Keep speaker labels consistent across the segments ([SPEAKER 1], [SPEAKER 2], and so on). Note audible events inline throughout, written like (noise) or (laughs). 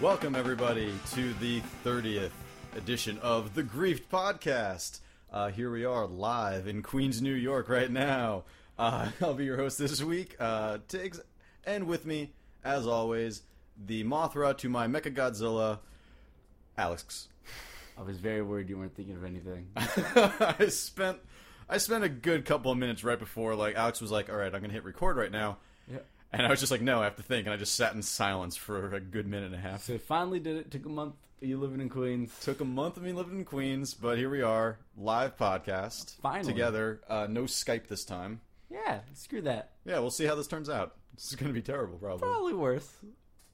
[SPEAKER 1] Welcome, everybody, to the 30th edition of the Griefed Podcast. Uh, here we are live in Queens, New York, right now. Uh, (laughs) I'll be your host this week, uh, Tiggs, and with me, as always, the Mothra to my Mecha Godzilla, Alex. (laughs)
[SPEAKER 2] I was very worried you weren't thinking of anything.
[SPEAKER 1] I spent I spent a good couple of minutes right before like Alex was like, "All right, I'm gonna hit record right now,"
[SPEAKER 2] (laughs) yeah.
[SPEAKER 1] and I was just like, "No, I have to think," and I just sat in silence for a good minute and a half.
[SPEAKER 2] So finally did it. Took a month. Are you living in Queens?
[SPEAKER 1] Took a month of me living in Queens, but here we are, live podcast
[SPEAKER 2] Finally.
[SPEAKER 1] together. Uh, no Skype this time.
[SPEAKER 2] Yeah. Screw that.
[SPEAKER 1] Yeah, we'll see how this turns out. This is gonna be terrible, probably.
[SPEAKER 2] Probably worse,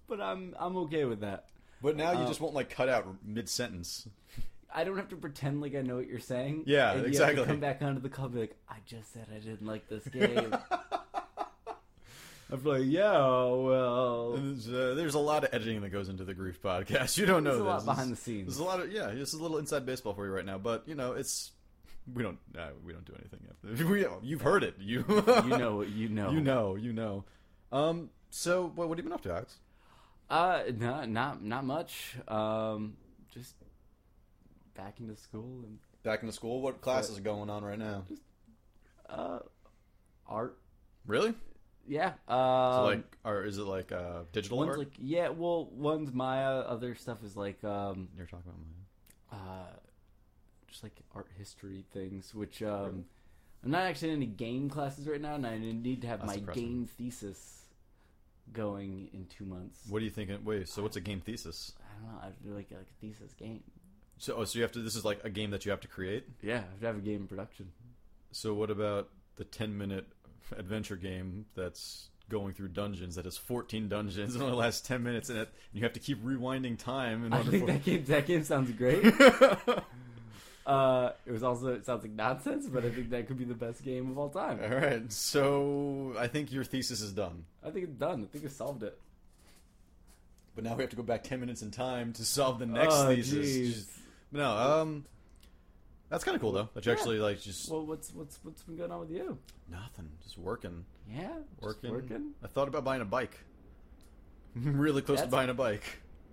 [SPEAKER 2] but I'm I'm okay with that.
[SPEAKER 1] But now you
[SPEAKER 2] Uh,
[SPEAKER 1] just won't like cut out mid sentence.
[SPEAKER 2] I don't have to pretend like I know what you're saying.
[SPEAKER 1] Yeah,
[SPEAKER 2] and You
[SPEAKER 1] exactly.
[SPEAKER 2] have to come back onto the call, and be like, I just said I didn't like this game. (laughs) I'm like, yeah, well,
[SPEAKER 1] There's, uh, there's a lot of editing that goes into the Grief podcast. (laughs) You don't know
[SPEAKER 2] there's a
[SPEAKER 1] this.
[SPEAKER 2] lot behind the
[SPEAKER 1] This-
[SPEAKER 2] scenes.
[SPEAKER 1] There's a lot of yeah, just a little inside baseball for you right now, but you know it's we don't uh, we don't do anything. Yet. (laughs) We, you've heard it. You (laughs)
[SPEAKER 2] you know what you know.
[SPEAKER 1] you know you know. Um, so what what have you been up to, Alex?
[SPEAKER 2] Uh, no, not not much. Um, just back into school and
[SPEAKER 1] Back into school. What classes are going on right now?
[SPEAKER 2] uh, art.
[SPEAKER 1] Really?
[SPEAKER 2] Yeah. Um,
[SPEAKER 1] So like, or is it like uh, digital
[SPEAKER 2] one's
[SPEAKER 1] art?
[SPEAKER 2] like yeah. Well, one's Maya. Other stuff is like um,
[SPEAKER 1] You're talking about mine.
[SPEAKER 2] uh, just like art history things. Which um, I'm not actually in any game classes right now, and I need to have
[SPEAKER 1] That's
[SPEAKER 2] my
[SPEAKER 1] depressing.
[SPEAKER 2] game thesis going in two months.
[SPEAKER 1] What do you think? Wait, so what's a game thesis?
[SPEAKER 2] I don't know. I do like like a thesis game.
[SPEAKER 1] So oh, so you have to. This is like a game that you have to create.
[SPEAKER 2] Yeah, I have to have a game in production.
[SPEAKER 1] So what about the 10 minute adventure game that's going through dungeons that has 14 dungeons (laughs) in the last 10 minutes and, it, and you have to keep rewinding time in
[SPEAKER 2] (laughs) I
[SPEAKER 1] order
[SPEAKER 2] think
[SPEAKER 1] for
[SPEAKER 2] that game that game sounds great.
[SPEAKER 1] (laughs)
[SPEAKER 2] uh, it was also it sounds like nonsense, but I think that could be the best game of all time.
[SPEAKER 1] (laughs) All right. So I think your thesis is done.
[SPEAKER 2] I think it's done. I think it solved it.
[SPEAKER 1] But now we have to go back 10 minutes in time to solve the next
[SPEAKER 2] Oh,
[SPEAKER 1] thesis.
[SPEAKER 2] jeez.
[SPEAKER 1] No, um that's kind of cool though. That you
[SPEAKER 2] Yeah.
[SPEAKER 1] actually like just
[SPEAKER 2] Well, what's what's what's been going on with you?
[SPEAKER 1] nothing, just working,
[SPEAKER 2] Yeah, just
[SPEAKER 1] working.
[SPEAKER 2] working.
[SPEAKER 1] I thought about buying a bike. (laughs) really close to
[SPEAKER 2] That's-
[SPEAKER 1] buying a bike.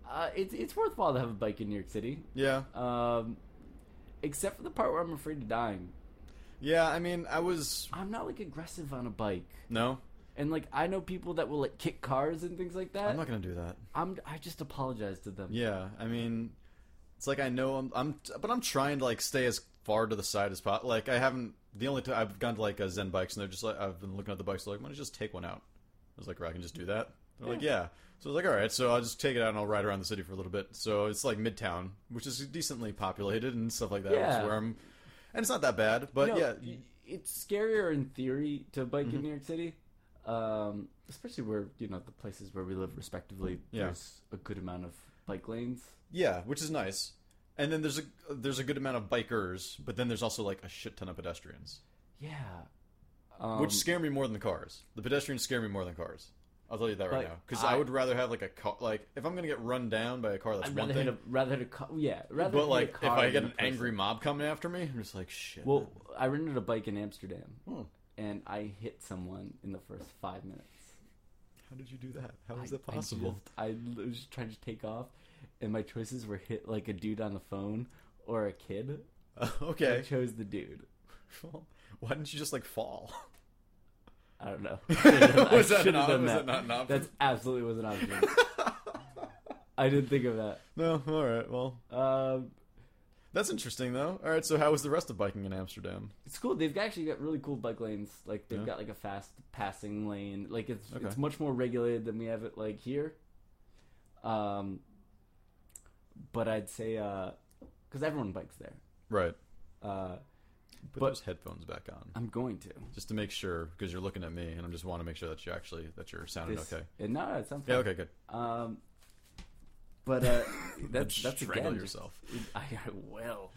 [SPEAKER 2] Uh, it's it's worthwhile to have a bike in New York City,
[SPEAKER 1] Yeah.
[SPEAKER 2] um, except for the part where I'm afraid of dying.
[SPEAKER 1] Yeah, I mean, I was
[SPEAKER 2] I'm not like aggressive on a bike,
[SPEAKER 1] no.
[SPEAKER 2] and like I know people that will like kick cars and things like that.
[SPEAKER 1] I'm not going to do that.
[SPEAKER 2] I'm- i just apologize to them.
[SPEAKER 1] Yeah, I mean, it's like I know I'm, I'm, but I'm trying to like stay as far to the side as possible. Like I haven't. The only time I've gone to like a Zen bikes and they're just like I've been looking at the bikes. They're like, why don't you just take one out? I was like, I can just do that. They're like, yeah. So I was like, all right. So I'll just take it out and I'll ride around the city for a little bit. So it's like Midtown, which is decently populated and stuff like that. which is
[SPEAKER 2] Yeah.
[SPEAKER 1] where I'm, and it's not that bad. But
[SPEAKER 2] No,
[SPEAKER 1] yeah, Mm-hmm.
[SPEAKER 2] y- it's scarier in theory to bike in New York City, um, especially where you know the places where we live, respectively.
[SPEAKER 1] Yeah.
[SPEAKER 2] There's a good amount of bike lanes.
[SPEAKER 1] yeah, which is nice. And then there's a there's a good amount of bikers, but then there's also like a shit ton of pedestrians.
[SPEAKER 2] Yeah, um,
[SPEAKER 1] Which scare me more than the cars. The pedestrians scare me more than cars. I'll tell you that right
[SPEAKER 2] But
[SPEAKER 1] now. Because I,
[SPEAKER 2] I-
[SPEAKER 1] would rather have like a car. Like if I'm gonna get run down by a car, that's
[SPEAKER 2] I'd
[SPEAKER 1] one
[SPEAKER 2] rather hit
[SPEAKER 1] thing.
[SPEAKER 2] a rather hit a car. Yeah, rather
[SPEAKER 1] but
[SPEAKER 2] hit
[SPEAKER 1] like
[SPEAKER 2] a
[SPEAKER 1] if
[SPEAKER 2] car
[SPEAKER 1] I
[SPEAKER 2] than
[SPEAKER 1] get
[SPEAKER 2] a
[SPEAKER 1] an
[SPEAKER 2] person.
[SPEAKER 1] angry mob coming after me, I'm just like shit.
[SPEAKER 2] Well, I rented a bike in Amsterdam,
[SPEAKER 1] Hmm.
[SPEAKER 2] and I hit someone in the first five minutes.
[SPEAKER 1] how did you do that? How is
[SPEAKER 2] I-
[SPEAKER 1] that possible? (laughs)
[SPEAKER 2] I, just, I was just trying to take off, and my choices were hit like a dude on the phone or a kid. I
[SPEAKER 1] okay.
[SPEAKER 2] chose the dude.
[SPEAKER 1] Well, Why didn't you just like fall? (laughs)
[SPEAKER 2] I don't know. (laughs)
[SPEAKER 1] Was that
[SPEAKER 2] should've
[SPEAKER 1] not-
[SPEAKER 2] done
[SPEAKER 1] was that not an option?
[SPEAKER 2] That's absolutely was
[SPEAKER 1] (laughs)
[SPEAKER 2] an option. I didn't think of that.
[SPEAKER 1] no. All right. Well,
[SPEAKER 2] Um,
[SPEAKER 1] that's interesting though. All right. So how was the rest of biking in Amsterdam?
[SPEAKER 2] it's cool. They've actually got really cool bike lanes. Like they've
[SPEAKER 1] Yeah.
[SPEAKER 2] got like a fast passing lane. Like it's
[SPEAKER 1] Okay.
[SPEAKER 2] it's much more regulated than we have it like here. Um, but I'd say because everyone bikes there.
[SPEAKER 1] Right.
[SPEAKER 2] Uh,
[SPEAKER 1] Put
[SPEAKER 2] But-
[SPEAKER 1] those headphones back on
[SPEAKER 2] I'm going to.
[SPEAKER 1] just to make sure because you're looking at me and I just want to make sure that you actually that you're sounding
[SPEAKER 2] This-
[SPEAKER 1] Oh, okay.
[SPEAKER 2] And no, no, it sounds
[SPEAKER 1] Yeah.
[SPEAKER 2] fine.
[SPEAKER 1] Okay. Good.
[SPEAKER 2] Um, but
[SPEAKER 1] (laughs)
[SPEAKER 2] uh, that's that's
[SPEAKER 1] strangle
[SPEAKER 2] again. just-
[SPEAKER 1] yourself
[SPEAKER 2] I, I will.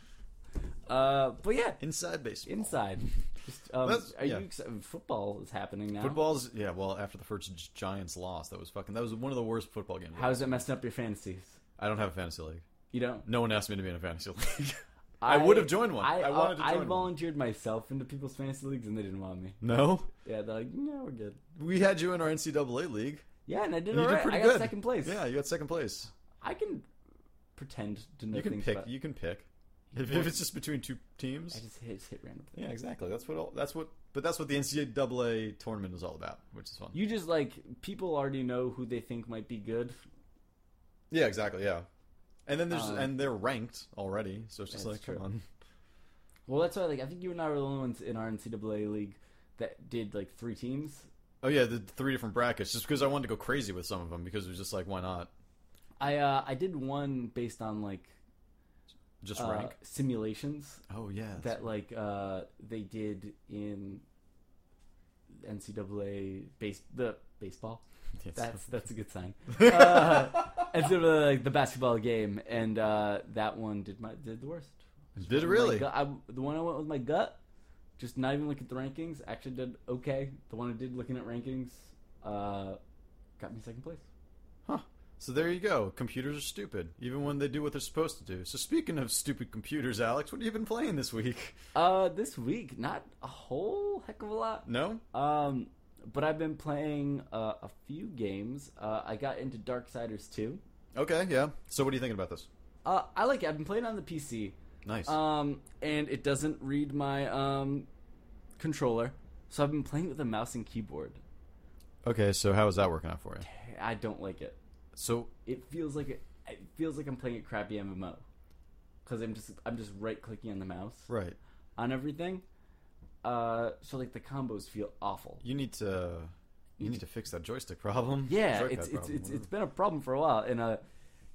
[SPEAKER 2] Uh, but yeah,
[SPEAKER 1] inside baseball.
[SPEAKER 2] inside. Just, um,
[SPEAKER 1] That's-
[SPEAKER 2] are
[SPEAKER 1] yeah.
[SPEAKER 2] you exci- football is happening now?
[SPEAKER 1] Football's yeah. Well, after the first Gi- Giants loss, that was fucking. That was one of the worst football games.
[SPEAKER 2] How's that messing up your fantasies?
[SPEAKER 1] I don't have a fantasy league.
[SPEAKER 2] You don't.
[SPEAKER 1] No one asked me to be in a fantasy (laughs) league. I, would have joined one. I, wanted to
[SPEAKER 2] I
[SPEAKER 1] join one.
[SPEAKER 2] volunteered myself into people's fantasy leagues and they didn't want me.
[SPEAKER 1] No,
[SPEAKER 2] Yeah, they're like, no, we're good.
[SPEAKER 1] we had you in our NCAA league.
[SPEAKER 2] Yeah, and I did
[SPEAKER 1] And you
[SPEAKER 2] all
[SPEAKER 1] did
[SPEAKER 2] right.
[SPEAKER 1] pretty
[SPEAKER 2] I got
[SPEAKER 1] good.
[SPEAKER 2] second place.
[SPEAKER 1] Yeah, you got second place.
[SPEAKER 2] I can pretend to know
[SPEAKER 1] you can
[SPEAKER 2] things
[SPEAKER 1] pick.
[SPEAKER 2] about.
[SPEAKER 1] You can pick.
[SPEAKER 2] You
[SPEAKER 1] If,
[SPEAKER 2] can-
[SPEAKER 1] if it's just between two
[SPEAKER 2] I
[SPEAKER 1] teams,
[SPEAKER 2] just hit, just hit random things.
[SPEAKER 1] yeah, exactly. That's what. All, that's what. But that's what the NCAA tournament is all about, which is fun.
[SPEAKER 2] You just like people already know who they think might be good.
[SPEAKER 1] Yeah, exactly. Yeah, and then there's
[SPEAKER 2] Um,
[SPEAKER 1] and they're ranked already, so it's just
[SPEAKER 2] That's
[SPEAKER 1] like come
[SPEAKER 2] true.
[SPEAKER 1] on.
[SPEAKER 2] Well, that's why like I think you and I were the only ones in our NCAA league that did like three teams.
[SPEAKER 1] Oh yeah, the three different brackets. Just because I wanted to go crazy with some of them because it was just like why not?
[SPEAKER 2] I uh, I did one based on like
[SPEAKER 1] Just
[SPEAKER 2] uh,
[SPEAKER 1] rank.
[SPEAKER 2] simulations
[SPEAKER 1] Oh yeah.
[SPEAKER 2] that like uh, they did in NCAA base the baseball.
[SPEAKER 1] (laughs) Yes.
[SPEAKER 2] That's that's a good
[SPEAKER 1] (laughs)
[SPEAKER 2] sign. Uh, NCAA like the basketball game, and uh, that one did my did the worst.
[SPEAKER 1] Did it
[SPEAKER 2] oh My
[SPEAKER 1] really?
[SPEAKER 2] gut- I- the one I went with my gut, just not even looking at the rankings, actually did okay. The one I did looking at rankings, uh, got me second place.
[SPEAKER 1] So there you go. Computers are stupid, even when they do what they're supposed to do. So speaking of stupid computers, Alex, what have you been playing this week? (laughs)
[SPEAKER 2] Uh, this week, not a whole heck of a lot.
[SPEAKER 1] No.
[SPEAKER 2] Um, but I've been playing uh, a few games. Uh, I got into Darksiders 2.
[SPEAKER 1] Okay. Yeah. So what are you thinking about this?
[SPEAKER 2] Uh, I like it. I've been playing on the PC.
[SPEAKER 1] Nice.
[SPEAKER 2] Um, and it doesn't read my um, controller. So I've been playing with a mouse and keyboard.
[SPEAKER 1] okay. So how is that working out for you?
[SPEAKER 2] I don't like it.
[SPEAKER 1] So
[SPEAKER 2] It feels like it, it feels like I'm playing a crappy MMO. Cause I'm just I'm just right clicking on the mouse
[SPEAKER 1] right,
[SPEAKER 2] on everything. Uh, so like the combos feel awful.
[SPEAKER 1] you need to you need to fix that joystick problem.
[SPEAKER 2] Yeah,
[SPEAKER 1] Joypad
[SPEAKER 2] it's it's,
[SPEAKER 1] problem,
[SPEAKER 2] it's it's
[SPEAKER 1] whatever.
[SPEAKER 2] been a problem for a while, and uh,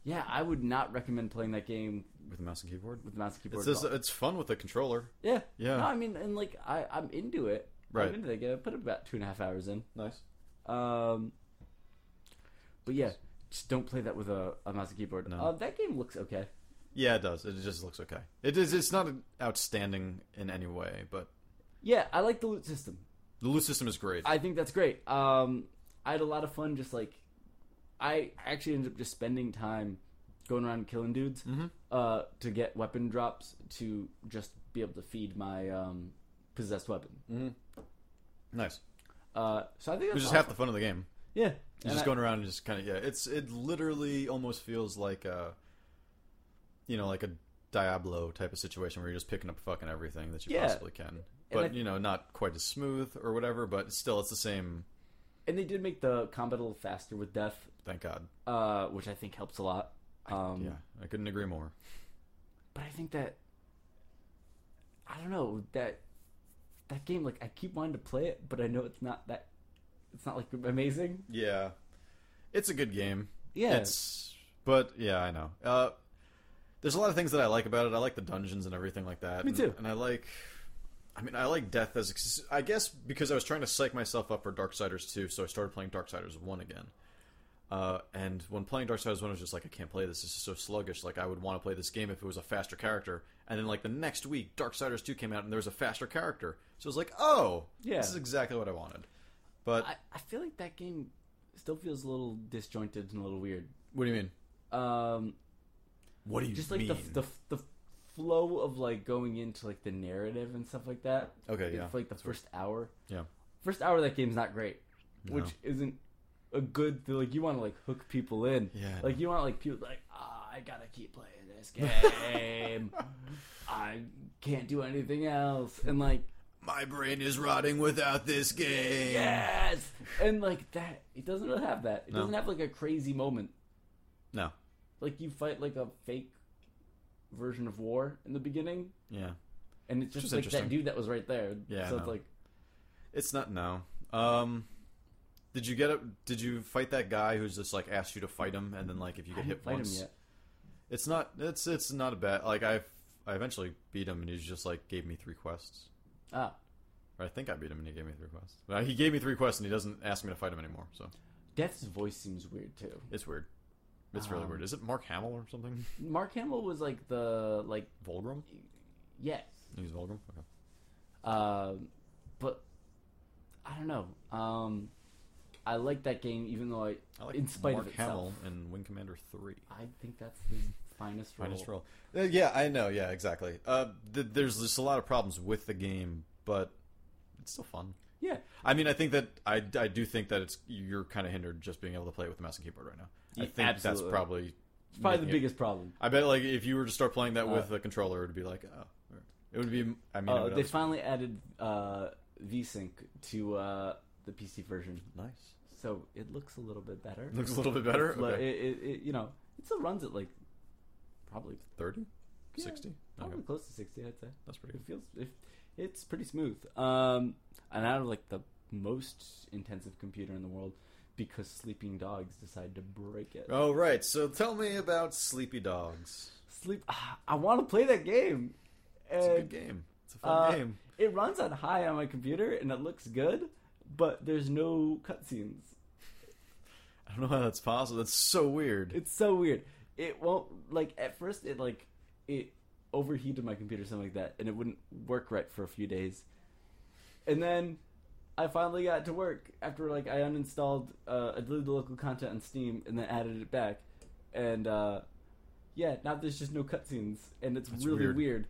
[SPEAKER 2] yeah, I would not recommend playing that game
[SPEAKER 1] with a mouse and keyboard.
[SPEAKER 2] with the mouse and
[SPEAKER 1] It's
[SPEAKER 2] keyboard.
[SPEAKER 1] just,
[SPEAKER 2] at all.
[SPEAKER 1] it's fun with a controller.
[SPEAKER 2] yeah,
[SPEAKER 1] yeah.
[SPEAKER 2] No, I mean, and like I I'm into it.
[SPEAKER 1] Right.
[SPEAKER 2] I'm into that game. I put about two and a half hours in.
[SPEAKER 1] Nice.
[SPEAKER 2] Um, but yeah, just don't play that with a, a mouse and keyboard.
[SPEAKER 1] No.
[SPEAKER 2] Uh, that game looks okay.
[SPEAKER 1] Yeah, it does. It just looks okay. It is. It's not outstanding in any way, but
[SPEAKER 2] Yeah, I like the loot system.
[SPEAKER 1] the loot system is great.
[SPEAKER 2] I think that's great. Um, I had a lot of fun. Just like, I actually ended up just spending time going around killing dudes
[SPEAKER 1] Mhm.
[SPEAKER 2] uh, to get weapon drops to just be able to feed my um, possessed weapon.
[SPEAKER 1] Mm-hmm. nice.
[SPEAKER 2] Uh, so I think
[SPEAKER 1] Which
[SPEAKER 2] that's
[SPEAKER 1] is
[SPEAKER 2] awesome.
[SPEAKER 1] half the fun of the game.
[SPEAKER 2] yeah.
[SPEAKER 1] You're
[SPEAKER 2] And
[SPEAKER 1] just
[SPEAKER 2] I-
[SPEAKER 1] going around and just kind of yeah. It's it literally almost feels like a, you know, like a Diablo type of situation where you're just picking up fucking everything that you
[SPEAKER 2] Yeah.
[SPEAKER 1] possibly can. But
[SPEAKER 2] I-
[SPEAKER 1] you know, not quite as smooth or whatever. But still, it's the same.
[SPEAKER 2] and they did make the combat a little faster with death,
[SPEAKER 1] Thank God.
[SPEAKER 2] uh, which I think helps a lot. Um,
[SPEAKER 1] yeah, I couldn't agree more.
[SPEAKER 2] but I think that I don't know that that game. Like I keep wanting to play it, but I know it's not that. It's not like amazing.
[SPEAKER 1] Yeah, it's a good game.
[SPEAKER 2] Yeah,
[SPEAKER 1] It's but yeah, I know. Uh, there's a lot of things that I like about it. I like the dungeons and everything like that.
[SPEAKER 2] Me
[SPEAKER 1] and-
[SPEAKER 2] too.
[SPEAKER 1] And I like, I mean, I like death as I guess because I was trying to psych myself up for Darksiders 2, so I started playing Darksiders 1 again. Uh, and when playing Darksiders 1, I was just like, I can't play this. This is so sluggish. Like, I would want to play this game if it was a faster character. And then, like, the next week, Darksiders 2 came out and there was a faster character. So I was like, oh,
[SPEAKER 2] Yeah.
[SPEAKER 1] this is exactly what I wanted. But,
[SPEAKER 2] I, I feel like that game still feels a little disjointed and a little weird.
[SPEAKER 1] what do you mean?
[SPEAKER 2] Um,
[SPEAKER 1] What do you
[SPEAKER 2] just like
[SPEAKER 1] mean?
[SPEAKER 2] the, the the flow of like going into like the narrative and stuff like that.
[SPEAKER 1] okay, yeah.
[SPEAKER 2] It's like the first hour.
[SPEAKER 1] Yeah.
[SPEAKER 2] First hour of that game's not great,
[SPEAKER 1] No.
[SPEAKER 2] which isn't a good. Like you want to like hook people in.
[SPEAKER 1] Yeah, I
[SPEAKER 2] Like you want like people like ah, I gotta keep playing
[SPEAKER 1] (laughs)
[SPEAKER 2] this game. I can't do anything else, and like
[SPEAKER 1] My brain is rotting without this game.
[SPEAKER 2] yes, and like that. It doesn't really have that. It
[SPEAKER 1] No.
[SPEAKER 2] doesn't have like a crazy moment.
[SPEAKER 1] No.
[SPEAKER 2] like you fight like a fake version of war in the beginning
[SPEAKER 1] Yeah.
[SPEAKER 2] and it's
[SPEAKER 1] Which
[SPEAKER 2] just
[SPEAKER 1] is
[SPEAKER 2] like that
[SPEAKER 1] interesting.
[SPEAKER 2] dude that was right there
[SPEAKER 1] Yeah,
[SPEAKER 2] so
[SPEAKER 1] I
[SPEAKER 2] it's
[SPEAKER 1] know.
[SPEAKER 2] like
[SPEAKER 1] It's not no. Um did you get up did you fight that guy who's just like asked you to fight him and then like if you
[SPEAKER 2] I
[SPEAKER 1] get
[SPEAKER 2] didn't
[SPEAKER 1] hit
[SPEAKER 2] fight
[SPEAKER 1] once
[SPEAKER 2] him yet
[SPEAKER 1] it's not it's it's not a bad like I I eventually beat him and he just like gave me three quests.
[SPEAKER 2] ah
[SPEAKER 1] Or I think I beat him and he gave me three quests. But he gave me three quests and he doesn't ask me to fight him anymore, so
[SPEAKER 2] death's voice seems weird too
[SPEAKER 1] it's weird. It's really
[SPEAKER 2] Um,
[SPEAKER 1] weird. Is it Mark Hamill or something?
[SPEAKER 2] mark hamill was like the like
[SPEAKER 1] Volgrim?
[SPEAKER 2] yes
[SPEAKER 1] He's Volgrim? Okay.
[SPEAKER 2] um but i don't know um i like that game even though i
[SPEAKER 1] I like
[SPEAKER 2] In spite of
[SPEAKER 1] Mark Hamill
[SPEAKER 2] itself.
[SPEAKER 1] in Wing Commander 3.
[SPEAKER 2] i think that's his finest role.
[SPEAKER 1] Finest roll. Uh, yeah, I know. Yeah, exactly. Uh, th- there's just a lot of problems with the game, but it's still fun.
[SPEAKER 2] yeah
[SPEAKER 1] I mean, I think that I, I do think that it's you're kind of hindered just being able to play it with the mouse and keyboard right now. I
[SPEAKER 2] Yeah,
[SPEAKER 1] think that's
[SPEAKER 2] absolutely.
[SPEAKER 1] probably
[SPEAKER 2] It's probably the
[SPEAKER 1] making it-
[SPEAKER 2] biggest problem.
[SPEAKER 1] I bet like if you were to start playing that with
[SPEAKER 2] Uh,
[SPEAKER 1] a controller, it would be like oh, or- it would be. I mean, it
[SPEAKER 2] Uh,
[SPEAKER 1] would
[SPEAKER 2] they
[SPEAKER 1] obviously-
[SPEAKER 2] finally added uh, VSync to uh, the PC version,
[SPEAKER 1] nice. (laughs)
[SPEAKER 2] so it looks a little bit better.
[SPEAKER 1] Looks a little bit better.
[SPEAKER 2] It's li-
[SPEAKER 1] Okay.
[SPEAKER 2] It, it, it, you know, it still runs at like probably
[SPEAKER 1] 30?
[SPEAKER 2] Yeah.
[SPEAKER 1] 60? Okay.
[SPEAKER 2] probably close to sixty. I'd say
[SPEAKER 1] That's pretty
[SPEAKER 2] it
[SPEAKER 1] good.
[SPEAKER 2] feels if it's pretty smooth. Um, and out of like the most intensive computer in the world, because sleeping dogs decide to break it.
[SPEAKER 1] Oh, right. So tell me about Sleepy Dogs.
[SPEAKER 2] Sleep. (sighs) ah, I want to play that game.
[SPEAKER 1] It's a
[SPEAKER 2] And
[SPEAKER 1] good game. It's a fun
[SPEAKER 2] uh,
[SPEAKER 1] game.
[SPEAKER 2] It runs on high on my computer and it looks good, but there's no cutscenes.
[SPEAKER 1] I don't know how that's possible. That's so weird.
[SPEAKER 2] It's so weird. It won't like at first it like it overheated my computer or something like that, and it wouldn't work right for a few days. And then I finally got it to work after like I uninstalled, uh, I deleted the local content on Steam, and then added it back. And uh, yeah, now there's just no cutscenes, and it's
[SPEAKER 1] That's
[SPEAKER 2] really
[SPEAKER 1] weird.
[SPEAKER 2] weird.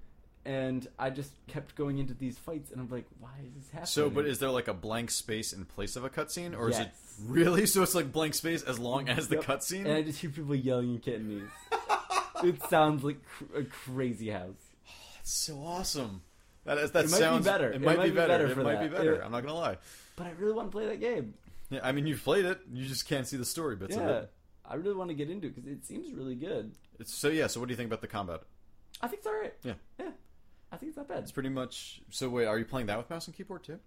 [SPEAKER 2] And I just kept going into these fights, and I'm like, why is this happening?
[SPEAKER 1] so, but is there like a blank space in place of a cutscene, or is it
[SPEAKER 2] Yes.
[SPEAKER 1] really? (laughs) So it's like blank space as long as the
[SPEAKER 2] Yep. and I
[SPEAKER 1] cutscene.
[SPEAKER 2] just hear people yelling in Cantonese. it sounds like cr- a crazy house.
[SPEAKER 1] That's so awesome. That is. That
[SPEAKER 2] It might be
[SPEAKER 1] sounds
[SPEAKER 2] better.
[SPEAKER 1] It might, be better.
[SPEAKER 2] for
[SPEAKER 1] it might
[SPEAKER 2] that.
[SPEAKER 1] be better.
[SPEAKER 2] It-
[SPEAKER 1] I'm not gonna lie.
[SPEAKER 2] But I really want to play that game.
[SPEAKER 1] Yeah, I mean, you've played it. You just can't see the story bits of
[SPEAKER 2] yeah,
[SPEAKER 1] it.
[SPEAKER 2] I really want to get into it because it seems really good.
[SPEAKER 1] It's, so yeah. So what do you think about the combat?
[SPEAKER 2] I think it's alright.
[SPEAKER 1] Yeah.
[SPEAKER 2] yeah. I think it's not bad.
[SPEAKER 1] It's pretty much. So wait, are you playing that with mouse and keyboard too?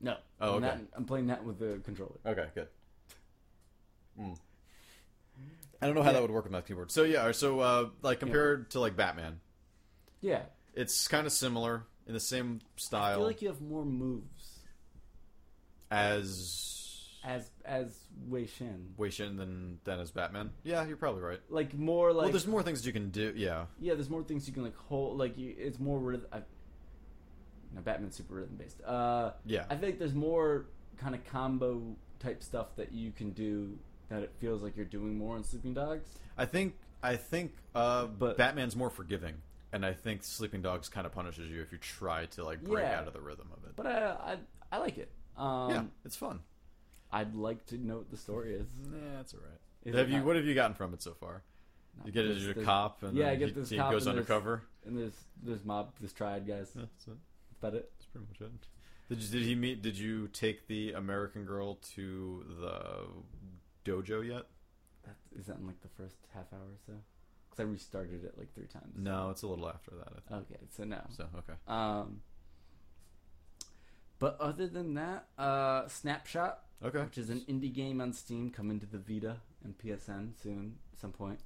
[SPEAKER 2] No.
[SPEAKER 1] Oh,
[SPEAKER 2] I'm,
[SPEAKER 1] okay.
[SPEAKER 2] not- I'm playing that with the controller.
[SPEAKER 1] Okay, good. Hmm. I don't know how
[SPEAKER 2] Yeah.
[SPEAKER 1] that would work with my keyboard. So yeah, so uh, like compared to like Batman,
[SPEAKER 2] Yeah.
[SPEAKER 1] it's kind of similar in the same
[SPEAKER 2] I
[SPEAKER 1] style
[SPEAKER 2] feel like you have more moves
[SPEAKER 1] as
[SPEAKER 2] as as Wei Shen.
[SPEAKER 1] Wei Shin than than as Batman. Yeah, you're probably right.
[SPEAKER 2] Like more like
[SPEAKER 1] well, there's more things that you can do. Yeah,
[SPEAKER 2] yeah, there's more things you can like hold. Like you, it's more rhythm. I, no, Batman's super rhythm based. Uh,
[SPEAKER 1] yeah.
[SPEAKER 2] I feel like there's more kind of combo type stuff that you can do that it feels like you're doing more in Sleeping Dogs.
[SPEAKER 1] I think I think uh,
[SPEAKER 2] But-
[SPEAKER 1] Batman's more forgiving, and I think Sleeping Dogs kind of punishes you if you try to like break
[SPEAKER 2] Yeah.
[SPEAKER 1] out of the rhythm of it.
[SPEAKER 2] But I I, I like it. Um,
[SPEAKER 1] yeah, it's fun.
[SPEAKER 2] I'd like to know what the story is.
[SPEAKER 1] Nah, it's all right.
[SPEAKER 2] Is
[SPEAKER 1] Have
[SPEAKER 2] it
[SPEAKER 1] you?
[SPEAKER 2] not-
[SPEAKER 1] What have you gotten from it so far?
[SPEAKER 2] not-
[SPEAKER 1] You get it
[SPEAKER 2] there's-
[SPEAKER 1] as a
[SPEAKER 2] there's-
[SPEAKER 1] cop, and
[SPEAKER 2] yeah,
[SPEAKER 1] then
[SPEAKER 2] I get
[SPEAKER 1] he,
[SPEAKER 2] this
[SPEAKER 1] he
[SPEAKER 2] cop
[SPEAKER 1] goes
[SPEAKER 2] and there's-
[SPEAKER 1] undercover.
[SPEAKER 2] And there's there's mob, there's triad guys.
[SPEAKER 1] Yeah, that's, it.
[SPEAKER 2] That's about it.
[SPEAKER 1] That's pretty much it. Did you, did he meet? Did you take the American girl to the dojo yet?
[SPEAKER 2] That is that in like the first half hour or so? Because I restarted it like three times.
[SPEAKER 1] No, it's a little after that. I think.
[SPEAKER 2] Okay, so no.
[SPEAKER 1] So okay.
[SPEAKER 2] Um. But other than that, uh, Snapshot,
[SPEAKER 1] Okay.
[SPEAKER 2] which is an indie game on Steam, coming to the Vita and PSN soon, some point.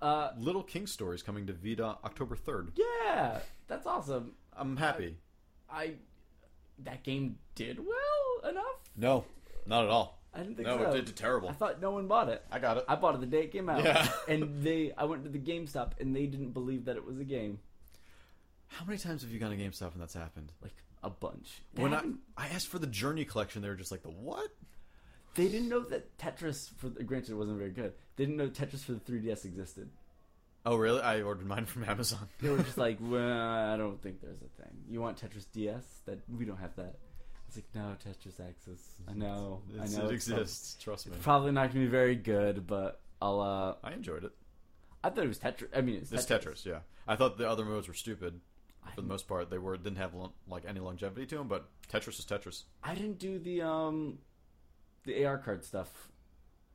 [SPEAKER 2] Uh,
[SPEAKER 1] Little King stories coming to Vita October third.
[SPEAKER 2] yeah, that's awesome.
[SPEAKER 1] I'm happy.
[SPEAKER 2] I that game did well enough.
[SPEAKER 1] No, not at all.
[SPEAKER 2] I didn't think
[SPEAKER 1] No,
[SPEAKER 2] so.
[SPEAKER 1] it did terrible.
[SPEAKER 2] I thought no one bought it.
[SPEAKER 1] I got it.
[SPEAKER 2] I bought it the day it came out,
[SPEAKER 1] Yeah.
[SPEAKER 2] (laughs) and they I went to the GameStop and they didn't believe that it was a game.
[SPEAKER 1] How many times have you gone to GameStop and that's happened?
[SPEAKER 2] Like a bunch. They,
[SPEAKER 1] When I,
[SPEAKER 2] haven't-
[SPEAKER 1] I asked for the Journey collection, they were just like, "The what?"
[SPEAKER 2] they didn't know that Tetris for the, granted it wasn't very good. They didn't know Tetris for the 3DS existed.
[SPEAKER 1] Oh, really? I ordered mine from Amazon.
[SPEAKER 2] They were
[SPEAKER 1] (laughs)
[SPEAKER 2] just like, well, I don't think there's a thing. You want Tetris DS? That we don't have that. It's like no Tetris Axis. I know.
[SPEAKER 1] It's-
[SPEAKER 2] I know
[SPEAKER 1] it
[SPEAKER 2] it's prob-
[SPEAKER 1] exists. Trust me.
[SPEAKER 2] It's probably not gonna be very good, but I'll. uh
[SPEAKER 1] I enjoyed it.
[SPEAKER 2] I thought it was Tetris. I mean, it's
[SPEAKER 1] This Tetris, yeah. I thought the other modes were stupid
[SPEAKER 2] I
[SPEAKER 1] for the most part. They were didn't have lo- like any longevity to them, but Tetris is Tetris.
[SPEAKER 2] I didn't do the um the AR card stuff.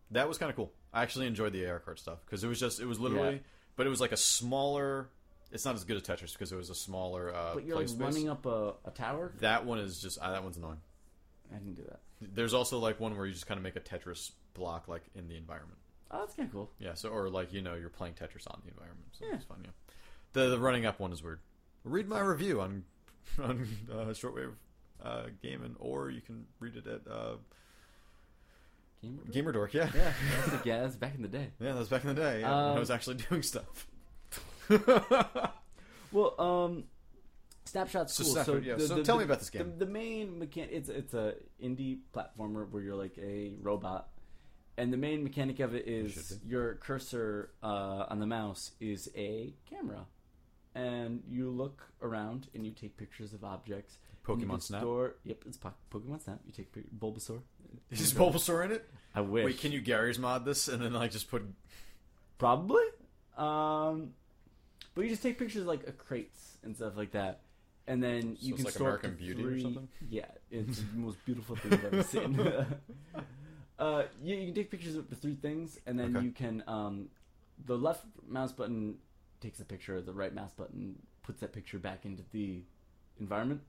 [SPEAKER 1] That was kind of cool. I actually enjoyed the AR card stuff because it was just it was literally,
[SPEAKER 2] Yeah.
[SPEAKER 1] but it was like a smaller. It's not as good as Tetris because it was a smaller uh,
[SPEAKER 2] But you're
[SPEAKER 1] play
[SPEAKER 2] like
[SPEAKER 1] space.
[SPEAKER 2] running up a, a tower.
[SPEAKER 1] That one is just uh, that one's annoying.
[SPEAKER 2] I didn't do that.
[SPEAKER 1] There's also like one where you just kind of make a Tetris block like in the environment.
[SPEAKER 2] Oh, that's kind of cool.
[SPEAKER 1] Yeah, so or like you know you're playing Tetris on the environment, so
[SPEAKER 2] Yeah.
[SPEAKER 1] it's fun. Yeah, the the running up one is weird. Read my review on (laughs) on uh, shortwave uh, gaming, or you can read it at uh,
[SPEAKER 2] Gamer. Door?
[SPEAKER 1] Gamer Dork. Yeah,
[SPEAKER 2] Yeah, that's, the- yeah, that's back in the day.
[SPEAKER 1] yeah, that was back in the day yeah, when I
[SPEAKER 2] Um,
[SPEAKER 1] was actually (laughs) doing stuff.
[SPEAKER 2] Well, um, snapshots.
[SPEAKER 1] So,
[SPEAKER 2] Cool.
[SPEAKER 1] Safford, yeah. so tell me about this
[SPEAKER 2] the-
[SPEAKER 1] game.
[SPEAKER 2] The, main mechanic. It's it's a indie platformer where you're like a robot, and the main mechanic of it is
[SPEAKER 1] should
[SPEAKER 2] your cursor uh, on the mouse is a camera, and you look around and you take pictures of objects. and you
[SPEAKER 1] Pokemon
[SPEAKER 2] can
[SPEAKER 1] Snap.
[SPEAKER 2] Store, yep, it's po- Pokemon Snap. You take pic- Bulbasaur.
[SPEAKER 1] Is Bulbasaur in it?
[SPEAKER 2] I wish.
[SPEAKER 1] Wait, can you Gary's mod this and then like just put
[SPEAKER 2] Probably. Um, but you just take pictures like of crates and stuff like that, and then
[SPEAKER 1] So
[SPEAKER 2] you
[SPEAKER 1] it's
[SPEAKER 2] can
[SPEAKER 1] like
[SPEAKER 2] store up to
[SPEAKER 1] American Beauty or
[SPEAKER 2] three-
[SPEAKER 1] something?
[SPEAKER 2] Yeah,
[SPEAKER 1] (laughs)
[SPEAKER 2] it's the most beautiful thing I've ever seen. (laughs) uh, yeah, you can take pictures of the three things, and then
[SPEAKER 1] Okay.
[SPEAKER 2] you can. Um, the left mouse button takes a picture. The right mouse button puts that picture back into the environment.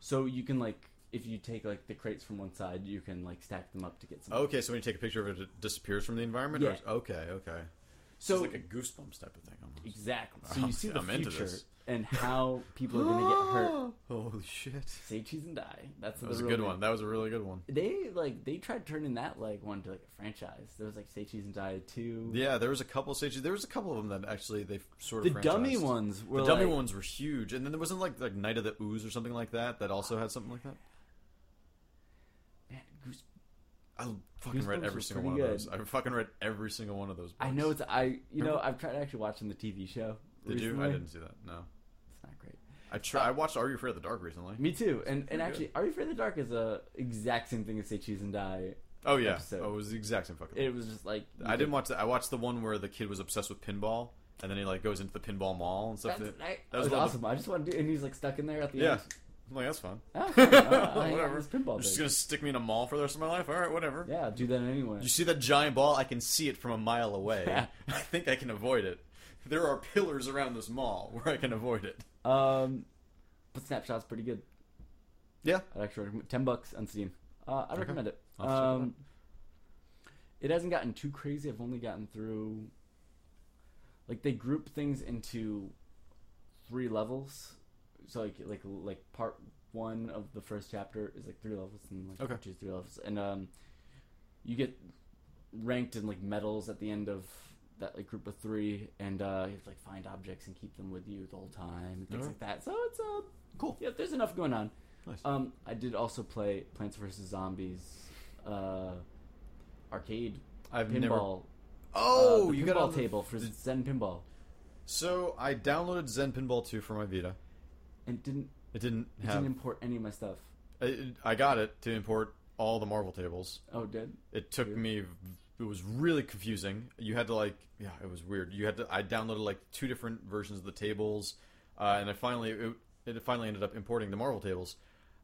[SPEAKER 2] So you can like, if you take like the crates from one side, you can like stack them up to get something.
[SPEAKER 1] Okay, so when you take a picture of it, it disappears from the environment.
[SPEAKER 2] Yeah.
[SPEAKER 1] Or, okay, okay.
[SPEAKER 2] So
[SPEAKER 1] So it's like a goosebumps type of thing. Almost.
[SPEAKER 2] Exactly. So you
[SPEAKER 1] Oh,
[SPEAKER 2] see
[SPEAKER 1] yeah,
[SPEAKER 2] the
[SPEAKER 1] I'm into
[SPEAKER 2] future
[SPEAKER 1] this.
[SPEAKER 2] and how people are going to get
[SPEAKER 1] (gasps)
[SPEAKER 2] hurt.
[SPEAKER 1] Holy shit!
[SPEAKER 2] Say cheese and die. That's
[SPEAKER 1] That
[SPEAKER 2] the
[SPEAKER 1] was a
[SPEAKER 2] real
[SPEAKER 1] good
[SPEAKER 2] name.
[SPEAKER 1] one. That was a really good one.
[SPEAKER 2] They like they tried turning that like one to like a franchise. There was like Say Cheese and Die two.
[SPEAKER 1] Yeah, there was a couple stages. There was a couple of them that actually they sort
[SPEAKER 2] the
[SPEAKER 1] of
[SPEAKER 2] dummy
[SPEAKER 1] franchised.
[SPEAKER 2] ones were
[SPEAKER 1] The dummy
[SPEAKER 2] like,
[SPEAKER 1] ones were huge, and then there wasn't like like Night of the Ooze or something like that that also had something like that.
[SPEAKER 2] Man, goose-
[SPEAKER 1] I fucking
[SPEAKER 2] Goosebumps
[SPEAKER 1] read
[SPEAKER 2] were
[SPEAKER 1] every single one
[SPEAKER 2] pretty
[SPEAKER 1] of those.
[SPEAKER 2] good.
[SPEAKER 1] I fucking read every single one of those. Books.
[SPEAKER 2] I know it's I. You know
[SPEAKER 1] Remember-
[SPEAKER 2] I've tried actually watching the TV show.
[SPEAKER 1] Did
[SPEAKER 2] recently.
[SPEAKER 1] you? I didn't see that. No,
[SPEAKER 2] It's not great.
[SPEAKER 1] I try. I watched Are You Afraid of the Dark recently.
[SPEAKER 2] Me too. And and
[SPEAKER 1] pretty
[SPEAKER 2] actually, Are You Afraid of the Dark is a exact same thing as Say Cheese and Die.
[SPEAKER 1] Oh yeah,
[SPEAKER 2] episode.
[SPEAKER 1] oh, it was the exact same fucking.
[SPEAKER 2] It was just like you
[SPEAKER 1] I
[SPEAKER 2] could-
[SPEAKER 1] didn't watch that. I watched the one where the kid was obsessed with pinball, and then he like goes into the pinball mall and stuff.
[SPEAKER 2] That's,
[SPEAKER 1] That-
[SPEAKER 2] that,
[SPEAKER 1] was one
[SPEAKER 2] was,
[SPEAKER 1] of the-
[SPEAKER 2] awesome. I just wanted to, and he's like stuck in there at the
[SPEAKER 1] Yeah.
[SPEAKER 2] end.
[SPEAKER 1] (laughs) I'm like, that's fine.
[SPEAKER 2] Oh, fine. Oh, I-
[SPEAKER 1] Whatever.
[SPEAKER 2] this pinball
[SPEAKER 1] You're just
[SPEAKER 2] thing.
[SPEAKER 1] gonna stick me in a mall for the rest of my life. All right, whatever.
[SPEAKER 2] Yeah, do that anyway.
[SPEAKER 1] You see that giant ball? I can see it from a mile away.
[SPEAKER 2] Yeah.
[SPEAKER 1] (laughs) I think I can avoid it. There are pillars around this mall (laughs) where I can avoid it.
[SPEAKER 2] Um, but Snapshot's pretty good.
[SPEAKER 1] Yeah.
[SPEAKER 2] I'd actually recommend ten bucks on Steam. Uh, I'd
[SPEAKER 1] Okay.
[SPEAKER 2] recommend it.
[SPEAKER 1] I'll have to check it
[SPEAKER 2] Um, it hasn't gotten too crazy. I've only gotten through. Like they group things into three levels, so like like like part one of the first chapter is like three levels, and like
[SPEAKER 1] Okay.
[SPEAKER 2] part two is three levels, and um, you get ranked in like medals at the end of that like group of three, and uh, you have to like find objects and keep them with you the whole time and things
[SPEAKER 1] Alright.
[SPEAKER 2] like that. So it's uh,
[SPEAKER 1] Cool.
[SPEAKER 2] Yeah, there's enough going on.
[SPEAKER 1] Nice.
[SPEAKER 2] Um, I did also play Plants vs Zombies, uh, arcade
[SPEAKER 1] I've never.
[SPEAKER 2] pinball. uh,
[SPEAKER 1] Oh,
[SPEAKER 2] the
[SPEAKER 1] you
[SPEAKER 2] pinball
[SPEAKER 1] got it on the-
[SPEAKER 2] table for
[SPEAKER 1] the-
[SPEAKER 2] Zen Pinball,
[SPEAKER 1] So I downloaded Zen Pinball 2 for my Vita.
[SPEAKER 2] and didn't
[SPEAKER 1] It didn't
[SPEAKER 2] it
[SPEAKER 1] have.
[SPEAKER 2] didn't import any of my stuff.
[SPEAKER 1] it- I got it to import all the Marvel tables.
[SPEAKER 2] Oh, it did
[SPEAKER 1] It took
[SPEAKER 2] Weird.
[SPEAKER 1] me. It was really confusing. You had to like, yeah, it was weird. You had to. I downloaded like two different versions of the tables, uh, and I finally it, it finally ended up importing the Marvel tables.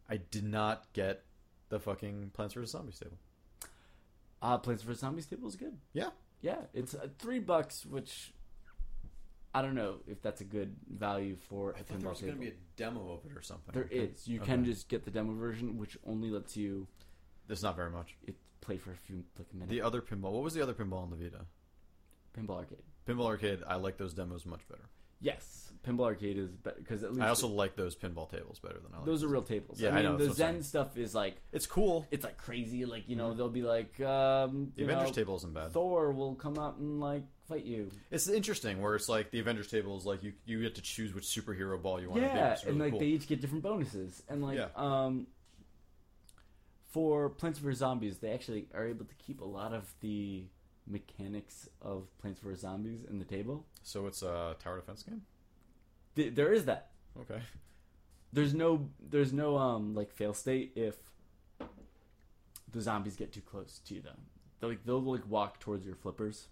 [SPEAKER 1] I did not get the fucking Plants vs Zombies table.
[SPEAKER 2] uh, Plants vs Zombies table is good.
[SPEAKER 1] Yeah.
[SPEAKER 2] yeah, it's uh, three bucks, which I don't know if that's a good value for a pinball table.
[SPEAKER 1] a demo of it or something.
[SPEAKER 2] There is. You can just get the demo version, which only lets you
[SPEAKER 1] There's not very much.
[SPEAKER 2] it play for a few like a minute.
[SPEAKER 1] The other pinball. What was the other pinball on the Vita?
[SPEAKER 2] Pinball Arcade.
[SPEAKER 1] Pinball Arcade. I like those demos much better.
[SPEAKER 2] Yes, Pinball Arcade is better because at least
[SPEAKER 1] I also like those pinball tables better than I like.
[SPEAKER 2] those are real tables.
[SPEAKER 1] Yeah,
[SPEAKER 2] I
[SPEAKER 1] I
[SPEAKER 2] mean
[SPEAKER 1] know,
[SPEAKER 2] the
[SPEAKER 1] that's what I'm
[SPEAKER 2] Zen stuff is like
[SPEAKER 1] It's cool.
[SPEAKER 2] it's like crazy. Like you know they'll be like um,
[SPEAKER 1] The
[SPEAKER 2] you
[SPEAKER 1] Avengers
[SPEAKER 2] know,
[SPEAKER 1] table isn't bad.
[SPEAKER 2] Thor will come out and like fight you.
[SPEAKER 1] It's interesting where it's like the Avengers table is like you you get to choose which superhero ball you want to be.
[SPEAKER 2] yeah,
[SPEAKER 1] It's really
[SPEAKER 2] and like
[SPEAKER 1] cool.
[SPEAKER 2] they each get different bonuses, and like
[SPEAKER 1] Yeah.
[SPEAKER 2] um, for Plants vs Zombies, they actually are able to keep a lot of the mechanics of Plants vs Zombies in the table.
[SPEAKER 1] So it's a tower defense game.
[SPEAKER 2] Th- there is that.
[SPEAKER 1] Okay.
[SPEAKER 2] there's no there's no um like fail state if the zombies get too close to you though. They'll like they'll like walk towards your flippers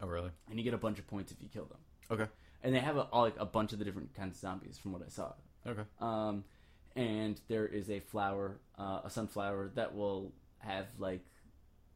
[SPEAKER 1] Oh really?
[SPEAKER 2] and you get a bunch of points if you kill them.
[SPEAKER 1] Okay.
[SPEAKER 2] And they have a, all, like a bunch of the different kinds of zombies from what I saw.
[SPEAKER 1] Okay.
[SPEAKER 2] Um, and there is a flower, uh, a sunflower that will have like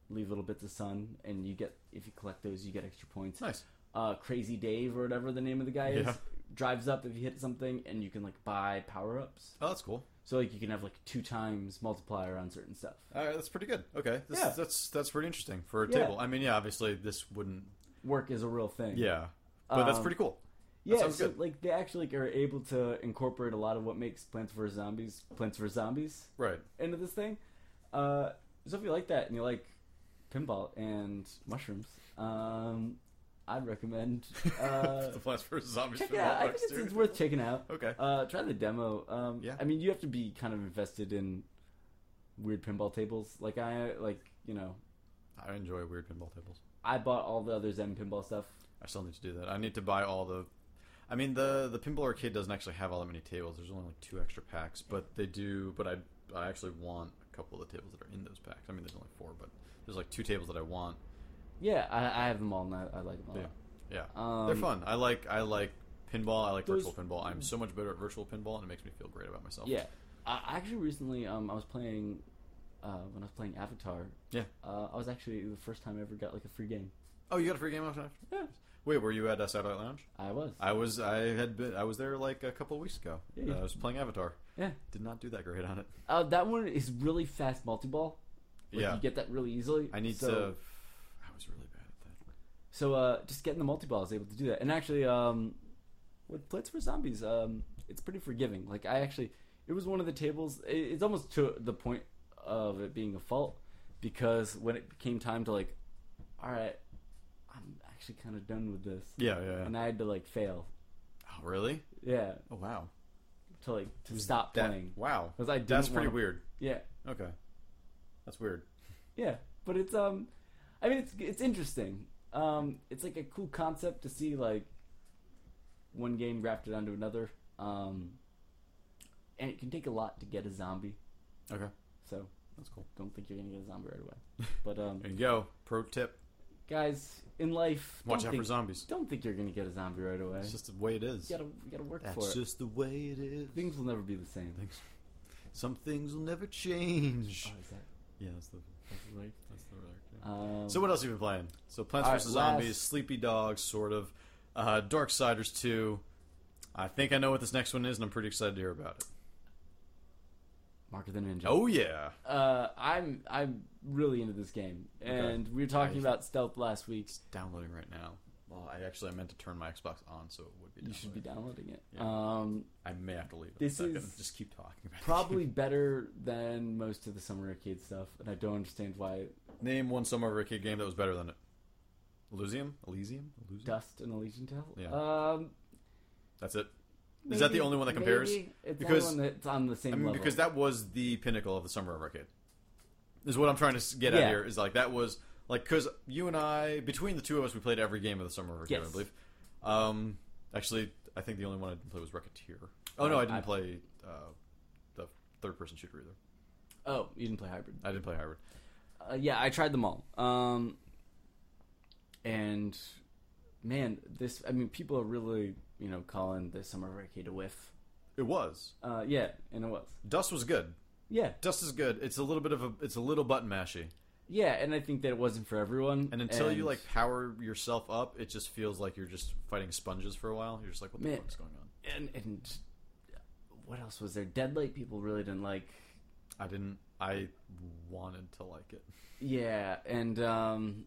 [SPEAKER 2] leave little bits of sun, and you get if you collect those, you get extra points
[SPEAKER 1] Nice.
[SPEAKER 2] uh, Crazy Dave or whatever the name of the guy is
[SPEAKER 1] Yeah.
[SPEAKER 2] drives up if you hit something, and you can like buy power ups.
[SPEAKER 1] Oh, that's cool.
[SPEAKER 2] So like you can have like two times multiplier on certain stuff.
[SPEAKER 1] All right, that's pretty good. Okay. This,
[SPEAKER 2] Yeah.
[SPEAKER 1] That's that's pretty interesting for a
[SPEAKER 2] Yeah.
[SPEAKER 1] table. I mean, yeah, obviously this wouldn't.
[SPEAKER 2] Work is a real thing.
[SPEAKER 1] Yeah. But that's
[SPEAKER 2] Um,
[SPEAKER 1] pretty cool. that
[SPEAKER 2] yeah.
[SPEAKER 1] sounds
[SPEAKER 2] So
[SPEAKER 1] good.
[SPEAKER 2] like they actually like, are able to incorporate a lot of what makes Plants vs Zombies Plants vs Zombies
[SPEAKER 1] Right.
[SPEAKER 2] into this thing. Uh, so if you like that and you like pinball and mushrooms, um,
[SPEAKER 1] (laughs)
[SPEAKER 2] I'd recommend uh,
[SPEAKER 1] the Plants vs Zombies.
[SPEAKER 2] check
[SPEAKER 1] pinball
[SPEAKER 2] it out. I
[SPEAKER 1] box,
[SPEAKER 2] think it's,
[SPEAKER 1] dude.
[SPEAKER 2] it's worth checking out.
[SPEAKER 1] Okay.
[SPEAKER 2] Uh, try the demo. Um,
[SPEAKER 1] Yeah.
[SPEAKER 2] I mean, you have to be kind of invested in weird pinball tables. Like I, like you know,
[SPEAKER 1] I enjoy weird pinball tables.
[SPEAKER 2] I bought all the other Zen pinball stuff.
[SPEAKER 1] I still need to do that. I need to buy all the. I mean the the pinball arcade doesn't actually have all that many tables. There's only like two extra packs, but they do. But I I actually want a couple of the tables that are in those packs. I mean, there's only four, but there's like two tables that I want,
[SPEAKER 2] Yeah, I, I have them all and I, I like them all.
[SPEAKER 1] Yeah. Yeah,
[SPEAKER 2] Um,
[SPEAKER 1] they're fun. I like I like pinball. I like
[SPEAKER 2] those-
[SPEAKER 1] virtual pinball. I'm so much better at virtual pinball, and it makes me feel great about myself.
[SPEAKER 2] Yeah, I I actually recently um, I was playing uh, when I was playing Avatar.
[SPEAKER 1] Yeah.
[SPEAKER 2] uh, I was actually the first time I ever got like a free game.
[SPEAKER 1] Oh, you got a free game after?
[SPEAKER 2] Yeah.
[SPEAKER 1] Wait, were you at uh, Satellite Lounge?
[SPEAKER 2] I was.
[SPEAKER 1] I was. I had been. I was there like a couple of weeks ago.
[SPEAKER 2] Yeah, you-
[SPEAKER 1] Uh, I was playing Avatar.
[SPEAKER 2] Yeah.
[SPEAKER 1] Did not do that great on it.
[SPEAKER 2] Uh, that one is really fast multi ball. Like,
[SPEAKER 1] yeah.
[SPEAKER 2] you get that really easily.
[SPEAKER 1] I need
[SPEAKER 2] so,
[SPEAKER 1] to. I was really bad at that.
[SPEAKER 2] So uh, just getting the multi ball is able to do that. And actually, um, with Blitz for Zombies, um, it's pretty forgiving. Like I actually, it was one of the tables. It, it's almost to the point of it being a fault because when it came time to like, all right, I'm actually kind of done with this,
[SPEAKER 1] Yeah, yeah.
[SPEAKER 2] and I had to like fail.
[SPEAKER 1] Oh, really?
[SPEAKER 2] Yeah,
[SPEAKER 1] Oh, wow.
[SPEAKER 2] to like to stop
[SPEAKER 1] Mm. That-
[SPEAKER 2] playing
[SPEAKER 1] Wow.
[SPEAKER 2] because I didn't
[SPEAKER 1] That's pretty
[SPEAKER 2] wanna-
[SPEAKER 1] weird.
[SPEAKER 2] Yeah,
[SPEAKER 1] Okay. That's weird.
[SPEAKER 2] yeah, but it's um, I mean it's it's interesting. Um, it's like a cool concept to see like one game grafted onto another. Um, and it can take a lot to get a zombie,
[SPEAKER 1] Okay.
[SPEAKER 2] so
[SPEAKER 1] That's cool.
[SPEAKER 2] don't think you're gonna get a zombie right
[SPEAKER 1] (laughs)
[SPEAKER 2] away. But um,
[SPEAKER 1] There you go. Pro tip:
[SPEAKER 2] guys, in life,
[SPEAKER 1] Watch
[SPEAKER 2] don't
[SPEAKER 1] out
[SPEAKER 2] think,
[SPEAKER 1] for zombies.
[SPEAKER 2] Don't think you're gonna get a zombie right away.
[SPEAKER 1] It's just the way it is.
[SPEAKER 2] You gotta you gotta work for
[SPEAKER 1] That's
[SPEAKER 2] it.
[SPEAKER 1] just the way it is.
[SPEAKER 2] Things will never be the same.
[SPEAKER 1] Things- Some things will never change.
[SPEAKER 2] Oh, is that,
[SPEAKER 1] Uh, Yeah, that's the.
[SPEAKER 2] that's right.
[SPEAKER 1] That's the
[SPEAKER 2] Um,
[SPEAKER 1] So what else have you been playing? So Plants
[SPEAKER 2] All right,
[SPEAKER 1] vs
[SPEAKER 2] last-
[SPEAKER 1] Zombies, Sleepy Dogs, sort of. Uh, Darksiders two. I think I know what this next one is, and I'm pretty excited to hear about it.
[SPEAKER 2] Mark of the Ninja.
[SPEAKER 1] Oh yeah.
[SPEAKER 2] uh, I'm I'm really into this game,
[SPEAKER 1] Okay.
[SPEAKER 2] and we were talking
[SPEAKER 1] Nice.
[SPEAKER 2] about stealth last week.
[SPEAKER 1] It's downloading right now. Well, I actually I meant to turn my Xbox on, so it would be.
[SPEAKER 2] You should be
[SPEAKER 1] downloading.
[SPEAKER 2] downloading it.
[SPEAKER 1] Yeah. (laughs)
[SPEAKER 2] Um,
[SPEAKER 1] I may have to leave.
[SPEAKER 2] This
[SPEAKER 1] in a second.
[SPEAKER 2] is
[SPEAKER 1] just keep talking about. it.
[SPEAKER 2] probably better than most of the Summer Arcade stuff, and I don't understand why
[SPEAKER 1] (laughs) name one summer of a kid game that was better than it. Elysium, Elysium, Elysium.
[SPEAKER 2] Dust and Elysian Tale.
[SPEAKER 1] Yeah.
[SPEAKER 2] Um,
[SPEAKER 1] That's it. Is that the only one that compares?
[SPEAKER 2] maybe. It's
[SPEAKER 1] Because-
[SPEAKER 2] because the only one that's on the same
[SPEAKER 1] I mean,
[SPEAKER 2] level.
[SPEAKER 1] because that was the pinnacle of the summer of arcade. Is what I'm trying to s- get at
[SPEAKER 2] Yeah.
[SPEAKER 1] here is like that was like because you and I between the two of us we played every game of the summer of arcade I
[SPEAKER 2] Yes.
[SPEAKER 1] believe. Um, actually, I think the only one I didn't play was Rocketeer. Oh no, I didn't
[SPEAKER 2] I-
[SPEAKER 1] play uh, the third person shooter either.
[SPEAKER 2] oh, you didn't play Hybrid.
[SPEAKER 1] I didn't play Hybrid.
[SPEAKER 2] Uh, yeah, I tried them all. Um, and man, this I mean, people are really you know calling the Summer Arcade a whiff.
[SPEAKER 1] It was
[SPEAKER 2] Uh, yeah, and it was.
[SPEAKER 1] Dust was good.
[SPEAKER 2] Yeah,
[SPEAKER 1] Dust is good. It's a little bit of a it's a little button mashy,
[SPEAKER 2] yeah, and I think that it wasn't for everyone.
[SPEAKER 1] and until you like power yourself up, it just feels like you're just fighting sponges for a while. You're just like, what the
[SPEAKER 2] Man.
[SPEAKER 1] fuck's going on?
[SPEAKER 2] and, and what else was there? Deadlight people really didn't like.
[SPEAKER 1] I didn't. I wanted to like it.
[SPEAKER 2] Yeah, and um,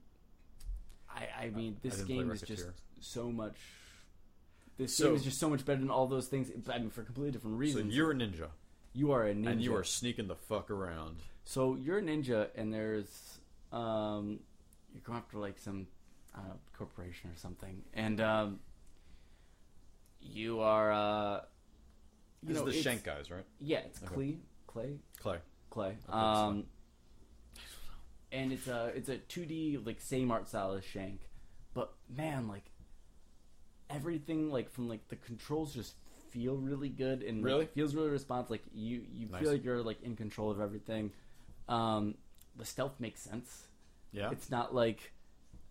[SPEAKER 2] I I mean
[SPEAKER 1] I
[SPEAKER 2] this
[SPEAKER 1] didn't play
[SPEAKER 2] game is just
[SPEAKER 1] Rocketeer.
[SPEAKER 2] so much. This
[SPEAKER 1] So-
[SPEAKER 2] game is just so much better than all those things. I mean, for completely different
[SPEAKER 1] So
[SPEAKER 2] reasons.
[SPEAKER 1] you're a ninja,
[SPEAKER 2] you are a ninja,
[SPEAKER 1] and you are sneaking the fuck around.
[SPEAKER 2] So you're a ninja, and there's um, you're going after like some I don't know, corporation or something, and um, you are uh, you
[SPEAKER 1] These
[SPEAKER 2] know
[SPEAKER 1] are the
[SPEAKER 2] it's-
[SPEAKER 1] Shank guys, right?
[SPEAKER 2] Yeah, it's
[SPEAKER 1] Okay.
[SPEAKER 2] Clay, Clay,
[SPEAKER 1] Clay.
[SPEAKER 2] Clay.
[SPEAKER 1] so.
[SPEAKER 2] Um, and it's a it's a two D like same art style as Shank, but man, like everything like from like the controls just feel really good and like,
[SPEAKER 1] Really?
[SPEAKER 2] feels really responsive. Like you you
[SPEAKER 1] Nice.
[SPEAKER 2] feel like you're like in control of everything. Um, the stealth makes sense.
[SPEAKER 1] Yeah.
[SPEAKER 2] It's not like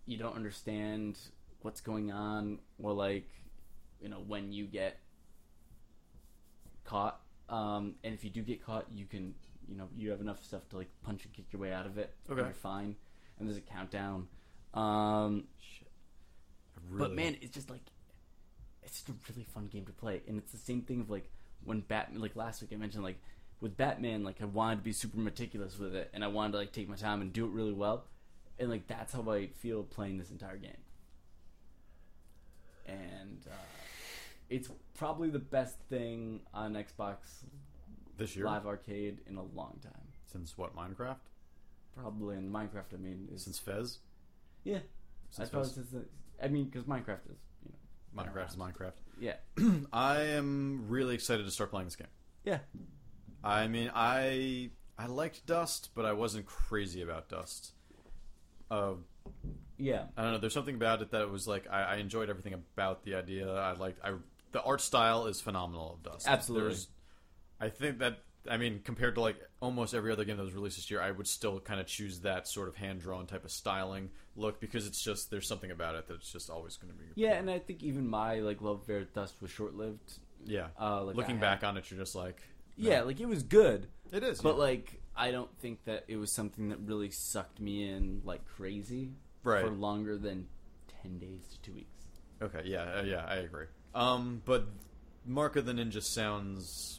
[SPEAKER 2] you don't understand what's going on or like you know when you get caught. Um, and if you do get caught, you can you know you have enough stuff to like punch and kick your way out of it. and
[SPEAKER 1] Okay.
[SPEAKER 2] you're fine. And there's a countdown. Um,
[SPEAKER 1] Shit. I really,
[SPEAKER 2] but man, it's just like it's just a really fun game to play, and it's the same thing of like when Batman. Like last week, I mentioned like with Batman, like I wanted to be super meticulous with it, and I wanted to like take my time and do it really well, and like that's how I feel playing this entire game. And uh, it's probably the best thing on Xbox
[SPEAKER 1] this year
[SPEAKER 2] Live Arcade in a long time.
[SPEAKER 1] since what Minecraft?
[SPEAKER 2] Probably in Minecraft, I mean, is
[SPEAKER 1] Since Fez?
[SPEAKER 2] yeah. I
[SPEAKER 1] Since
[SPEAKER 2] suppose
[SPEAKER 1] Fez?
[SPEAKER 2] it's the, I mean, because Minecraft is you know
[SPEAKER 1] Minecraft is Minecraft.
[SPEAKER 2] yeah
[SPEAKER 1] I am really excited to start playing this game.
[SPEAKER 2] yeah
[SPEAKER 1] I mean, I I liked Dust, but I wasn't crazy about Dust. Uh,
[SPEAKER 2] yeah.
[SPEAKER 1] I don't know. There's something about it that it was like I, I enjoyed everything about the idea. I liked I the art style is phenomenal of Dust.
[SPEAKER 2] Absolutely.
[SPEAKER 1] I think that I mean, compared to like almost every other game that was released this year, I would still kind of choose that sort of hand drawn type of styling look because it's just there's something about it that's just always going to be
[SPEAKER 2] Yeah, and I think even my like love affair with dust was short lived.
[SPEAKER 1] yeah.
[SPEAKER 2] Uh, like I
[SPEAKER 1] Looking
[SPEAKER 2] had-
[SPEAKER 1] back on it, you're just like
[SPEAKER 2] yeah, like it was good,
[SPEAKER 1] it is.
[SPEAKER 2] but
[SPEAKER 1] yeah.
[SPEAKER 2] like I don't think that it was something that really sucked me in like crazy
[SPEAKER 1] Right.
[SPEAKER 2] for longer than ten days to two weeks.
[SPEAKER 1] okay, yeah, uh, yeah, I agree. Um, but Mark of the Ninja sounds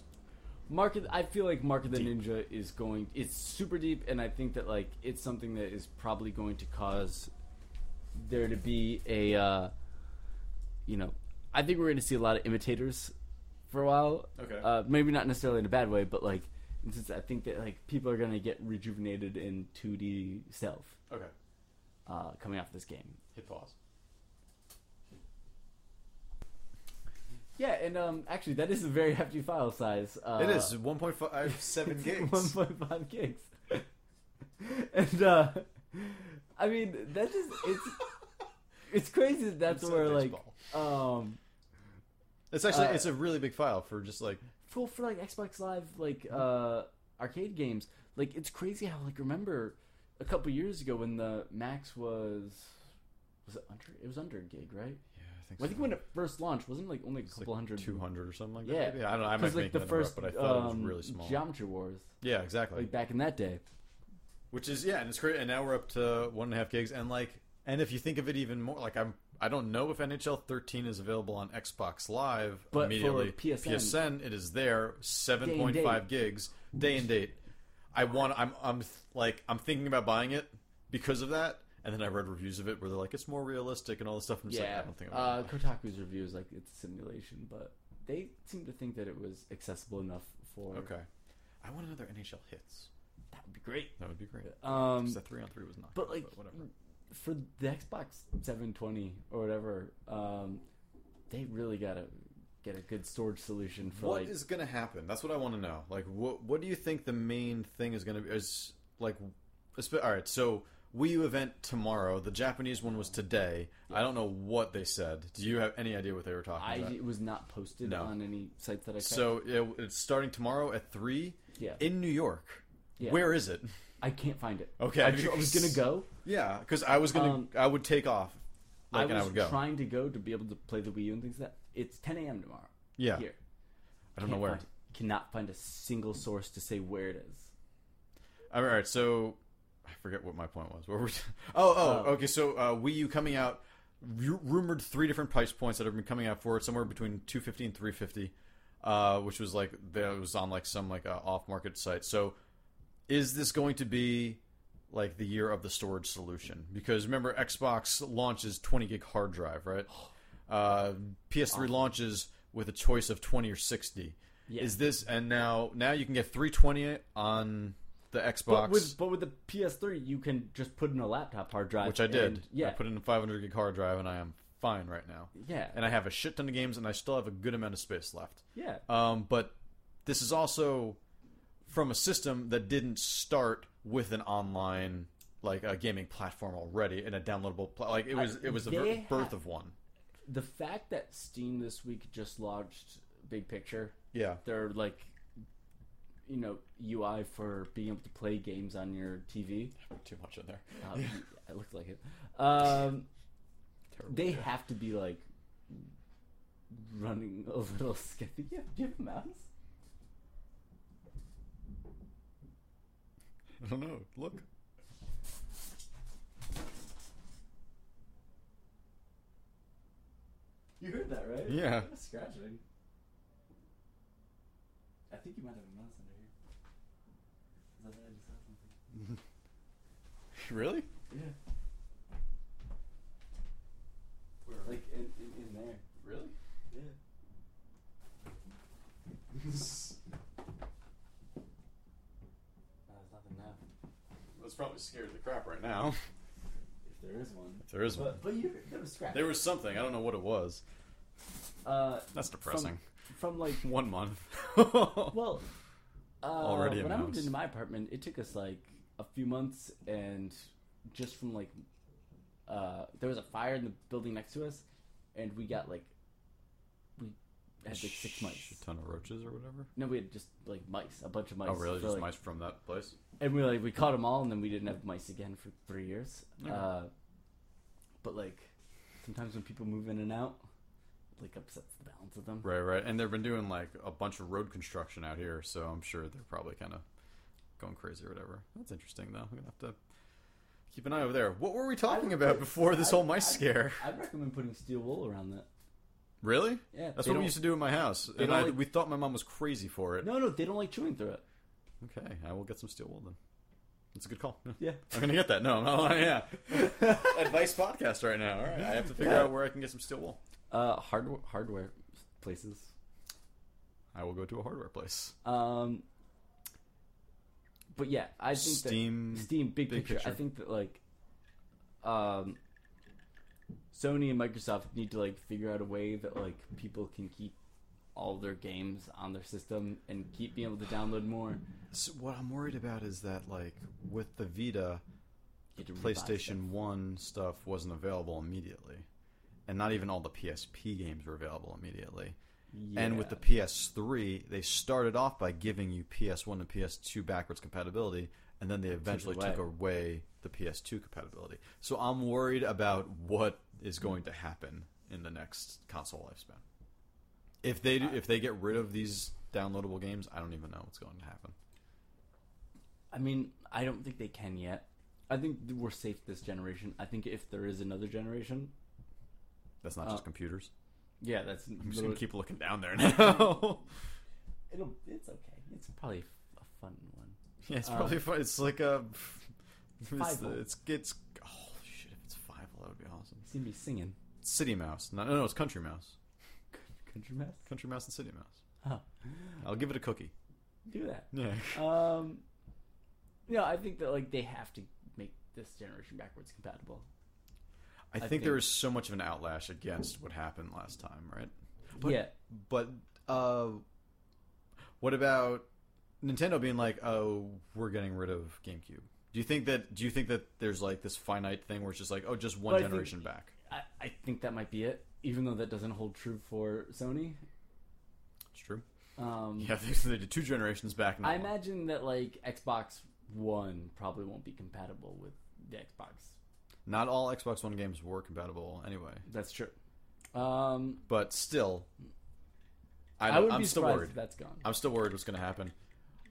[SPEAKER 2] Mark, of- I feel like Mark of the
[SPEAKER 1] Deep.
[SPEAKER 2] Ninja is going. It's super deep, and I think that like it's something that is probably going to cause there to be a, uh, you know, I think we're going to see a lot of imitators for a while.
[SPEAKER 1] Okay.
[SPEAKER 2] Uh, maybe not necessarily in a bad way, but like since I think that like people are going to get rejuvenated in 2D self
[SPEAKER 1] okay.
[SPEAKER 2] uh, coming off this game.
[SPEAKER 1] Hit pause.
[SPEAKER 2] Yeah, and um, actually, that is a very hefty file size. Uh,
[SPEAKER 1] it is 1.57 gigs.
[SPEAKER 2] (laughs) One point five gigs. (laughs) and uh I mean that just
[SPEAKER 1] (laughs)
[SPEAKER 2] it's it's crazy that that's
[SPEAKER 1] It's a
[SPEAKER 2] where like
[SPEAKER 1] baseball.
[SPEAKER 2] um
[SPEAKER 1] It's actually
[SPEAKER 2] uh,
[SPEAKER 1] it's a really big file for just like
[SPEAKER 2] for for like Xbox Live like
[SPEAKER 1] Mm-hmm.
[SPEAKER 2] uh arcade games like it's crazy how like remember a couple years ago when the max was was it under it was under a gig right
[SPEAKER 1] yeah, I think
[SPEAKER 2] I think when it first launched wasn't it, like only a
[SPEAKER 1] It's
[SPEAKER 2] couple hundred
[SPEAKER 1] two hundred or something like that.
[SPEAKER 2] yeah
[SPEAKER 1] maybe? I don't know. I might
[SPEAKER 2] because
[SPEAKER 1] be
[SPEAKER 2] like
[SPEAKER 1] making
[SPEAKER 2] the
[SPEAKER 1] that number up,
[SPEAKER 2] first
[SPEAKER 1] but I thought it was
[SPEAKER 2] um,
[SPEAKER 1] really small.
[SPEAKER 2] Geometry Wars
[SPEAKER 1] yeah, exactly.
[SPEAKER 2] like back in that day
[SPEAKER 1] Which is yeah, and it's great. And now we're up to one and a half gigs. And like, and if you think of it even more, like I'm, I don't know if NHL 13 is available on Xbox Live
[SPEAKER 2] But for
[SPEAKER 1] immediately.
[SPEAKER 2] PSN.
[SPEAKER 1] it is there, 7.5
[SPEAKER 2] date.
[SPEAKER 1] gigs, day and date. I want. I'm. I'm th- like. I'm thinking about buying it because of that. And then I read reviews of it where they're like, it's more realistic and all this stuff. I'm just like,
[SPEAKER 2] yeah,
[SPEAKER 1] I don't think. I'm
[SPEAKER 2] uh,
[SPEAKER 1] gonna
[SPEAKER 2] Kotaku's review is like it's a simulation, but they seem to think that it was accessible enough for.
[SPEAKER 1] buy it." okay. I want another NHL hits.
[SPEAKER 2] that would be great.
[SPEAKER 1] That would be great.
[SPEAKER 2] Um,
[SPEAKER 1] 'Cause that three on three was not.
[SPEAKER 2] but
[SPEAKER 1] good,
[SPEAKER 2] like
[SPEAKER 1] whatever.
[SPEAKER 2] for the Xbox 720 or whatever, um, they really gotta get a good storage solution for
[SPEAKER 1] What
[SPEAKER 2] like.
[SPEAKER 1] is going to happen? That's what I want to know. Like, what what do you think the main thing is going to be? Is like, esp- all right. So Wii U event tomorrow. The Japanese one was today. I don't know what they said. Do you have any idea what they were talking
[SPEAKER 2] I
[SPEAKER 1] about?
[SPEAKER 2] it was not posted
[SPEAKER 1] No.
[SPEAKER 2] on any sites that I checked.
[SPEAKER 1] So it, it's starting tomorrow at three
[SPEAKER 2] yeah,
[SPEAKER 1] in New York.
[SPEAKER 2] Yeah.
[SPEAKER 1] Where is it? (laughs)
[SPEAKER 2] I can't find it.
[SPEAKER 1] Okay,
[SPEAKER 2] I, tr- I was gonna go.
[SPEAKER 1] Yeah, because I was gonna.
[SPEAKER 2] Um,
[SPEAKER 1] I would take off. Like,
[SPEAKER 2] I was
[SPEAKER 1] and I would go.
[SPEAKER 2] trying to go to be able to play the Wii U and things like that. It's 10 a.m. tomorrow.
[SPEAKER 1] yeah,
[SPEAKER 2] Here,
[SPEAKER 1] I don't know
[SPEAKER 2] Can't
[SPEAKER 1] where.
[SPEAKER 2] find it. cannot find a single source to say where it is.
[SPEAKER 1] All right, all right, so I forget what my point was. What were we- (laughs) oh, oh,
[SPEAKER 2] Oh.
[SPEAKER 1] okay. So uh, Wii U coming out, ru- rumored three different price points that have been coming out for it, somewhere between two fifty and three fifty, uh, which was like that was on like some like uh, off market site. So is this going to be like the year of the storage solution? Because remember, Xbox launches twenty gig hard drive, right? Uh, PS3 launches with a choice of twenty or sixty.
[SPEAKER 2] Yeah.
[SPEAKER 1] Is this and now now you can get three twenty on the Xbox,
[SPEAKER 2] But with, but with the PS3, you can just put in a laptop hard drive.
[SPEAKER 1] which I did.
[SPEAKER 2] and- yeah.
[SPEAKER 1] I put in a five hundred gig hard drive, and I am fine right now.
[SPEAKER 2] yeah.
[SPEAKER 1] And I have a shit ton of games, and I still have a good amount of space left.
[SPEAKER 2] yeah.
[SPEAKER 1] Um, but this is also from a system that didn't start with an online like a gaming platform already and a downloadable pla- like it was
[SPEAKER 2] I-
[SPEAKER 1] it was the ver-
[SPEAKER 2] they ha-
[SPEAKER 1] birth of one.
[SPEAKER 2] The fact that Steam this week just launched Big Picture,
[SPEAKER 1] Yeah.
[SPEAKER 2] their like, you know, UI for being able to play games on your
[SPEAKER 1] (laughs)
[SPEAKER 2] TV.
[SPEAKER 1] Too much in there.
[SPEAKER 2] Uh, It looked like it. Um,
[SPEAKER 1] Terrible.
[SPEAKER 2] they have to be like running a little (laughs) sketchy. Yeah, do you have a mouse?
[SPEAKER 1] (laughs) I don't know. Look.
[SPEAKER 2] You heard that, right?
[SPEAKER 1] Yeah.
[SPEAKER 2] That's scratching. I think you might have a mouse under here. 'Cause I thought I just saw something.
[SPEAKER 1] Really?
[SPEAKER 2] Yeah. Like in, in, in there.
[SPEAKER 1] Really?
[SPEAKER 2] (laughs) Yeah.
[SPEAKER 1] That's
[SPEAKER 2] No, there's nothing now.
[SPEAKER 1] probably scared the crap right now.
[SPEAKER 2] If there is one.
[SPEAKER 1] There is one.
[SPEAKER 2] But but you there was scratch.
[SPEAKER 1] There was something. I don't know what it was.
[SPEAKER 2] uh
[SPEAKER 1] That's depressing.
[SPEAKER 2] from like
[SPEAKER 1] One
[SPEAKER 2] (laughs)
[SPEAKER 1] month. (laughs)
[SPEAKER 2] well uh,
[SPEAKER 1] Already a
[SPEAKER 2] when I moved
[SPEAKER 1] mouse.
[SPEAKER 2] into my apartment, it took us like a few months and just from like uh, there was a fire in the building next to us and we got like we had like six mice.
[SPEAKER 1] Shit ton of roaches or whatever.
[SPEAKER 2] No, we had just like mice, a bunch of mice.
[SPEAKER 1] Oh, really?
[SPEAKER 2] for,
[SPEAKER 1] Just
[SPEAKER 2] like-
[SPEAKER 1] mice from that place?
[SPEAKER 2] and we like we caught them all, and then we didn't have mice again for three years.
[SPEAKER 1] Okay.
[SPEAKER 2] Uh, but like sometimes when people move in and out, like upsets the balance of them.
[SPEAKER 1] Right, right. And they've been doing like a bunch of road construction out here, so I'm sure they're probably kind of going crazy or whatever. That's interesting, though. I'm gonna have to keep an eye over there. What were we talking about before this
[SPEAKER 2] I-
[SPEAKER 1] whole mice
[SPEAKER 2] I-
[SPEAKER 1] scare?
[SPEAKER 2] I'd recommend putting steel wool around that.
[SPEAKER 1] Really?
[SPEAKER 2] Yeah,
[SPEAKER 1] That's
[SPEAKER 2] they
[SPEAKER 1] what we
[SPEAKER 2] don't-
[SPEAKER 1] used to do in my house, and
[SPEAKER 2] don't
[SPEAKER 1] I,
[SPEAKER 2] like-
[SPEAKER 1] we thought my mom was crazy for it.
[SPEAKER 2] No, no, they don't like chewing through it.
[SPEAKER 1] Okay, I will get some steel wool then. That's a good call. Yeah.
[SPEAKER 2] Yeah.
[SPEAKER 1] I'm gonna get that. No, I'm not. Yeah, (laughs) advice podcast right now. All right, I have to figure
[SPEAKER 2] Yeah.
[SPEAKER 1] out where I can get some steel wool.
[SPEAKER 2] Uh, hardware, hardware places.
[SPEAKER 1] I will go to a hardware place.
[SPEAKER 2] Um, but yeah, I think
[SPEAKER 1] Steam.
[SPEAKER 2] that Steam big,
[SPEAKER 1] big
[SPEAKER 2] picture, I
[SPEAKER 1] picture.
[SPEAKER 2] think that like, um, Sony and Microsoft need to like figure out a way that like people can keep all their games on their system and keep being able to download more.
[SPEAKER 1] So what I'm worried about is that like with the Vita,
[SPEAKER 2] You had to rebuy stuff.
[SPEAKER 1] PlayStation One stuff wasn't available immediately, and not even all the PSP games were available immediately. And with the
[SPEAKER 2] Yeah.
[SPEAKER 1] PS3, they started off by giving you PS1 and PS2 backwards compatibility, and then they eventually
[SPEAKER 2] away.
[SPEAKER 1] took away the PS2 compatibility. So I'm worried about what is going to happen in the next console lifespan. If they
[SPEAKER 2] Uh,
[SPEAKER 1] do, if they get rid of these downloadable games, I don't even know what's going to happen.
[SPEAKER 2] I mean, I don't think they can yet. I think th- we're safe this generation. I think if there is another generation,
[SPEAKER 1] That's not
[SPEAKER 2] Uh,
[SPEAKER 1] just computers.
[SPEAKER 2] yeah, that's
[SPEAKER 1] I'm just gonna
[SPEAKER 2] literally-
[SPEAKER 1] keep looking down there
[SPEAKER 2] (laughs)
[SPEAKER 1] now. (laughs)
[SPEAKER 2] it'll it's okay. It's probably f- a fun one.
[SPEAKER 1] yeah, it's
[SPEAKER 2] Um,
[SPEAKER 1] probably fun. it's like a (laughs) it's,
[SPEAKER 2] Fievel.
[SPEAKER 1] it's it's oh shit if it's five that would be awesome.
[SPEAKER 2] It's gonna be singing (laughs)
[SPEAKER 1] City Mouse. No, no, no, it's Country Mouse.
[SPEAKER 2] country mess.
[SPEAKER 1] Country Mouse and City Mouse.
[SPEAKER 2] Huh.
[SPEAKER 1] I'll give it a cookie.
[SPEAKER 2] Do that.
[SPEAKER 1] Yeah.
[SPEAKER 2] Um, no, I think that like they have to make this generation backwards compatible.
[SPEAKER 1] (laughs) I think,
[SPEAKER 2] think-
[SPEAKER 1] there is so much of an outlash against what happened last time, right? But-
[SPEAKER 2] yeah,
[SPEAKER 1] But uh what about Nintendo being like, "Oh, we're getting rid of GameCube." Do you think that do you think that there's like this finite thing where it's just like, "Oh, just one
[SPEAKER 2] But I think-
[SPEAKER 1] generation back."
[SPEAKER 2] I, I think that might be it. Even though that doesn't hold true for Sony.
[SPEAKER 1] It's
[SPEAKER 2] (laughs)
[SPEAKER 1] true.
[SPEAKER 2] Um,
[SPEAKER 1] Yeah, they, they did two generations back now.
[SPEAKER 2] I imagine that like Xbox One probably won't be compatible with the Xbox.
[SPEAKER 1] Not all Xbox One games were compatible anyway,
[SPEAKER 2] That's true. Um,
[SPEAKER 1] but still I,
[SPEAKER 2] I,
[SPEAKER 1] don't-
[SPEAKER 2] would
[SPEAKER 1] I'm
[SPEAKER 2] be
[SPEAKER 1] still
[SPEAKER 2] surprised
[SPEAKER 1] worried.
[SPEAKER 2] if that's gone.
[SPEAKER 1] I'm still worried what's going to happen.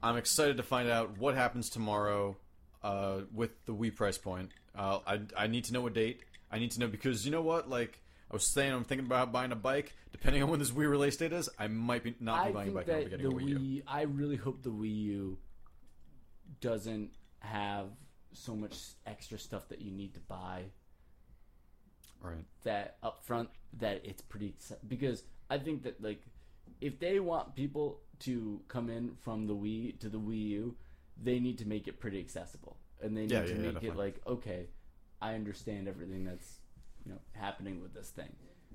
[SPEAKER 1] I'm excited to find out what happens tomorrow uh, with the Wii price point. Uh, I, I need to know a date. I need to know because you know what? Like I was saying, I'm thinking about buying a bike. Depending on when this Wii release date is, I might be not be
[SPEAKER 2] I
[SPEAKER 1] buying a
[SPEAKER 2] think
[SPEAKER 1] bike. I'll be
[SPEAKER 2] that the
[SPEAKER 1] getting a Wii, U.
[SPEAKER 2] Wii. I really hope the Wii U doesn't have so much extra stuff that you need to buy
[SPEAKER 1] Right.
[SPEAKER 2] that up front that it's pretty acce- because I think that like if they want people to come in from the Wii to the Wii U, they need to make it pretty accessible and they need
[SPEAKER 1] Yeah,
[SPEAKER 2] to
[SPEAKER 1] yeah, yeah,
[SPEAKER 2] make it
[SPEAKER 1] definitely.
[SPEAKER 2] like okay, I understand everything that's you know happening with this thing.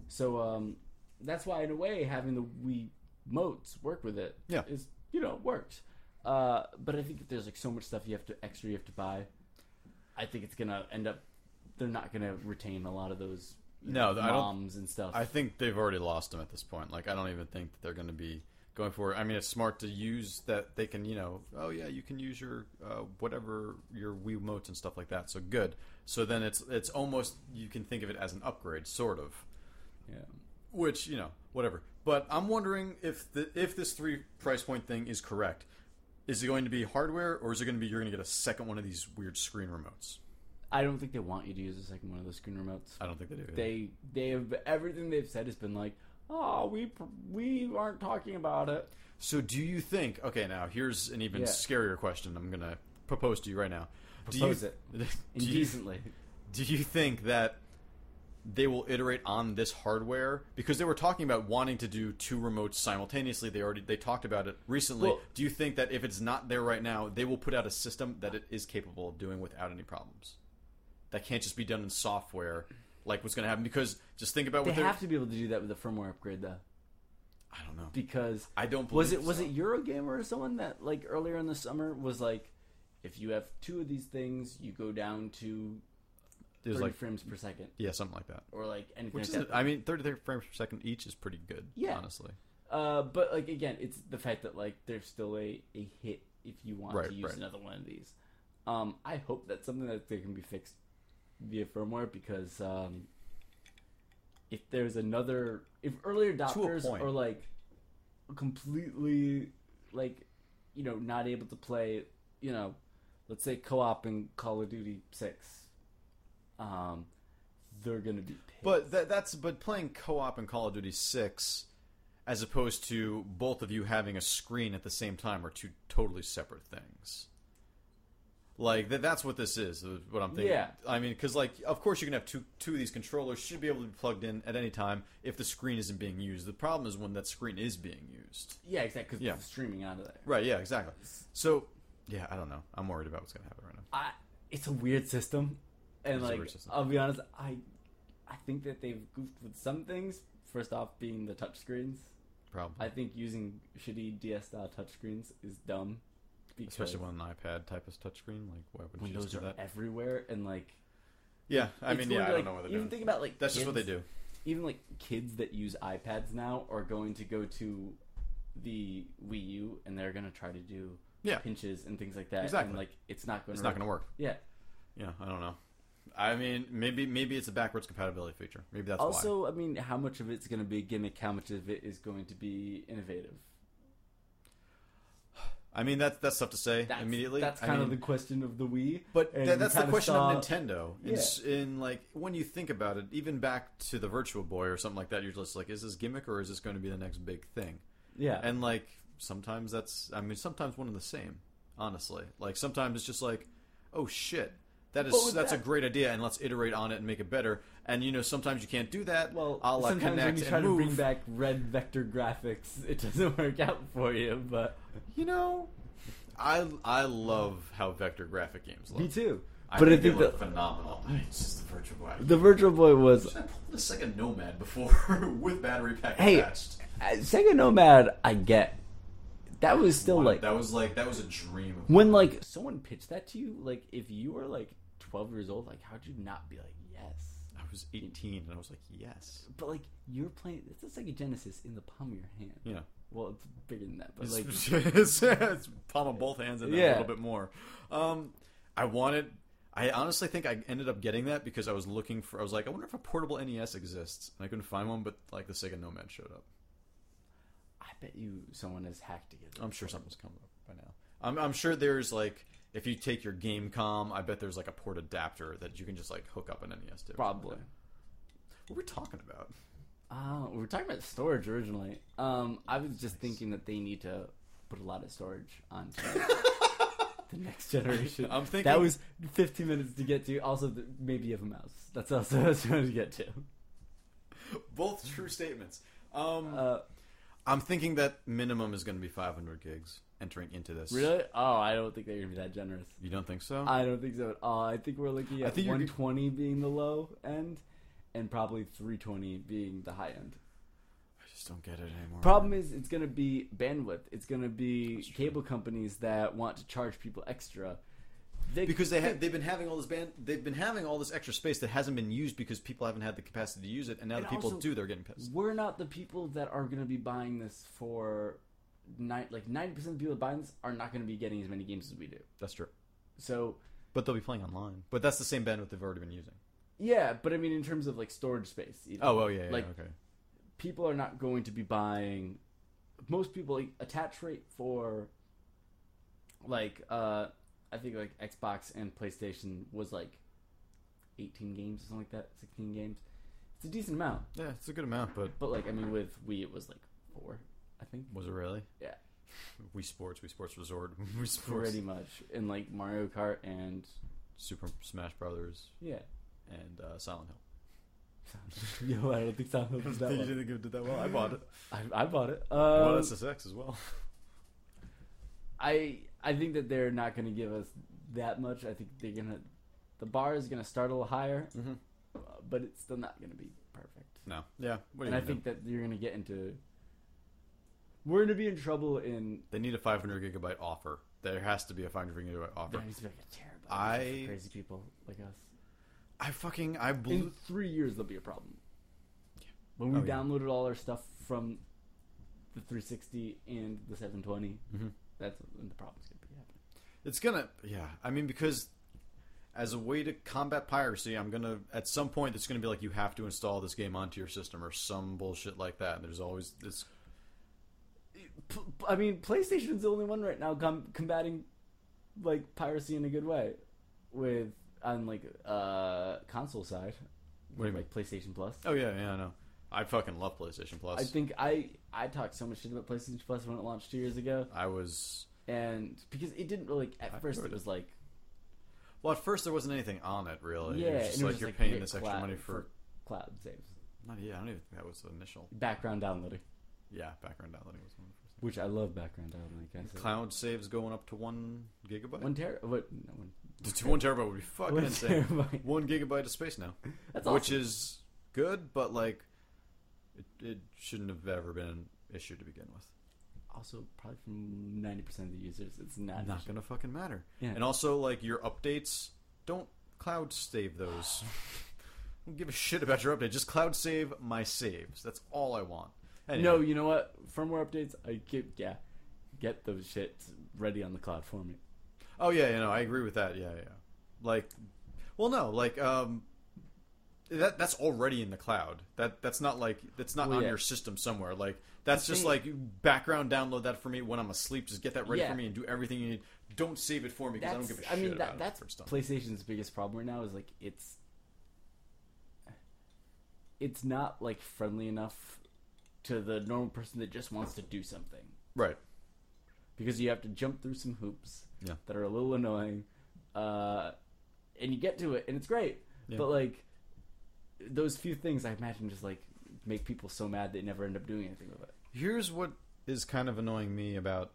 [SPEAKER 2] So um, that's why in a way having the Wii motes work with it
[SPEAKER 1] Yeah.
[SPEAKER 2] is you know worked. Uh, but I think that there's like so much stuff you have to extra you have to buy. I think it's gonna end up. They're not gonna retain a lot of those you
[SPEAKER 1] No,
[SPEAKER 2] know,
[SPEAKER 1] I don't-
[SPEAKER 2] moms and stuff.
[SPEAKER 1] I think they've already lost them at this point. Like I don't even think that they're going to be going for. I mean, it's smart to use that they can, you know, oh yeah, you can use your uh, whatever your Wii motes and stuff like that. So good. So then it's it's almost you can think of it as an upgrade, sort of.
[SPEAKER 2] yeah.
[SPEAKER 1] Which you know, whatever. But I'm wondering if the if this three price point thing is correct, is it going to be hardware or is it going to be you're going to get a second one of these weird screen remotes?
[SPEAKER 2] I don't think they want you to use the second one of the screen remotes.
[SPEAKER 1] I don't think they do. either.
[SPEAKER 2] They they have everything they've said has been like, oh, we pr- we aren't talking about it.
[SPEAKER 1] So do you think? Okay, now here's an even
[SPEAKER 2] Yeah.
[SPEAKER 1] scarier question. I'm gonna propose to you right now.
[SPEAKER 2] Propose
[SPEAKER 1] (laughs) do
[SPEAKER 2] it.
[SPEAKER 1] you, Do you,
[SPEAKER 2] Indecently.
[SPEAKER 1] do you think that they will iterate on this hardware because they were talking about wanting to do two remotes simultaneously? They already they talked about it recently.
[SPEAKER 2] Well-
[SPEAKER 1] do you think that if it's not there right now, they will put out a system that it is capable of doing without any problems? That can't just be done in software, like what's going to happen. Because just think about
[SPEAKER 2] They
[SPEAKER 1] what they're.
[SPEAKER 2] have to be able to do that with a firmware upgrade though,
[SPEAKER 1] I don't know.
[SPEAKER 2] because
[SPEAKER 1] I don't. Believe
[SPEAKER 2] was it was
[SPEAKER 1] so.
[SPEAKER 2] it Eurogamer or someone that like earlier in the summer was like, if you have two of these things, you go down to
[SPEAKER 1] It was
[SPEAKER 2] thirty
[SPEAKER 1] like
[SPEAKER 2] frames per second
[SPEAKER 1] yeah, something like that.
[SPEAKER 2] or like anything
[SPEAKER 1] Which
[SPEAKER 2] like
[SPEAKER 1] is,
[SPEAKER 2] that.
[SPEAKER 1] I mean, 33 frames per second each is pretty good.
[SPEAKER 2] Yeah.
[SPEAKER 1] honestly.
[SPEAKER 2] Uh, but like again, it's the fact that like there's still a, a hit if you want
[SPEAKER 1] Right,
[SPEAKER 2] to use
[SPEAKER 1] right.
[SPEAKER 2] another one of these. Um, I hope that's something that they can be fixed via firmware because um, if there's another, if earlier adopters
[SPEAKER 1] point.
[SPEAKER 2] are like completely like you know not able to play you know let's say co-op in Call of Duty Six, um, they're gonna be pissed.
[SPEAKER 1] But that, that's but playing co-op in Call of Duty Six, as opposed to both of you having a screen at the same time, are two totally separate things. Like that, that's what this is. is What I'm thinking.
[SPEAKER 2] Yeah.
[SPEAKER 1] I mean, because like, of course, you can have two two of these controllers should be able to be plugged in at any time if the screen isn't being used. The problem is when that screen is being used.
[SPEAKER 2] yeah, exactly. Because
[SPEAKER 1] Yeah.
[SPEAKER 2] streaming out of there.
[SPEAKER 1] Right. Yeah. Exactly. So, yeah, I don't know. I'm worried about what's gonna happen right now.
[SPEAKER 2] I, it's a weird system, and
[SPEAKER 1] It's a
[SPEAKER 2] like
[SPEAKER 1] weird system.
[SPEAKER 2] I'll be honest, I I think that they've goofed with some things. First off, being the touchscreens,
[SPEAKER 1] Probably,
[SPEAKER 2] I think using shitty DS style touchscreens is dumb because
[SPEAKER 1] especially when an iPad type of touchscreen. Like, why wouldn't you just
[SPEAKER 2] Windows
[SPEAKER 1] do
[SPEAKER 2] are
[SPEAKER 1] that?
[SPEAKER 2] everywhere and like
[SPEAKER 1] Yeah. I
[SPEAKER 2] it's
[SPEAKER 1] mean, yeah. I
[SPEAKER 2] literally,
[SPEAKER 1] don't
[SPEAKER 2] like,
[SPEAKER 1] know what they're
[SPEAKER 2] even
[SPEAKER 1] doing.
[SPEAKER 2] think about like
[SPEAKER 1] That's just what they
[SPEAKER 2] kids-
[SPEAKER 1] do.
[SPEAKER 2] Even like kids that use iPads now are going to go to the Wii U and they're gonna try to do
[SPEAKER 1] Yeah.
[SPEAKER 2] pinches and things like that.
[SPEAKER 1] Exactly.
[SPEAKER 2] And like it's not going
[SPEAKER 1] It's
[SPEAKER 2] to
[SPEAKER 1] not going to work.
[SPEAKER 2] yeah.
[SPEAKER 1] Yeah, I don't know. I mean, maybe maybe it's a backwards compatibility feature. Maybe that's why.
[SPEAKER 2] also, I mean, how much of it's going to be gimmick? How much of it is going to be innovative?
[SPEAKER 1] I mean, that's that's tough to say
[SPEAKER 2] That's,
[SPEAKER 1] immediately.
[SPEAKER 2] That's
[SPEAKER 1] I
[SPEAKER 2] kind of
[SPEAKER 1] mean,
[SPEAKER 2] the question of the Wii.
[SPEAKER 1] but
[SPEAKER 2] and
[SPEAKER 1] tha-
[SPEAKER 2] we
[SPEAKER 1] that's the
[SPEAKER 2] kinda
[SPEAKER 1] question
[SPEAKER 2] saw-
[SPEAKER 1] of Nintendo. In, s- in like when you think about it, even back to the Virtual Boy or something like that, you're just like, is this gimmick or is this going to be the next big thing?
[SPEAKER 2] Yeah,
[SPEAKER 1] And like sometimes that's, I mean, sometimes one and the same. Honestly, like sometimes it's just like, oh shit, that
[SPEAKER 2] But
[SPEAKER 1] is
[SPEAKER 2] with
[SPEAKER 1] that's a
[SPEAKER 2] that-
[SPEAKER 1] great idea, and let's iterate on it and make it better. And you know, sometimes you can't do that.
[SPEAKER 2] well,
[SPEAKER 1] a la
[SPEAKER 2] sometimes when
[SPEAKER 1] connect
[SPEAKER 2] you try
[SPEAKER 1] and
[SPEAKER 2] to
[SPEAKER 1] move.
[SPEAKER 2] bring back red vector graphics, it doesn't (laughs) work out for you. But
[SPEAKER 1] You know, I I love how vector graphic games look.
[SPEAKER 2] me too.
[SPEAKER 1] I
[SPEAKER 2] but I
[SPEAKER 1] think they
[SPEAKER 2] think
[SPEAKER 1] look
[SPEAKER 2] the,
[SPEAKER 1] phenomenal. (laughs) It's just the Virtual Boy.
[SPEAKER 2] the Virtual Boy was uh,
[SPEAKER 1] I pulled this like a Nomad before (laughs) with battery pack
[SPEAKER 2] Hey,
[SPEAKER 1] attached.
[SPEAKER 2] uh, Sega Nomad. I get that was still
[SPEAKER 1] Wow,
[SPEAKER 2] like
[SPEAKER 1] that was like that was a dream. Of
[SPEAKER 2] when like someone pitched that to you. Like if you were like twelve years old, like how'd you not be like yes?
[SPEAKER 1] I was 18 and I was like, yes,
[SPEAKER 2] But like you're playing, it's a Sega Genesis in the palm of your hand.
[SPEAKER 1] yeah.
[SPEAKER 2] Well, it's bigger than that, but
[SPEAKER 1] It's,
[SPEAKER 2] like
[SPEAKER 1] (laughs) it's, it's palm of both hands and then a
[SPEAKER 2] Yeah.
[SPEAKER 1] little bit more. Um, I wanted. I honestly think I ended up getting that because I was looking for. I was like, I wonder if a portable NES exists, and I couldn't find one. But like the Sega Nomad showed up.
[SPEAKER 2] I bet you someone has hacked it.
[SPEAKER 1] I'm sure something's coming up by now. I'm, I'm sure there's like if you take your GameCom, I bet there's like a port adapter that you can just like hook up an NES to. or
[SPEAKER 2] Probably.
[SPEAKER 1] something. What were we talking about?
[SPEAKER 2] Uh, we were talking about storage originally. Um, I was just thinking that they need to put a lot of storage (laughs) on the next generation.
[SPEAKER 1] I'm thinking
[SPEAKER 2] that was 15 minutes to get to. Also, the, maybe you have a mouse. That's also (laughs) what I was trying to get to.
[SPEAKER 1] both true statements. Um,
[SPEAKER 2] Uh,
[SPEAKER 1] I'm thinking that minimum is going to be 500 gigs entering into this.
[SPEAKER 2] really? Oh, I don't think they're gonna be that generous.
[SPEAKER 1] You don't think so?
[SPEAKER 2] I don't think so at all. I think we're looking
[SPEAKER 1] I
[SPEAKER 2] at
[SPEAKER 1] think you're-
[SPEAKER 2] 120 being the low end, and probably 320 being the high end.
[SPEAKER 1] I just don't get it anymore.
[SPEAKER 2] Problem is, it's going to be bandwidth. It's going to be
[SPEAKER 1] That's true.
[SPEAKER 2] cable companies that want to charge people extra. They,
[SPEAKER 1] because they have they've been having all this band they've been having all this extra space that hasn't been used because people haven't had the capacity to use it, and now
[SPEAKER 2] And
[SPEAKER 1] that people
[SPEAKER 2] also-
[SPEAKER 1] do, they're getting pissed.
[SPEAKER 2] we're not the people that are going to be buying this for nine. Like ninety percent of the people that buy this are not going to be getting as many games as we do.
[SPEAKER 1] That's true.
[SPEAKER 2] So
[SPEAKER 1] But they'll be playing online. But that's the same bandwidth they've already been using.
[SPEAKER 2] yeah, but I mean, in terms of like storage space, you know,
[SPEAKER 1] Oh, oh yeah, yeah
[SPEAKER 2] Like-
[SPEAKER 1] okay.
[SPEAKER 2] people are not going to be buying. Most people like, attach rate for like uh, I think like Xbox and PlayStation was like 18 games or something like that, 16 games. It's a decent amount,
[SPEAKER 1] Yeah, it's a good amount, but
[SPEAKER 2] but like I mean, with Wii it was like four, I think,
[SPEAKER 1] was it really? (laughs)
[SPEAKER 2] Yeah.
[SPEAKER 1] We Sports, We Sports Resort, (laughs) We Sports,
[SPEAKER 2] pretty much. And like Mario Kart and
[SPEAKER 1] Super Smash Brothers,
[SPEAKER 2] yeah.
[SPEAKER 1] and uh, Silent Hill.
[SPEAKER 2] (laughs) Yo, I don't think Silent Hill was
[SPEAKER 1] (laughs)
[SPEAKER 2] that one.
[SPEAKER 1] think it did that well. I bought it.
[SPEAKER 2] (laughs) I, I bought it. Um,
[SPEAKER 1] well, that's SSX as well.
[SPEAKER 2] I I think that they're not going to give us that much. I think they're gonna the bar is gonna start a little higher,
[SPEAKER 1] Mm-hmm.
[SPEAKER 2] uh, but it's still not going to be perfect.
[SPEAKER 1] No, yeah. What do
[SPEAKER 2] And
[SPEAKER 1] you
[SPEAKER 2] I
[SPEAKER 1] think?
[SPEAKER 2] think that you're going to get into we're going to be in trouble in
[SPEAKER 1] They need a 500 gigabyte offer. There has to be a 500 gigabyte
[SPEAKER 2] there
[SPEAKER 1] offer.
[SPEAKER 2] needs to be like a terabyte for
[SPEAKER 1] I-
[SPEAKER 2] crazy people like us.
[SPEAKER 1] I fucking I
[SPEAKER 2] In
[SPEAKER 1] blew.
[SPEAKER 2] three years, there'll be a problem. When we
[SPEAKER 1] Oh, yeah.
[SPEAKER 2] downloaded all our stuff from the 360 and the 720.
[SPEAKER 1] Mhm.
[SPEAKER 2] That's when the problem's gonna be happening.
[SPEAKER 1] It's gonna, yeah. I mean, because as a way to combat piracy, I'm gonna at some point it's gonna be like you have to install this game onto your system or some bullshit like that. And there's always this.
[SPEAKER 2] P- p- I mean, PlayStation's the only one right now com- combating like piracy in a good way with on like uh console side.
[SPEAKER 1] What do you
[SPEAKER 2] like PlayStation Plus?
[SPEAKER 1] Oh yeah, yeah, I know. I fucking love PlayStation Plus.
[SPEAKER 2] I think I I talked so much shit about PlayStation Plus when it launched two years ago,
[SPEAKER 1] I was
[SPEAKER 2] and because it didn't really at
[SPEAKER 1] I
[SPEAKER 2] first
[SPEAKER 1] heard it.
[SPEAKER 2] it was like
[SPEAKER 1] well at first there wasn't anything on it really.
[SPEAKER 2] yeah,
[SPEAKER 1] it was
[SPEAKER 2] and
[SPEAKER 1] just
[SPEAKER 2] it
[SPEAKER 1] like
[SPEAKER 2] was
[SPEAKER 1] you're
[SPEAKER 2] just,
[SPEAKER 1] paying
[SPEAKER 2] hit
[SPEAKER 1] this extra
[SPEAKER 2] cloud-
[SPEAKER 1] money for.
[SPEAKER 2] cloud saves
[SPEAKER 1] Not yeah, I don't even think that was the initial.
[SPEAKER 2] background downloading,
[SPEAKER 1] Yeah, background downloading was one of the first.
[SPEAKER 2] which I love background downloading. Can I
[SPEAKER 1] things.
[SPEAKER 2] say?
[SPEAKER 1] Cloud saves going up to one gigabyte.
[SPEAKER 2] One tera, what? No, one,
[SPEAKER 1] (laughs) To one terabyte would be fucking
[SPEAKER 2] (laughs) one
[SPEAKER 1] insane.
[SPEAKER 2] terabyte.
[SPEAKER 1] One gigabyte of space now.
[SPEAKER 2] That's
[SPEAKER 1] which
[SPEAKER 2] awesome.
[SPEAKER 1] is good, but like it, it shouldn't have ever been an issue to begin with.
[SPEAKER 2] also probably from ninety percent of the users, it's not.
[SPEAKER 1] Not gonna fucking matter.
[SPEAKER 2] Yeah.
[SPEAKER 1] And also, like your updates, don't cloud save
[SPEAKER 2] (sighs)
[SPEAKER 1] those. don't give a shit about your update. Just cloud save my saves. That's all I want. Anyway,
[SPEAKER 2] No, you know what? Firmware updates, I keep yeah, get those shits ready on the cloud for me.
[SPEAKER 1] Oh yeah, you know, I agree with that. Yeah, yeah. Like, well, no, like um, that that's already in the cloud. That that's not like that's not
[SPEAKER 2] Well,
[SPEAKER 1] on
[SPEAKER 2] yeah.
[SPEAKER 1] your system somewhere. Like that's
[SPEAKER 2] The
[SPEAKER 1] just
[SPEAKER 2] thing-
[SPEAKER 1] like you background download that for me when I'm asleep. Just get that ready
[SPEAKER 2] Yeah.
[SPEAKER 1] for me and do everything you need. Don't save it for me because I don't give a shit
[SPEAKER 2] I mean,
[SPEAKER 1] about
[SPEAKER 2] that,
[SPEAKER 1] it
[SPEAKER 2] that's
[SPEAKER 1] first time.
[SPEAKER 2] PlayStation's biggest problem right now is like it's it's not like friendly enough to the normal person that just wants to do something
[SPEAKER 1] right.
[SPEAKER 2] because you have to jump through some hoops
[SPEAKER 1] Yeah.
[SPEAKER 2] that are a little annoying, uh, and you get to it and it's great.
[SPEAKER 1] Yeah.
[SPEAKER 2] But like those few things, I imagine just like make people so mad they never end up doing anything with it.
[SPEAKER 1] Here's what is kind of annoying me about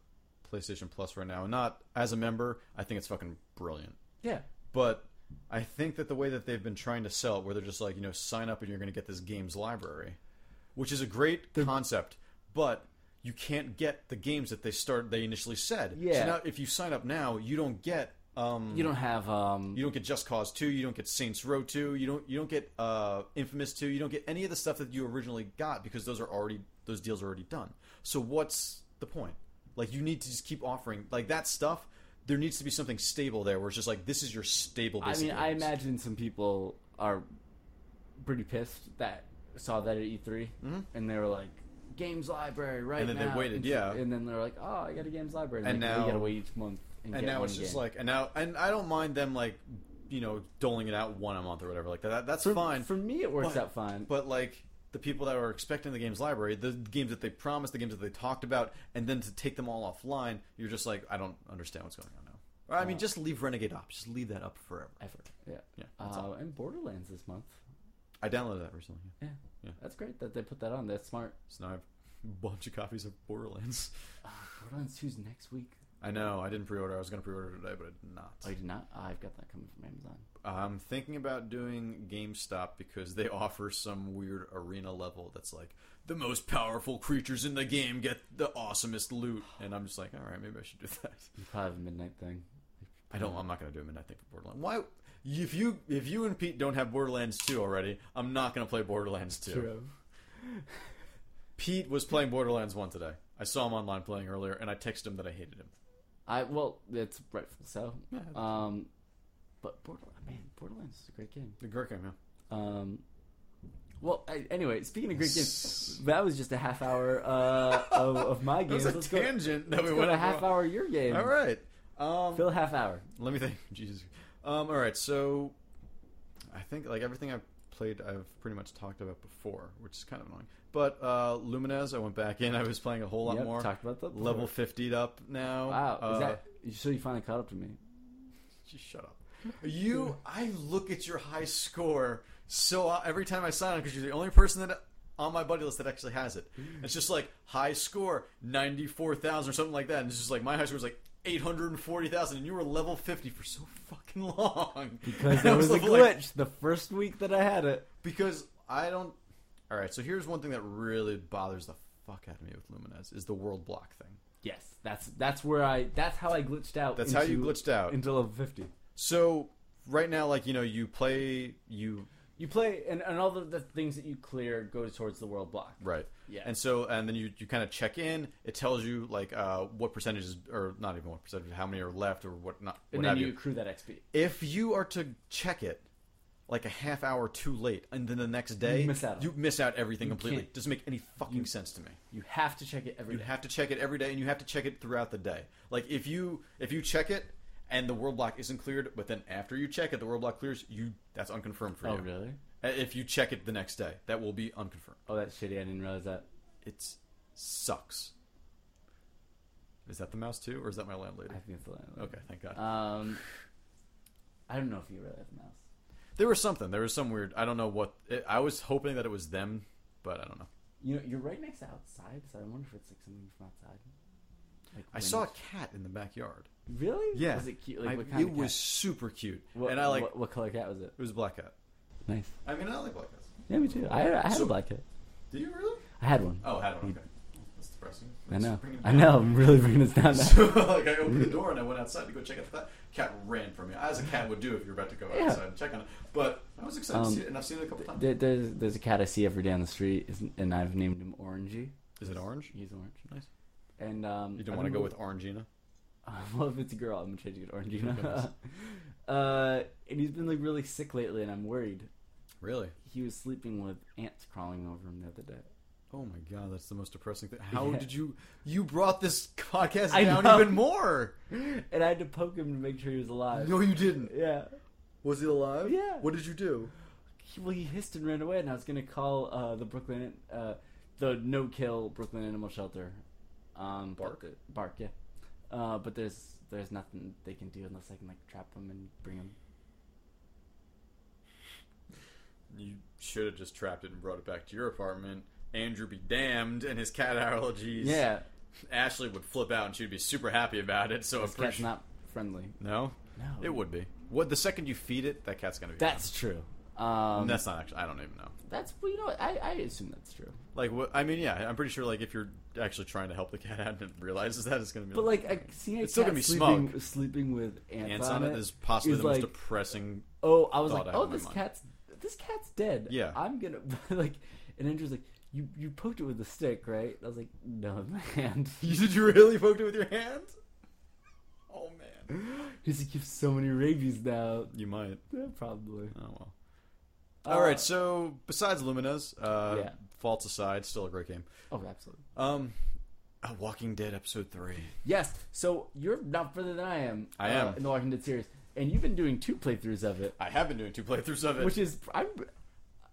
[SPEAKER 1] PlayStation Plus right now. Not as a member, I think it's fucking brilliant.
[SPEAKER 2] Yeah.
[SPEAKER 1] But I think that the way that they've been trying to sell it, where they're just like, you know, sign up and you're going to get this game's library, which is a great concept, but you can't get the games that they start they initially said.
[SPEAKER 2] Yeah.
[SPEAKER 1] So now if you sign up now, you don't get um
[SPEAKER 2] You don't have um
[SPEAKER 1] you don't get Just Cause 2, you don't get Saints Row 2, you don't you don't get uh Infamous 2, you don't get any of the stuff that you originally got because those are already those deals are already done. So what's the point? Like you need to just keep offering like that stuff. There needs to be something stable there where it's just like this is your stable
[SPEAKER 2] I
[SPEAKER 1] base.
[SPEAKER 2] mean,
[SPEAKER 1] of
[SPEAKER 2] I
[SPEAKER 1] games.
[SPEAKER 2] imagine some people are pretty pissed that saw that at E3, and they were like, "Games library, right?"
[SPEAKER 1] Mm-hmm. And then they
[SPEAKER 2] now."
[SPEAKER 1] waited,
[SPEAKER 2] and,
[SPEAKER 1] yeah.
[SPEAKER 2] And then they're like, "Oh, I got a games library," and,
[SPEAKER 1] And
[SPEAKER 2] like, "Oh, you
[SPEAKER 1] now-
[SPEAKER 2] gotta wait each month. And,
[SPEAKER 1] and
[SPEAKER 2] get
[SPEAKER 1] now
[SPEAKER 2] one
[SPEAKER 1] it's just
[SPEAKER 2] game."
[SPEAKER 1] like and now and I don't mind them like you know doling it out one a month or whatever like that. That's
[SPEAKER 2] for,
[SPEAKER 1] fine.
[SPEAKER 2] for me, it works
[SPEAKER 1] but-
[SPEAKER 2] out fine.
[SPEAKER 1] but like the people that were expecting the games library, the games that they promised, the games that they talked about, and then to take them all offline, you're just like, I don't understand what's going on now. Or, I mean,
[SPEAKER 2] Uh,
[SPEAKER 1] just leave Renegade up. Just leave that up forever.
[SPEAKER 2] Ever, yeah.
[SPEAKER 1] Yeah, that's all.
[SPEAKER 2] Uh, and Borderlands this month.
[SPEAKER 1] I downloaded that recently, yeah.
[SPEAKER 2] That's great that they put that on. That's smart.
[SPEAKER 1] so now I have a bunch of copies of Borderlands. (laughs)
[SPEAKER 2] Uh, Borderlands 2's next week.
[SPEAKER 1] I know I didn't pre-order. I was going to pre-order today, but I did not.
[SPEAKER 2] Oh, you did not? Ah, I've got that coming from Amazon.
[SPEAKER 1] I'm thinking about doing GameStop because they offer some weird arena level that's like the most powerful creatures in the game get the awesomest loot, and I'm just like, all right, maybe I should do (laughs) that.
[SPEAKER 2] You probably have a midnight thing.
[SPEAKER 1] I
[SPEAKER 2] Mm.
[SPEAKER 1] don't. I'm not going to do a midnight thing for Borderlands. Why? If you if you and Pete don't have Borderlands 2 already, I'm not going to play Borderlands 2. Pete was playing Borderlands 1 today. I saw him online playing earlier, and I texted him that I hated him. Uh,
[SPEAKER 2] I well, it's rightful so.
[SPEAKER 1] Yeah,
[SPEAKER 2] Um, but Borderlands, man, Borderlands is a great game.
[SPEAKER 1] The Greek game, yeah.
[SPEAKER 2] Um, well, I, anyway, speaking of great games, that was just a half hour uh, of, of
[SPEAKER 1] (laughs)
[SPEAKER 2] my
[SPEAKER 1] That was
[SPEAKER 2] games.
[SPEAKER 1] a
[SPEAKER 2] Let's go, let's
[SPEAKER 1] tangent that we
[SPEAKER 2] go
[SPEAKER 1] went
[SPEAKER 2] to half
[SPEAKER 1] on.
[SPEAKER 2] hour of your game.
[SPEAKER 1] All right. Um,
[SPEAKER 2] Fill half hour.
[SPEAKER 1] let me think. (laughs) Jesus. Um, all right. So, I think like everything I've played, I've pretty much talked about before, which is kind of annoying. But uh, Lumines, I went back in. I was playing a whole lot
[SPEAKER 2] Yep,
[SPEAKER 1] more.
[SPEAKER 2] Talked about that. before.
[SPEAKER 1] Level 50'd up now.
[SPEAKER 2] Wow.
[SPEAKER 1] Uh,
[SPEAKER 2] is that so? You finally caught up to me.
[SPEAKER 1] (laughs) Just shut up. You, I look at your high score so uh, every time I sign on because you're the only person that on my buddy list that actually has it. It's just like high score ninety four thousand or something like that, and it's just like my high score was like eight hundred and forty thousand, and you were level fifty for so fucking long (laughs)
[SPEAKER 2] Because
[SPEAKER 1] And I
[SPEAKER 2] there was a
[SPEAKER 1] level, like,
[SPEAKER 2] glitch the first week that I had it.
[SPEAKER 1] because I don't. All right, so here's one thing that really bothers the fuck out of me with Lumines is the world block thing.
[SPEAKER 2] Yes, that's that's where I. That's how I glitched out.
[SPEAKER 1] That's how you
[SPEAKER 2] into-
[SPEAKER 1] glitched out.
[SPEAKER 2] into level fifty.
[SPEAKER 1] So right now, like you know, you play you
[SPEAKER 2] You play, and, and all the, the things that you clear go towards the world block.
[SPEAKER 1] Right.
[SPEAKER 2] Yeah.
[SPEAKER 1] And so, and then you, you kind of check in. It tells you like uh, what percentages, or not even what percentage, how many are left, or what not. What
[SPEAKER 2] and
[SPEAKER 1] have
[SPEAKER 2] then you
[SPEAKER 1] you.
[SPEAKER 2] accrue that XP.
[SPEAKER 1] If you are to check it like a half hour too late, and then the next day
[SPEAKER 2] You miss out on
[SPEAKER 1] you miss out everything completely.
[SPEAKER 2] can't-
[SPEAKER 1] Doesn't make any fucking sense to me.
[SPEAKER 2] You have to check it every
[SPEAKER 1] You
[SPEAKER 2] day.
[SPEAKER 1] have to check it every day, and you have to check it throughout the day. Like if you if you check it and the world block isn't cleared, but then after you check it, the world block clears. You that's unconfirmed for you.
[SPEAKER 2] Oh,
[SPEAKER 1] Uh,
[SPEAKER 2] really?
[SPEAKER 1] If you check it the next day, that will be unconfirmed.
[SPEAKER 2] Oh, that's shitty. I didn't realize that.
[SPEAKER 1] It sucks. Is that the mouse too, or is that my landlady?
[SPEAKER 2] I think it's the landlord.
[SPEAKER 1] Okay, thank God.
[SPEAKER 2] Um, I don't know if you really have a mouse.
[SPEAKER 1] there was something. There was some weird. I don't know what. It, I was hoping that it was them, but I don't know.
[SPEAKER 2] You know, you're right next to outside, so I wonder if it's like something from outside. Like
[SPEAKER 1] I saw a cat in the backyard.
[SPEAKER 2] wind- Really?
[SPEAKER 1] Yeah.
[SPEAKER 2] Was it cute? Like
[SPEAKER 1] I-
[SPEAKER 2] what kind
[SPEAKER 1] it
[SPEAKER 2] of cat?
[SPEAKER 1] was super cute,
[SPEAKER 2] What,
[SPEAKER 1] and I like.
[SPEAKER 2] What, what color cat was it?
[SPEAKER 1] It was a black cat.
[SPEAKER 2] Nice.
[SPEAKER 1] I mean, I like black cats.
[SPEAKER 2] Yeah, me too. I had, I had
[SPEAKER 1] So-
[SPEAKER 2] a black cat.
[SPEAKER 1] Do you really?
[SPEAKER 2] I had one.
[SPEAKER 1] Oh, I had one. Okay, that's depressing.
[SPEAKER 2] Mm. I
[SPEAKER 1] Let's
[SPEAKER 2] know.
[SPEAKER 1] bring it
[SPEAKER 2] I
[SPEAKER 1] down.
[SPEAKER 2] know. I'm really bringing
[SPEAKER 1] (laughs)
[SPEAKER 2] this down. Now.
[SPEAKER 1] So like I opened the door and I went outside to go check out the cat. Cat ran from me, as a cat would do if you're about to go
[SPEAKER 2] Yeah.
[SPEAKER 1] outside and check on it. But I was excited
[SPEAKER 2] Um,
[SPEAKER 1] to see it, and I've seen it a couple times.
[SPEAKER 2] There, there's there's a cat I see every day on the street, is- and I've named him Orangey.
[SPEAKER 1] Is it orange?
[SPEAKER 2] He's orange.
[SPEAKER 1] Nice.
[SPEAKER 2] And um,
[SPEAKER 1] You
[SPEAKER 2] I've
[SPEAKER 1] don't want to
[SPEAKER 2] been
[SPEAKER 1] go
[SPEAKER 2] really-
[SPEAKER 1] with orangina.
[SPEAKER 2] (laughs) well, if it's a girl, I'm changing it to (laughs) Orangina.
[SPEAKER 1] Goodness.
[SPEAKER 2] uh, and he's been like really sick lately, and I'm worried.
[SPEAKER 1] Really?
[SPEAKER 2] He was sleeping with ants crawling over him the other day.
[SPEAKER 1] Oh my god, that's the most depressing thing. How
[SPEAKER 2] Yeah.
[SPEAKER 1] did you you brought this podcast
[SPEAKER 2] I
[SPEAKER 1] down
[SPEAKER 2] know.
[SPEAKER 1] even more?
[SPEAKER 2] and I had to poke him to make sure he was alive.
[SPEAKER 1] No, you didn't.
[SPEAKER 2] Yeah.
[SPEAKER 1] Was he alive?
[SPEAKER 2] Yeah.
[SPEAKER 1] What did you do?
[SPEAKER 2] He, well, he hissed and ran away, and I was gonna call uh, the Brooklyn, uh, the no kill Brooklyn Animal Shelter. Um, but
[SPEAKER 1] Bark?
[SPEAKER 2] the- bark, yeah. Uh, but there's there's nothing they can do unless I can like trap him and bring him.
[SPEAKER 1] You should have just trapped it and brought it back to your apartment. Andrew be damned, and his cat allergies.
[SPEAKER 2] Yeah,
[SPEAKER 1] Ashley would flip out, and she'd be super happy about it. So
[SPEAKER 2] this cat's not friendly.
[SPEAKER 1] no,
[SPEAKER 2] No,
[SPEAKER 1] it would be. What the second you feed it, that cat's gonna be.
[SPEAKER 2] That's true. Um,
[SPEAKER 1] And that's not actually. I don't even know.
[SPEAKER 2] that's well, you know what? I I assume that's true.
[SPEAKER 1] Like, what, I mean, yeah, I'm pretty sure. Like, if you're actually trying to help the cat out and it realizes that, it's gonna be.
[SPEAKER 2] But like I seeing a
[SPEAKER 1] It's still
[SPEAKER 2] cat
[SPEAKER 1] gonna be
[SPEAKER 2] sleeping, sleeping with ants,
[SPEAKER 1] ants
[SPEAKER 2] on, it
[SPEAKER 1] is possibly
[SPEAKER 2] is
[SPEAKER 1] the
[SPEAKER 2] like-
[SPEAKER 1] most depressing.
[SPEAKER 2] Oh, I was
[SPEAKER 1] thought
[SPEAKER 2] like,
[SPEAKER 1] I had
[SPEAKER 2] oh,
[SPEAKER 1] in my
[SPEAKER 2] this
[SPEAKER 1] mind.
[SPEAKER 2] cat's this cat's dead.
[SPEAKER 1] Yeah.
[SPEAKER 2] I'm gonna (laughs) like, and Andrew's like, you you poked it with a stick, right? I was like, no, (laughs) with my hand.
[SPEAKER 1] Did (laughs) you really poke it with your hand? (laughs) Oh man,
[SPEAKER 2] He's like, you have so many rabies now.
[SPEAKER 1] you might.
[SPEAKER 2] Yeah, probably.
[SPEAKER 1] Oh well.
[SPEAKER 2] Uh,
[SPEAKER 1] All right. So besides Lumina's, uh,
[SPEAKER 2] Yeah.
[SPEAKER 1] faults aside, still a great game.
[SPEAKER 2] Oh, absolutely.
[SPEAKER 1] Um, uh, Walking Dead episode three.
[SPEAKER 2] Yes. So you're not further than I am.
[SPEAKER 1] I
[SPEAKER 2] uh,
[SPEAKER 1] am.
[SPEAKER 2] in the Walking Dead series, and you've been doing two playthroughs of it,
[SPEAKER 1] I have been doing two playthroughs of it.
[SPEAKER 2] which is I'm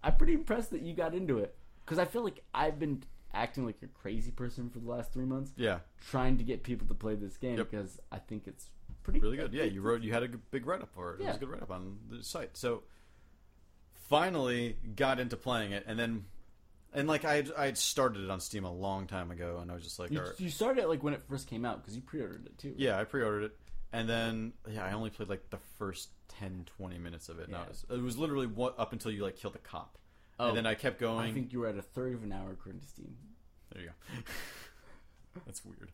[SPEAKER 2] I'm pretty impressed that you got into it because I feel like I've been acting like a crazy person for the last three months
[SPEAKER 1] yeah,
[SPEAKER 2] trying to get people to play this game
[SPEAKER 1] Yep.
[SPEAKER 2] because I think it's pretty
[SPEAKER 1] really good. Yeah, you wrote. You had a g- big write up for it. It was
[SPEAKER 2] Yeah.
[SPEAKER 1] a good write up on the site. So finally got into playing it, and then and like I I had started it on Steam a long time ago, and I was just like,
[SPEAKER 2] You,
[SPEAKER 1] all right.
[SPEAKER 2] you started it like when it first came out because you pre-ordered it too.
[SPEAKER 1] Yeah, I pre-ordered it. And then yeah, I only played like the first 10 20 minutes of it. Now
[SPEAKER 2] Yeah.
[SPEAKER 1] it was literally what, up until you like kill the cop.
[SPEAKER 2] Oh.
[SPEAKER 1] and then I kept going.
[SPEAKER 2] I think you were at a third of an hour according to Steam.
[SPEAKER 1] There you go. (laughs) That's weird.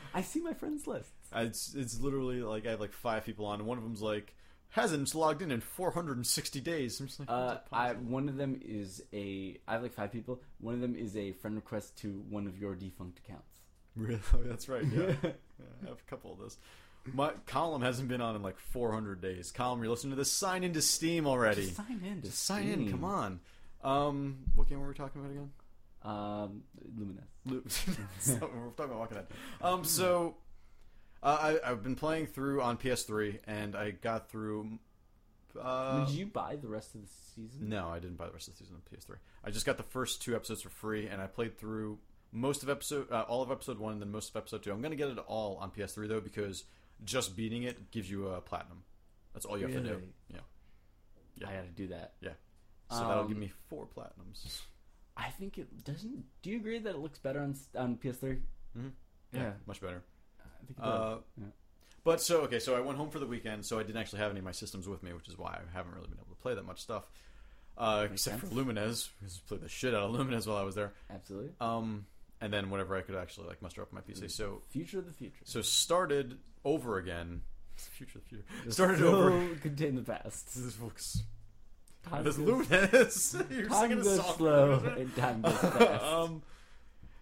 [SPEAKER 2] (laughs) I see my friends lists.
[SPEAKER 1] it's it's literally like I have like five people on and one of them's like hasn't logged in in 460 days. I'm just like
[SPEAKER 2] Uh,
[SPEAKER 1] "How's that
[SPEAKER 2] I
[SPEAKER 1] possible?"
[SPEAKER 2] one of them is a I have like five people. One of them is a friend request to one of your defunct accounts.
[SPEAKER 1] (laughs) Really? Oh, That's right. Yeah.
[SPEAKER 2] (laughs)
[SPEAKER 1] Yeah, I have a couple of those. My column hasn't been on in like 400 days. Column, you're listening to this. Sign into Steam already.
[SPEAKER 2] Just sign in. to
[SPEAKER 1] Just sign in.
[SPEAKER 2] Steam.
[SPEAKER 1] Come on. Um, what game were we talking about again?
[SPEAKER 2] Um, Lumines.
[SPEAKER 1] Lu- (laughs) so, we're talking about Walking Dead. Um, so uh, I, I've been playing through on PS3, and I got through. Uh,
[SPEAKER 2] Did you buy the rest of the season?
[SPEAKER 1] no, I didn't buy the rest of the season on PS3. I just got the first two episodes for free, and I played through most of episode, uh, all of episode one, and then most of episode two. I'm gonna get it all on PS3 though, because just beating it gives you a platinum. That's all you have to do.
[SPEAKER 2] Really?
[SPEAKER 1] Oh, Yeah, Yeah.
[SPEAKER 2] I got to do that.
[SPEAKER 1] so that'll give
[SPEAKER 2] Um,
[SPEAKER 1] me four platinums.
[SPEAKER 2] I think it doesn't. Do you agree that it looks better on s- on PS3?
[SPEAKER 1] Mhm.
[SPEAKER 2] Yeah,
[SPEAKER 1] much better.
[SPEAKER 2] I think it does.
[SPEAKER 1] Uh,
[SPEAKER 2] Yeah.
[SPEAKER 1] But so okay, so I went home for the weekend, so I didn't actually have any of my systems with me, which is why I haven't really been able to play that much stuff, uh,
[SPEAKER 2] Makes
[SPEAKER 1] except for
[SPEAKER 2] sense.
[SPEAKER 1] Lumines. Because I played the shit out of Lumines while I was there,
[SPEAKER 2] Absolutely.
[SPEAKER 1] um, and then whenever I could actually like muster up my
[SPEAKER 2] Mm.
[SPEAKER 1] PC. So
[SPEAKER 2] Future of the future.
[SPEAKER 1] so started over again. Future, future.
[SPEAKER 2] Just
[SPEAKER 1] Started
[SPEAKER 2] so (laughs)
[SPEAKER 1] over.
[SPEAKER 2] Contain the past.
[SPEAKER 1] This looks
[SPEAKER 2] Time
[SPEAKER 1] Miss
[SPEAKER 2] goes-
[SPEAKER 1] Lunas. (laughs) You're
[SPEAKER 2] Time
[SPEAKER 1] singing a
[SPEAKER 2] goes
[SPEAKER 1] song. (laughs)
[SPEAKER 2] slow and time goes fast.
[SPEAKER 1] um,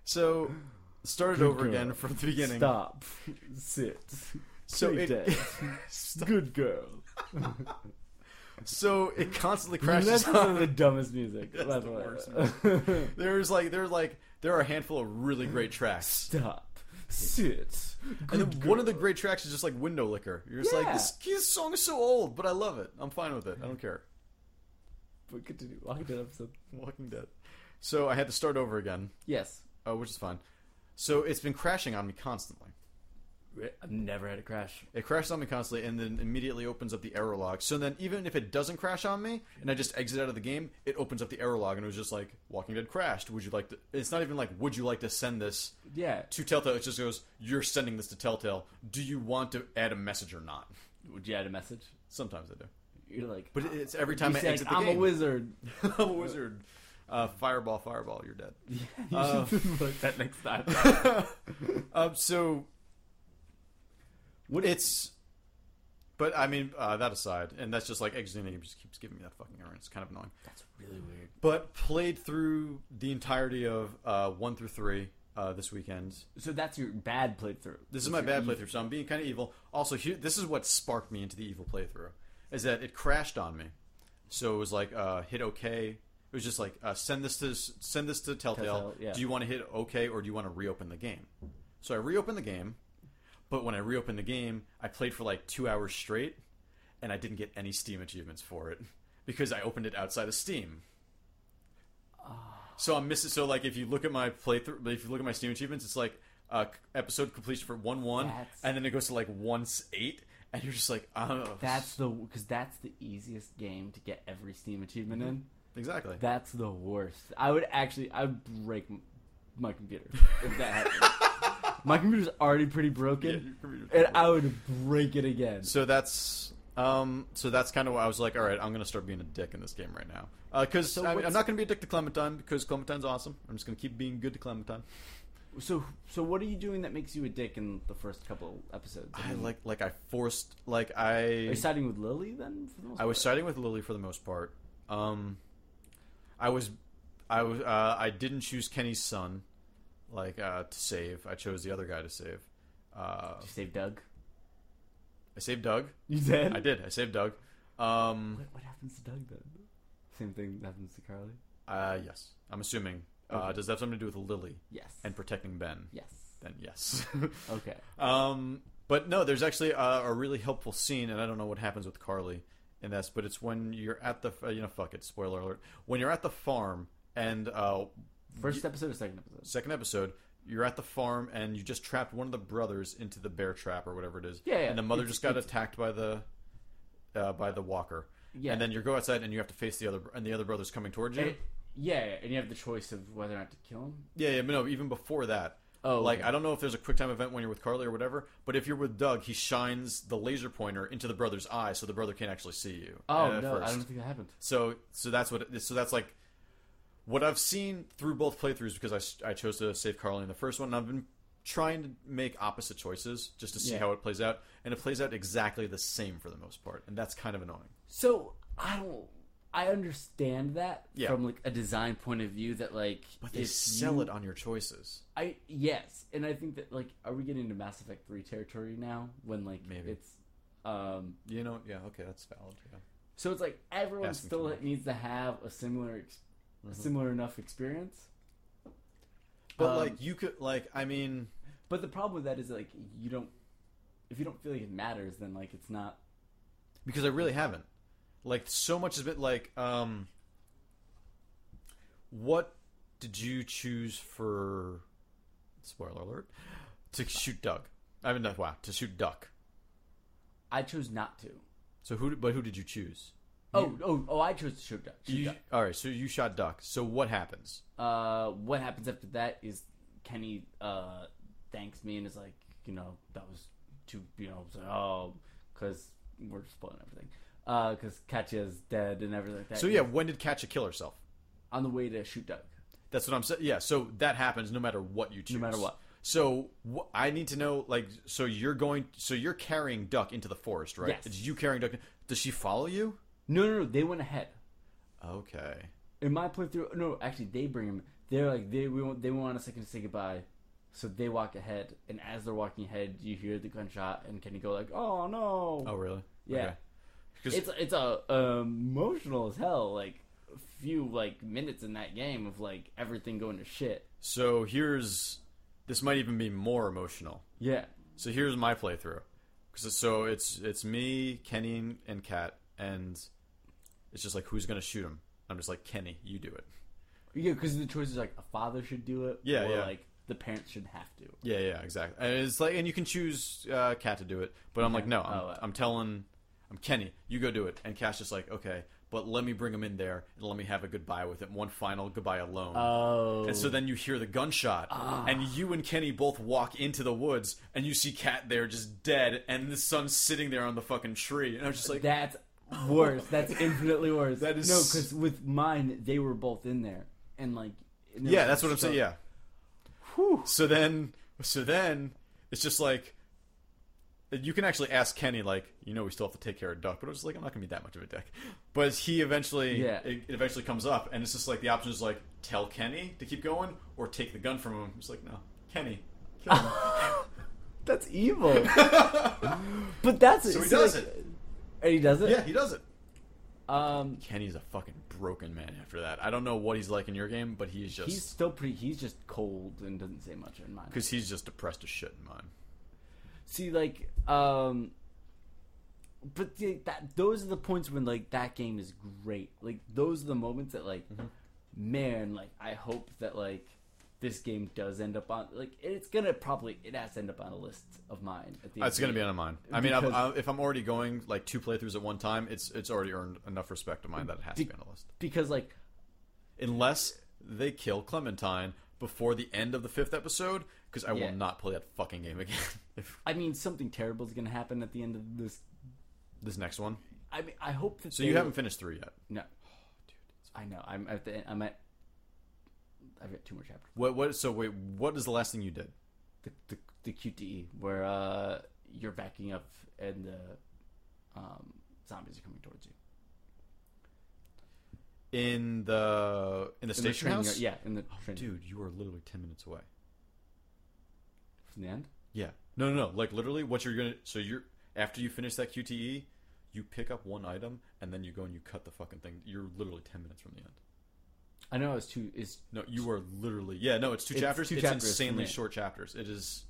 [SPEAKER 1] so started
[SPEAKER 2] Good
[SPEAKER 1] over
[SPEAKER 2] girl.
[SPEAKER 1] again from the beginning.
[SPEAKER 2] Stop. (laughs) Sit.
[SPEAKER 1] So
[SPEAKER 2] Three
[SPEAKER 1] (laughs) it,
[SPEAKER 2] days. Good girl.
[SPEAKER 1] so it constantly
[SPEAKER 2] That's
[SPEAKER 1] crashes.
[SPEAKER 2] one
[SPEAKER 1] on.
[SPEAKER 2] of the dumbest music.
[SPEAKER 1] That's
[SPEAKER 2] by
[SPEAKER 1] the
[SPEAKER 2] way.
[SPEAKER 1] worst There's like there's like there are a handful of really great tracks.
[SPEAKER 2] (laughs) Stop. Sit.
[SPEAKER 1] And then
[SPEAKER 2] Good
[SPEAKER 1] one of the
[SPEAKER 2] girl.
[SPEAKER 1] great tracks is just like window licker. You're just like
[SPEAKER 2] Yeah.
[SPEAKER 1] this, this song is so old, but I love it. I'm fine with it. I don't care.
[SPEAKER 2] But continue. Walking Dead episode.
[SPEAKER 1] Walking Dead. So I had to start over again,
[SPEAKER 2] Yes.
[SPEAKER 1] uh, which is fine. So it's been crashing on me constantly.
[SPEAKER 2] I've never had a crash.
[SPEAKER 1] It crashes on me constantly, and then immediately opens up the error log. So then, even if it doesn't crash on me, and I just exit out of the game, it opens up the error log, and it was just like Walking Dead crashed. Would you like to? It's not even like Would you like to send this
[SPEAKER 2] Yeah.
[SPEAKER 1] to Telltale? It just goes You're sending this to Telltale. Do you want to add a message or not?
[SPEAKER 2] Would you add a message?
[SPEAKER 1] Sometimes I do,
[SPEAKER 2] You're like.
[SPEAKER 1] but it's every time I
[SPEAKER 2] you say,
[SPEAKER 1] exit the
[SPEAKER 2] I'm
[SPEAKER 1] game.
[SPEAKER 2] a wizard.
[SPEAKER 1] (laughs) I'm a wizard. Uh, fireball, fireball, you're
[SPEAKER 2] (laughs)
[SPEAKER 1] dead.
[SPEAKER 2] Yeah,
[SPEAKER 1] (laughs)
[SPEAKER 2] you
[SPEAKER 1] Uh,
[SPEAKER 2] should like that next time.
[SPEAKER 1] Um, so
[SPEAKER 2] What
[SPEAKER 1] it's, but I mean uh, that aside, and that's just like exiting the game just keeps giving me that fucking error. It's kind of annoying.
[SPEAKER 2] That's really weird.
[SPEAKER 1] But played through the entirety of uh, one through three uh, this weekend.
[SPEAKER 2] So that's your bad playthrough.
[SPEAKER 1] This
[SPEAKER 2] That's
[SPEAKER 1] is my
[SPEAKER 2] your e-,
[SPEAKER 1] bad
[SPEAKER 2] evil-
[SPEAKER 1] playthrough, so I'm being kind of evil. Also, here, this is what sparked me into the evil playthrough, is that it crashed on me. So it was like uh, hit OK. It was just like uh, send this to send this to Telltale.
[SPEAKER 2] Telltale, yeah.
[SPEAKER 1] Do you want to hit OK or do you want to reopen the game? So I reopened the game, but when I reopened the game, I played for like two hours straight, and I didn't get any Steam achievements for it (laughs) because I opened it outside of Steam. So I'm missing. So like, if you look at my playthrough, if you look at my Steam achievements, it's like uh, c- episode completion for one one,
[SPEAKER 2] That's-
[SPEAKER 1] and then it goes to like once eight, and you're just like, oh,
[SPEAKER 2] That's the because that's the easiest game to get every Steam achievement in.
[SPEAKER 1] exactly.
[SPEAKER 2] That's the worst. I would actually I would break m- my computer if
[SPEAKER 1] (laughs)
[SPEAKER 2] that happened. my computer's already pretty
[SPEAKER 1] Yeah,
[SPEAKER 2] broken,
[SPEAKER 1] your computer's broken.
[SPEAKER 2] and I would break it again.
[SPEAKER 1] so that's um, so that's kind of why I was like, all right, I'm gonna start being a dick in this game right now, because
[SPEAKER 2] So
[SPEAKER 1] I mean,
[SPEAKER 2] what's-
[SPEAKER 1] I'm not gonna be a dick to Clementine because Clementine's awesome. I'm just gonna keep being good to Clementine.
[SPEAKER 2] So so what are you doing that makes you a dick in the first couple episodes?
[SPEAKER 1] I
[SPEAKER 2] mean,
[SPEAKER 1] like like I forced like
[SPEAKER 2] Mm-hmm. Are
[SPEAKER 1] I
[SPEAKER 2] you siding with Lily then? For the most
[SPEAKER 1] I was
[SPEAKER 2] part?
[SPEAKER 1] siding with Lily for the most part. Um, I was, I was, uh, I didn't choose Kenny's son, like uh, to save. I chose the other guy to save. Uh,
[SPEAKER 2] Did you save Doug?
[SPEAKER 1] I saved Doug.
[SPEAKER 2] You did.
[SPEAKER 1] I did. I saved Doug. Um,
[SPEAKER 2] What, what happens to Doug then? Same thing happens to Carly.
[SPEAKER 1] uh, yes, I'm assuming. Uh,
[SPEAKER 2] Okay.
[SPEAKER 1] does that have something to do with Lily
[SPEAKER 2] Yes.
[SPEAKER 1] and protecting Ben?
[SPEAKER 2] yes.
[SPEAKER 1] Then yes. (laughs)
[SPEAKER 2] Okay.
[SPEAKER 1] um, but no, there's actually a, a really helpful scene, and I don't know what happens with Carly in this, but it's when you're at the, uh, you know, fuck it, spoiler alert. When you're at the farm and uh,
[SPEAKER 2] First episode or second episode?
[SPEAKER 1] second episode, you're at the farm and you just trapped one of the brothers into the bear trap or whatever it is.
[SPEAKER 2] Yeah, yeah.
[SPEAKER 1] And the mother
[SPEAKER 2] It's-
[SPEAKER 1] just got attacked by the uh, by the walker.
[SPEAKER 2] Yeah.
[SPEAKER 1] And then you go outside and you have to face the other and the other brother's coming towards you.
[SPEAKER 2] And- yeah, yeah, and you have the choice of whether or not to kill him.
[SPEAKER 1] yeah, yeah, but no, even before that.
[SPEAKER 2] Oh,
[SPEAKER 1] like
[SPEAKER 2] okay.
[SPEAKER 1] I don't know if there's a quick time event when you're with Carly or whatever, but if you're with Doug, he shines the laser pointer into the brother's eye so the brother can't actually see you.
[SPEAKER 2] Oh
[SPEAKER 1] at
[SPEAKER 2] no, I
[SPEAKER 1] Uh, first.
[SPEAKER 2] don't think that happened.
[SPEAKER 1] So so that's what it- so that's like what I've seen through both playthroughs because I s- I, chose to save Carly in the first one and I've been trying to make opposite choices just to see
[SPEAKER 2] Yeah.
[SPEAKER 1] how it plays out and it plays out exactly the same for the most part and that's kind of annoying.
[SPEAKER 2] So I don't. I understand that
[SPEAKER 1] Yeah.
[SPEAKER 2] from like a design point of view that like
[SPEAKER 1] But they
[SPEAKER 2] if
[SPEAKER 1] sell
[SPEAKER 2] you-
[SPEAKER 1] it on your choices.
[SPEAKER 2] I yes, and I think that like are we getting into Mass Effect three territory now when like
[SPEAKER 1] Maybe.
[SPEAKER 2] it's um
[SPEAKER 1] You know, yeah, okay, that's valid. Yeah.
[SPEAKER 2] so it's like everyone
[SPEAKER 1] Asking
[SPEAKER 2] still
[SPEAKER 1] too much. Mm-hmm.
[SPEAKER 2] needs to have a similar ex- a similar enough experience.
[SPEAKER 1] But
[SPEAKER 2] Um,
[SPEAKER 1] like you could like I mean
[SPEAKER 2] But the problem with that is like you don't if you don't feel like it matters then like it's not
[SPEAKER 1] because I really haven't. Like so much has been like um what did you choose for spoiler alert to shoot Doug? I mean not wow, to shoot Duck.
[SPEAKER 2] I chose not to.
[SPEAKER 1] So who but who did you choose?
[SPEAKER 2] Oh, oh, oh! I chose to shoot duck. Shoot
[SPEAKER 1] You-
[SPEAKER 2] duck.
[SPEAKER 1] All right, so you shot Duck. So what happens?
[SPEAKER 2] Uh, what happens after that is Kenny uh, thanks me and is like, you know, that was too, you know, I was like, oh, because we're spoiling everything. Uh, Because Katya's dead and everything like that.
[SPEAKER 1] So yeah, when did Katja kill herself?
[SPEAKER 2] On the way to shoot duck.
[SPEAKER 1] That's what I'm saying. Yeah, so that happens no matter what you choose.
[SPEAKER 2] matter what.
[SPEAKER 1] So wh- I need to know, like, so you're going, so you're carrying Duck into the forest, right?
[SPEAKER 2] Yes.
[SPEAKER 1] It's you carrying Duck. Does she follow you?
[SPEAKER 2] No, no, no. They went ahead.
[SPEAKER 1] Okay.
[SPEAKER 2] In my playthrough, no, actually, they bring him. They're like they we want, they want a second to say goodbye, so they walk ahead, and as they're walking ahead, you hear the gunshot, and Kenny go like, "Oh no!"
[SPEAKER 1] Oh, really?
[SPEAKER 2] Yeah.
[SPEAKER 1] Okay. 'Cause-
[SPEAKER 2] It's it's a emotional as hell. Like few like minutes in that game of like everything going to shit.
[SPEAKER 1] So here's this might even be more emotional.
[SPEAKER 2] Yeah,
[SPEAKER 1] So here's my playthrough. 'Cause it's- So it's it's me, Kenny, and- and Kat, and it's just like who's gonna shoot him. I'm just like Kenny, you do it.
[SPEAKER 2] yeah, because the choice is like a father should do it.
[SPEAKER 1] Yeah,
[SPEAKER 2] or,
[SPEAKER 1] yeah.
[SPEAKER 2] Like the parents should have to.
[SPEAKER 1] Yeah, yeah, exactly. And it's like, and you can choose uh, Kat to do it, but I'm like, no, I'm,
[SPEAKER 2] Oh, uh,
[SPEAKER 1] I'm telling, I'm Kenny, you go do it. And Kat's just like, okay, but let me bring him in there and let me have a goodbye with him, one final goodbye alone.
[SPEAKER 2] Oh,
[SPEAKER 1] and so then you hear the gunshot, and you and Kenny both walk into the woods, and you see Kat there just dead, and the son's sitting there on the fucking tree. And I was just like,
[SPEAKER 2] that's (laughs) worse. That's infinitely worse.
[SPEAKER 1] That is-
[SPEAKER 2] no, because with mine they were both in there, and like and they
[SPEAKER 1] yeah,
[SPEAKER 2] were
[SPEAKER 1] that's what I'm saying.
[SPEAKER 2] so-
[SPEAKER 1] Yeah.
[SPEAKER 2] Whew.
[SPEAKER 1] So then, so then, it's just like you can actually ask Kenny, like, you know, we still have to take care of Duck, but it was like I'm not gonna be that much of a dick. But he eventually,
[SPEAKER 2] Yeah.
[SPEAKER 1] it, it eventually comes up, and it's just like the option is like tell Kenny to keep going or take the gun from him. It's like no, Kenny, kill (laughs) him.
[SPEAKER 2] That's
[SPEAKER 1] (laughs)
[SPEAKER 2] evil. but that's
[SPEAKER 1] so he
[SPEAKER 2] see,
[SPEAKER 1] does
[SPEAKER 2] like-
[SPEAKER 1] it.
[SPEAKER 2] And he does it.
[SPEAKER 1] Yeah, he does it.
[SPEAKER 2] Um,
[SPEAKER 1] Kenny's a fucking broken man after that. I don't know what he's like in your game, but he's
[SPEAKER 2] he's
[SPEAKER 1] just
[SPEAKER 2] still pretty. He's just cold and doesn't say much in mine.
[SPEAKER 1] because he's just depressed as shit in mine.
[SPEAKER 2] See, like, um, but the, that those are the points when like that game is great. Like those are the moments that like,
[SPEAKER 1] Mm-hmm.
[SPEAKER 2] man, like I hope that like this game does end up on like it's gonna probably it has to end up on a list of mine. At the
[SPEAKER 1] It's gonna be on mine. I mean, I've,
[SPEAKER 2] Because-
[SPEAKER 1] I, if I'm already going like two playthroughs at one time, it's it's already earned enough respect of mine that it has to be on the list.
[SPEAKER 2] because like
[SPEAKER 1] Unless they kill Clementine before the end of the fifth episode, because I
[SPEAKER 2] Yeah.
[SPEAKER 1] will not play that fucking game (laughs) again. if
[SPEAKER 2] I mean something terrible is gonna happen at the end of this.
[SPEAKER 1] this next one.
[SPEAKER 2] I mean I hope that
[SPEAKER 1] So
[SPEAKER 2] they,
[SPEAKER 1] you haven't finished three yet.
[SPEAKER 2] no, I know I'm at the end, I'm at I've got two more chapters.
[SPEAKER 1] What? What? So wait, what is the last thing you did?
[SPEAKER 2] the the, the QTE where uh, you're backing up and the um, zombies are coming towards you.
[SPEAKER 1] In the in the
[SPEAKER 2] In the
[SPEAKER 1] station
[SPEAKER 2] training
[SPEAKER 1] house, Oh,
[SPEAKER 2] yard- yeah, in the train
[SPEAKER 1] dude, you are literally ten minutes away.
[SPEAKER 2] from the end.
[SPEAKER 1] Yeah. No, no, no. Like literally, what you're gonna so you're after you finish that QTE, you pick up one item and then you go and you cut the fucking thing. You're literally ten minutes from the end.
[SPEAKER 2] I know it's two. Is
[SPEAKER 1] No, you are literally yeah. No, it's two
[SPEAKER 2] It's
[SPEAKER 1] chapters.
[SPEAKER 2] two
[SPEAKER 1] it's
[SPEAKER 2] chapters for
[SPEAKER 1] insanely
[SPEAKER 2] me.
[SPEAKER 1] short chapters. It is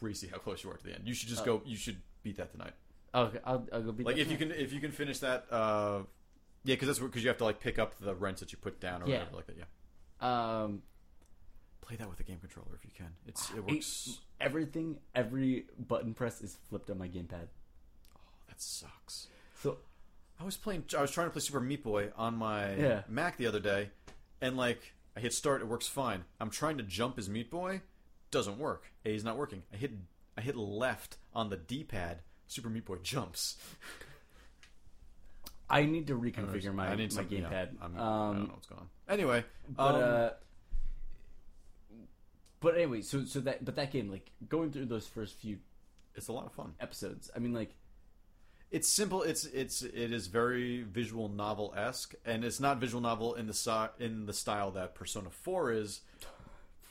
[SPEAKER 1] crazy how close you are to the end. You should just go. You should beat that tonight.
[SPEAKER 2] okay. I'll, I'll go beat.
[SPEAKER 1] Like
[SPEAKER 2] that
[SPEAKER 1] if you
[SPEAKER 2] tonight.
[SPEAKER 1] can if you can finish that. uh Yeah, because that's because you have to like pick up the rent that you put down or
[SPEAKER 2] Yeah.
[SPEAKER 1] whatever like that. Yeah.
[SPEAKER 2] um,
[SPEAKER 1] Play that with a game controller if you can. It's it
[SPEAKER 2] it-
[SPEAKER 1] works.
[SPEAKER 2] everything, every button press is flipped on my gamepad.
[SPEAKER 1] that sucks.
[SPEAKER 2] So
[SPEAKER 1] I was playing. I was trying to play Super Meat Boy on my
[SPEAKER 2] Yeah.
[SPEAKER 1] Mac the other day, and like I hit start, it works fine. I'm trying to jump as Meat Boy, doesn't work. A is not working. I hit I hit left on the D-pad. Super Meat Boy jumps.
[SPEAKER 2] I need to
[SPEAKER 1] I don't
[SPEAKER 2] reconfigure
[SPEAKER 1] know,
[SPEAKER 2] my,
[SPEAKER 1] I need
[SPEAKER 2] my
[SPEAKER 1] something, yeah,
[SPEAKER 2] gamepad.
[SPEAKER 1] I'm- I don't
[SPEAKER 2] um,
[SPEAKER 1] know what's going on. Anyway,
[SPEAKER 2] but
[SPEAKER 1] um,
[SPEAKER 2] uh, but anyway, so so that but that game, like going through those first few
[SPEAKER 1] it's a lot of fun.
[SPEAKER 2] episodes, I mean, like
[SPEAKER 1] It's simple. It's it's it is very visual novel esque, and it's not visual novel in the si- in the style that Persona Four is,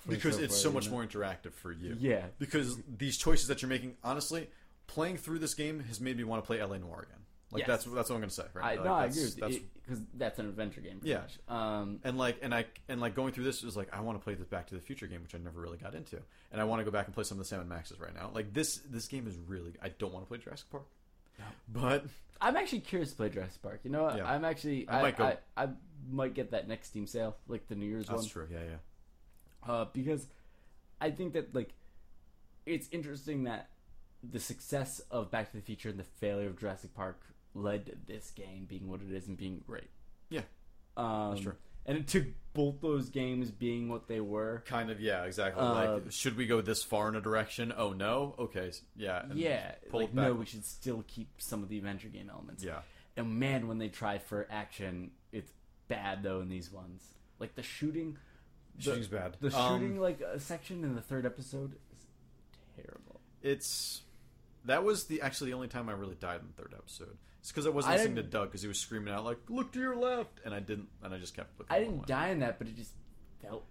[SPEAKER 1] because
[SPEAKER 2] so
[SPEAKER 1] it's
[SPEAKER 2] far,
[SPEAKER 1] so
[SPEAKER 2] you
[SPEAKER 1] much
[SPEAKER 2] know.
[SPEAKER 1] more interactive for you.
[SPEAKER 2] yeah,
[SPEAKER 1] because these choices that you're making, honestly, playing through this game has made me want to play LA Noir again. Like
[SPEAKER 2] Yes.
[SPEAKER 1] that's that's what I'm gonna say. Right?
[SPEAKER 2] I,
[SPEAKER 1] Like,
[SPEAKER 2] no, I
[SPEAKER 1] that's-
[SPEAKER 2] agree with you
[SPEAKER 1] that's-
[SPEAKER 2] because that's an adventure game. Pretty
[SPEAKER 1] Yeah.
[SPEAKER 2] much. Um,
[SPEAKER 1] And like and I and like going through this is like I want to play the Back to the Future game, which I never really got into, and I want to go back and play some of the Sam and Maxes right now. Like this this game is really. I don't want to play Jurassic Park, but
[SPEAKER 2] I'm actually curious to play Jurassic Park. You know, what?
[SPEAKER 1] Yeah.
[SPEAKER 2] I'm actually
[SPEAKER 1] I
[SPEAKER 2] I,
[SPEAKER 1] might
[SPEAKER 2] might
[SPEAKER 1] go-
[SPEAKER 2] I, I might get that next Steam sale, like the New Year's
[SPEAKER 1] that's
[SPEAKER 2] one,
[SPEAKER 1] true. Yeah, yeah.
[SPEAKER 2] uh, because I think that like it's interesting that the success of Back to the Future and the failure of Jurassic Park led to this game being what it is and being great.
[SPEAKER 1] Yeah.
[SPEAKER 2] Um,
[SPEAKER 1] true.
[SPEAKER 2] And it took both those games being what they were.
[SPEAKER 1] Kind of, yeah, exactly.
[SPEAKER 2] Uh,
[SPEAKER 1] like, should we go this far in a direction? Oh no. Okay, s- yeah, and
[SPEAKER 2] Yeah,
[SPEAKER 1] just pull
[SPEAKER 2] like
[SPEAKER 1] it back.
[SPEAKER 2] no, we should still keep some of the adventure game elements.
[SPEAKER 1] yeah.
[SPEAKER 2] And man, when they try for action, it's bad though in these ones. Like the shooting,
[SPEAKER 1] Shooting's bad.
[SPEAKER 2] the
[SPEAKER 1] Um,
[SPEAKER 2] shooting like uh, section in the third episode is terrible.
[SPEAKER 1] it's That was the actually the only time I really died in the third episode. It's because I wasn't
[SPEAKER 2] I
[SPEAKER 1] listening to
[SPEAKER 2] didn't-
[SPEAKER 1] Doug because he was screaming out like, "Look to your left," and I didn't, and I just kept looking.
[SPEAKER 2] I
[SPEAKER 1] one way.
[SPEAKER 2] didn't die in that, but it just felt.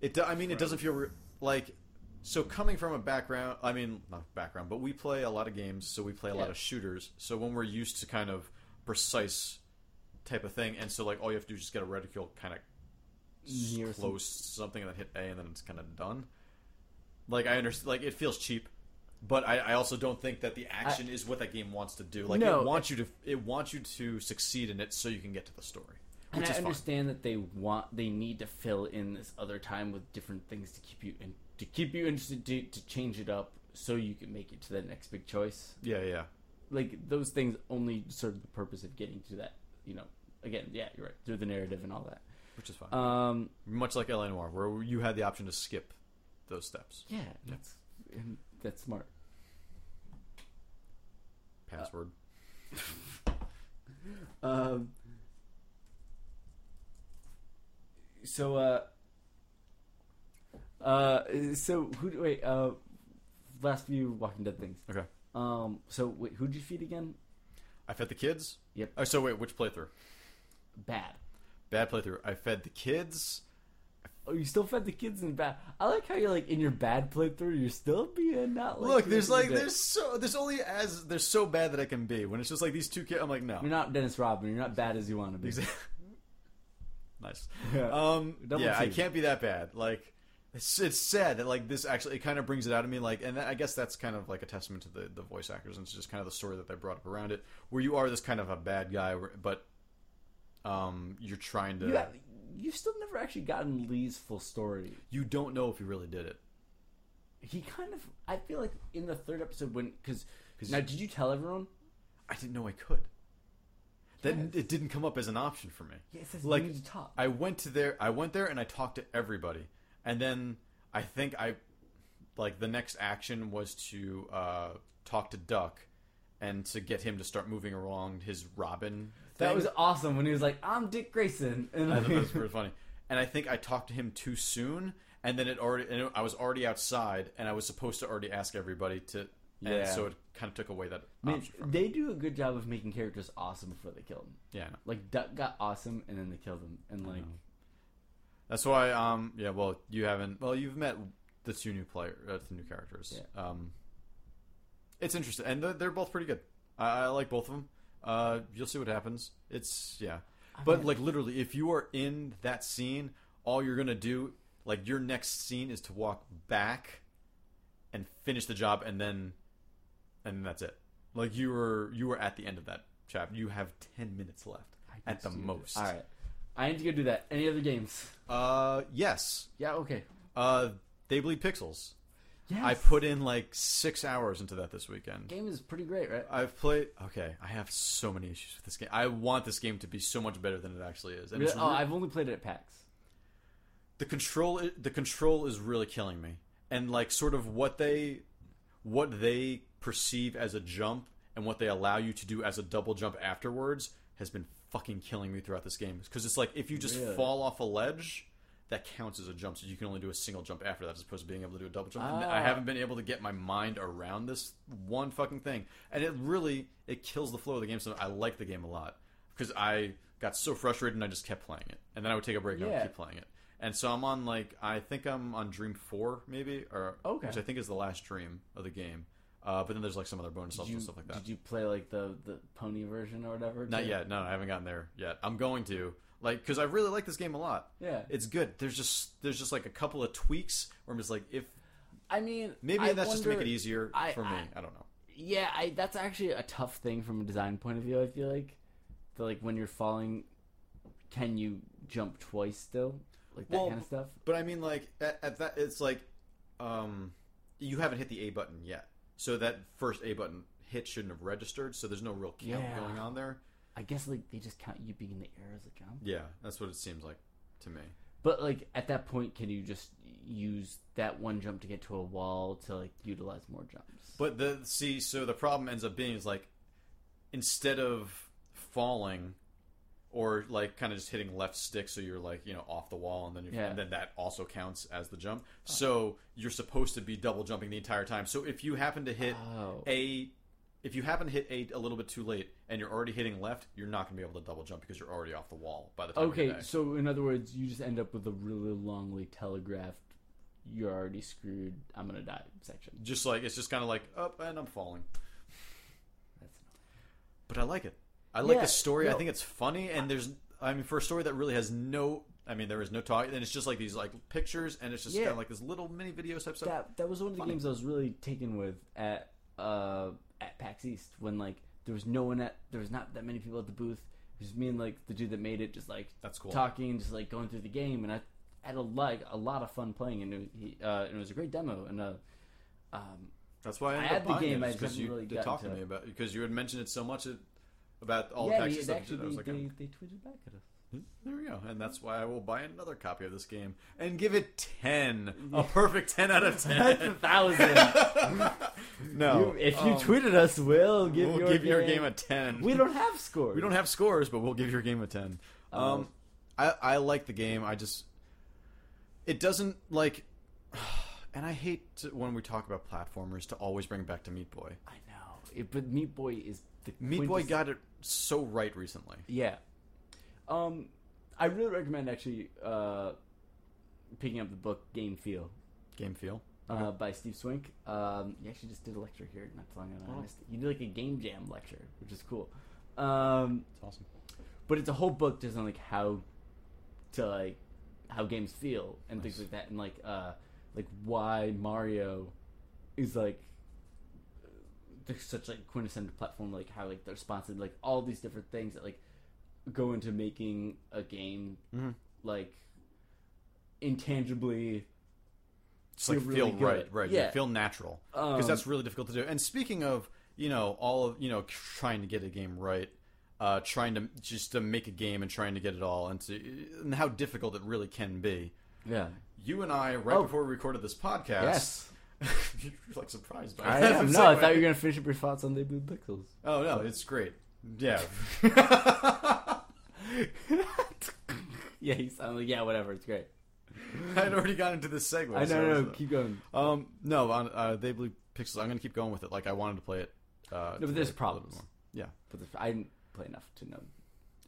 [SPEAKER 1] It. Do, I mean, it doesn't feel re- like. So coming from a background, I mean, not background, but we play a lot of games, so we play a lot
[SPEAKER 2] Yeah.
[SPEAKER 1] of shooters. So when we're used to kind of precise type of thing, and so like all you have to do is just get a reticule kind of
[SPEAKER 2] Near some-
[SPEAKER 1] close something and then hit A, and then it's kind of done. Like I understand, like it feels cheap, but I, I also don't think that the action is what that game wants to do. Like
[SPEAKER 2] No.
[SPEAKER 1] it wants you to, it wants you to succeed in it so you can get to the story,
[SPEAKER 2] And
[SPEAKER 1] which
[SPEAKER 2] I
[SPEAKER 1] is fine.
[SPEAKER 2] understand that they want, they need to fill in this other time with different things to keep you in, to keep you interested, to, to change it up, so you can make it to that next big choice.
[SPEAKER 1] Yeah, yeah.
[SPEAKER 2] Like those things only serve the purpose of getting to that. You know, again, yeah, you're right through the narrative and all that.
[SPEAKER 1] which is fine.
[SPEAKER 2] Um,
[SPEAKER 1] Much like L.A. Noire, where you had the option to skip those steps.
[SPEAKER 2] yeah, that's and that's smart. Uh,
[SPEAKER 1] Password.
[SPEAKER 2] Um, so, uh, uh, so who? do- Wait, uh, last few Walking Dead things.
[SPEAKER 1] okay.
[SPEAKER 2] Um, so wait, who'd you feed again?
[SPEAKER 1] I fed the kids.
[SPEAKER 2] Yep.
[SPEAKER 1] Oh, so wait, which playthrough?
[SPEAKER 2] Bad.
[SPEAKER 1] Bad playthrough. I fed the kids.
[SPEAKER 2] Oh, you still fed the kids in bad. I like how you're like in your bad playthrough. You're still being not like
[SPEAKER 1] Look, there's
[SPEAKER 2] you're
[SPEAKER 1] like
[SPEAKER 2] the-
[SPEAKER 1] there's so there's only as there's so bad that I can be when it's just like these two kids. I'm like no.
[SPEAKER 2] You're not Dennis Rodman. You're not bad as you want to be.
[SPEAKER 1] Exactly. (laughs) nice.
[SPEAKER 2] Yeah.
[SPEAKER 1] (laughs) Um,
[SPEAKER 2] Double
[SPEAKER 1] yeah, I
[SPEAKER 2] team.
[SPEAKER 1] can't be that bad. Like, it's, it's sad that like this actually it kind of brings it out of me. Like, and that, I guess that's kind of like a testament to the the voice actors and it's just kind of the story that they brought up around it, where you are this kind of a bad guy, where- but um, you're trying to
[SPEAKER 2] You have, you've still never actually gotten Lee's full story.
[SPEAKER 1] you don't know if you really did it.
[SPEAKER 2] He kind of. I feel like in the third episode when because
[SPEAKER 1] 'Cause-
[SPEAKER 2] now did you tell everyone?
[SPEAKER 1] I didn't know I could. That it didn't come up as an option for me.
[SPEAKER 2] Yeah, it says
[SPEAKER 1] Like,
[SPEAKER 2] you need to talk.
[SPEAKER 1] I went to there. I went there and I talked to everybody. And then I think I, like, the next action was to uh, talk to Duck, and to get him to start moving along his Robin. Thing.
[SPEAKER 2] that was awesome when he was like, "I'm Dick Grayson," (laughs)
[SPEAKER 1] (laughs)
[SPEAKER 2] and
[SPEAKER 1] I
[SPEAKER 2] like,
[SPEAKER 1] thought that (laughs) was pretty funny. And I think I talked to him too soon, and then it already. And I was already outside, and I was supposed to already ask everybody to. And
[SPEAKER 2] Yeah.
[SPEAKER 1] so it kind of took away that
[SPEAKER 2] Man,
[SPEAKER 1] option from me.
[SPEAKER 2] they do a good job of making characters awesome before they kill them.
[SPEAKER 1] Yeah, I know.
[SPEAKER 2] Like Duck got awesome, and then they killed him, and like
[SPEAKER 1] That's why, um, yeah. Well, you haven't. Well, you've met the two new player, uh, the new characters. Um, it's interesting, and they're, they're both pretty good. I, I like both of them. Uh, you'll see what happens. It's yeah, but like literally, if you are in that scene, all you're gonna do, like your next scene, is to walk back and finish the job, and then, and that's it. Like you were, you were at the end of that chapter. You have ten minutes left at the most.
[SPEAKER 2] All right, I need to go do that. Any other games?
[SPEAKER 1] Uh, yes.
[SPEAKER 2] Yeah. Okay.
[SPEAKER 1] Uh, they bleed pixels.
[SPEAKER 2] Yeah.
[SPEAKER 1] I put in like six hours into that this weekend.
[SPEAKER 2] game is pretty great, right?
[SPEAKER 1] I've played. Okay, I have so many issues with this game. I want this game to be so much better than it actually is. And
[SPEAKER 2] Really-
[SPEAKER 1] it's
[SPEAKER 2] oh,
[SPEAKER 1] re-
[SPEAKER 2] I've only played it at PAX.
[SPEAKER 1] the control, the control is really killing me. And like, sort of what they, what they perceive as a jump and what they allow you to do as a double jump afterwards has been fucking killing me throughout this game. Because it's like if you just
[SPEAKER 2] Really?
[SPEAKER 1] fall off a ledge. That counts as a jump, so you can only do a single jump after that, as opposed to being able to do a double jump. And I
[SPEAKER 2] Ah.
[SPEAKER 1] haven't been able to get my mind around this one fucking thing, and it really it kills the flow of the game. So I like the game a lot because I got so frustrated and I just kept playing it, and then I would take a break and I
[SPEAKER 2] Yeah.
[SPEAKER 1] would keep playing it. And so I'm on like I think I'm on Dream Four maybe, or
[SPEAKER 2] Okay.
[SPEAKER 1] which I think is the last dream of the game. Uh, but then there's like some other bonus levels
[SPEAKER 2] Did you,
[SPEAKER 1] and stuff like that.
[SPEAKER 2] did you play like the the pony version or whatever?
[SPEAKER 1] Not
[SPEAKER 2] too?
[SPEAKER 1] yet. No, I haven't gotten there yet. I'm going to like because I really like this game a lot.
[SPEAKER 2] Yeah.
[SPEAKER 1] It's good. There's just there's just like a couple of tweaks where I'm just like if
[SPEAKER 2] I mean,
[SPEAKER 1] maybe
[SPEAKER 2] I
[SPEAKER 1] that's just to make it
[SPEAKER 2] wonder-
[SPEAKER 1] easier
[SPEAKER 2] I-
[SPEAKER 1] for me.
[SPEAKER 2] I-
[SPEAKER 1] I don't know.
[SPEAKER 2] Yeah, I, that's actually a tough thing from a design point of view. I feel like, the, like when you're falling, can you jump twice still, like that
[SPEAKER 1] Well,
[SPEAKER 2] kind of stuff?
[SPEAKER 1] But I mean, like at, at that, it's like um, you haven't hit the A button yet, so that first A button hit shouldn't have registered. So there's no real count
[SPEAKER 2] Yeah.
[SPEAKER 1] going on there.
[SPEAKER 2] I guess like they just count you being in the air as a jump.
[SPEAKER 1] Yeah, that's what it seems like to me.
[SPEAKER 2] But like at that point, can you just use that one jump to get to a wall to like utilize more jumps?
[SPEAKER 1] But the see, so the problem ends up being is like instead of falling or like kind of just hitting left stick so you're like you know off the wall and then you
[SPEAKER 2] Yeah.
[SPEAKER 1] and then that also counts as the jump so you're supposed to be double jumping the entire time so if you happen to hit
[SPEAKER 2] Oh.
[SPEAKER 1] a if you happen to hit a a little bit too late and you're already hitting left you're not going to be able to double jump because you're already off the wall by the time you
[SPEAKER 2] Okay,
[SPEAKER 1] die.
[SPEAKER 2] so in other words, you just end up with a really longly telegraphed, you're already screwed, I'm gonna die section.
[SPEAKER 1] just like it's just kind of like up and i'm falling
[SPEAKER 2] That's
[SPEAKER 1] (laughs) but i like it i like
[SPEAKER 2] Yeah,
[SPEAKER 1] the story i
[SPEAKER 2] no.
[SPEAKER 1] think it's funny and there's i mean for a story that really has no i mean there is no talk and it's just like these like pictures and it's just
[SPEAKER 2] Yeah.
[SPEAKER 1] kind of like this little mini video type stuff
[SPEAKER 2] that that was one of the
[SPEAKER 1] funny.
[SPEAKER 2] games I was really taken with at uh at PAX East when like there was no one at there was not that many people at the booth. It was me and like the dude that made it, just like
[SPEAKER 1] that's cool
[SPEAKER 2] talking, just like going through the game, and I had a like a lot of fun playing, and it, he, uh, and it was a great demo, and uh, um,
[SPEAKER 1] That's why I
[SPEAKER 2] I
[SPEAKER 1] ended
[SPEAKER 2] had
[SPEAKER 1] up
[SPEAKER 2] the
[SPEAKER 1] buying
[SPEAKER 2] game, I
[SPEAKER 1] it
[SPEAKER 2] just
[SPEAKER 1] because
[SPEAKER 2] haven't
[SPEAKER 1] you
[SPEAKER 2] really
[SPEAKER 1] did
[SPEAKER 2] gotten
[SPEAKER 1] talk to
[SPEAKER 2] to
[SPEAKER 1] me
[SPEAKER 2] it.
[SPEAKER 1] about because you had mentioned it so much it, about all
[SPEAKER 2] yeah,
[SPEAKER 1] the Paxi
[SPEAKER 2] they, they
[SPEAKER 1] stuff. and shit. I was
[SPEAKER 2] actually
[SPEAKER 1] like,
[SPEAKER 2] they,
[SPEAKER 1] "Oh,
[SPEAKER 2] they tweeted back
[SPEAKER 1] (laughs)
[SPEAKER 2] at us. (laughs)
[SPEAKER 1] there we go, and that's why I will buy another copy of this game and give it ten, a perfect ten
[SPEAKER 2] (laughs)
[SPEAKER 1] out of
[SPEAKER 2] That's
[SPEAKER 1] ten.
[SPEAKER 2] a thousand.
[SPEAKER 1] (laughs) no,
[SPEAKER 2] You- if you
[SPEAKER 1] um,
[SPEAKER 2] tweeted us, we'll give,
[SPEAKER 1] we'll
[SPEAKER 2] your,
[SPEAKER 1] give
[SPEAKER 2] game.
[SPEAKER 1] your game a ten.
[SPEAKER 2] We don't Oh. have scores.
[SPEAKER 1] We don't have scores, but we'll give your game a ten. Um, I I like the game. I just it doesn't like, (sighs) and I hate to, when we talk about platformers to always bring back to Meat Boy.
[SPEAKER 2] I know, it, but Meat Boy is the
[SPEAKER 1] Meat Boy
[SPEAKER 2] quintess-
[SPEAKER 1] got it so right recently.
[SPEAKER 2] Yeah. Um, I really recommend actually uh, picking up the book Game Feel
[SPEAKER 1] Game feel.
[SPEAKER 2] uh, by Steve Swink. Um, he actually just did a lecture here not too long ago. and I
[SPEAKER 1] Oh.
[SPEAKER 2] missed it. He did like a game jam lecture, which is cool. Um,
[SPEAKER 1] It's awesome.
[SPEAKER 2] but it's a whole book just on like how to like how games feel and things
[SPEAKER 1] Nice.
[SPEAKER 2] like that, and like uh, like why Mario is like there's such like quintessential platform like how like they're sponsored like all these different things that like go into making a game
[SPEAKER 1] Mhm.
[SPEAKER 2] like intangibly
[SPEAKER 1] Just like
[SPEAKER 2] feel
[SPEAKER 1] feel,
[SPEAKER 2] really good.
[SPEAKER 1] right, right. Yeah.
[SPEAKER 2] Yeah.
[SPEAKER 1] feel natural because
[SPEAKER 2] um,
[SPEAKER 1] that's really difficult to do. And speaking of, you know, all of you know, trying to get a game right, uh, trying to just to make a game and trying to get it all, and to and how difficult it really can be.
[SPEAKER 2] yeah
[SPEAKER 1] You and I, right
[SPEAKER 2] Oh.
[SPEAKER 1] before we recorded this podcast,
[SPEAKER 2] yes
[SPEAKER 1] (laughs) you're like surprised (laughs) by
[SPEAKER 2] I
[SPEAKER 1] that.
[SPEAKER 2] am
[SPEAKER 1] I'm
[SPEAKER 2] (laughs) no
[SPEAKER 1] sorry.
[SPEAKER 2] I thought you were gonna finish up your thoughts on the blue pixels
[SPEAKER 1] Oh no, it's great. Yeah,
[SPEAKER 2] (laughs)
[SPEAKER 1] (laughs)
[SPEAKER 2] yeah you sound like yeah whatever it's great
[SPEAKER 1] I'd already got into this segue.
[SPEAKER 2] I
[SPEAKER 1] so
[SPEAKER 2] know no
[SPEAKER 1] was-
[SPEAKER 2] keep going
[SPEAKER 1] Um, no, on uh, they blew pixels. I'm gonna keep going with it. Like I wanted to play it. Uh,
[SPEAKER 2] no but
[SPEAKER 1] today.
[SPEAKER 2] there's problems
[SPEAKER 1] Yeah.
[SPEAKER 2] but there's, I didn't play enough to know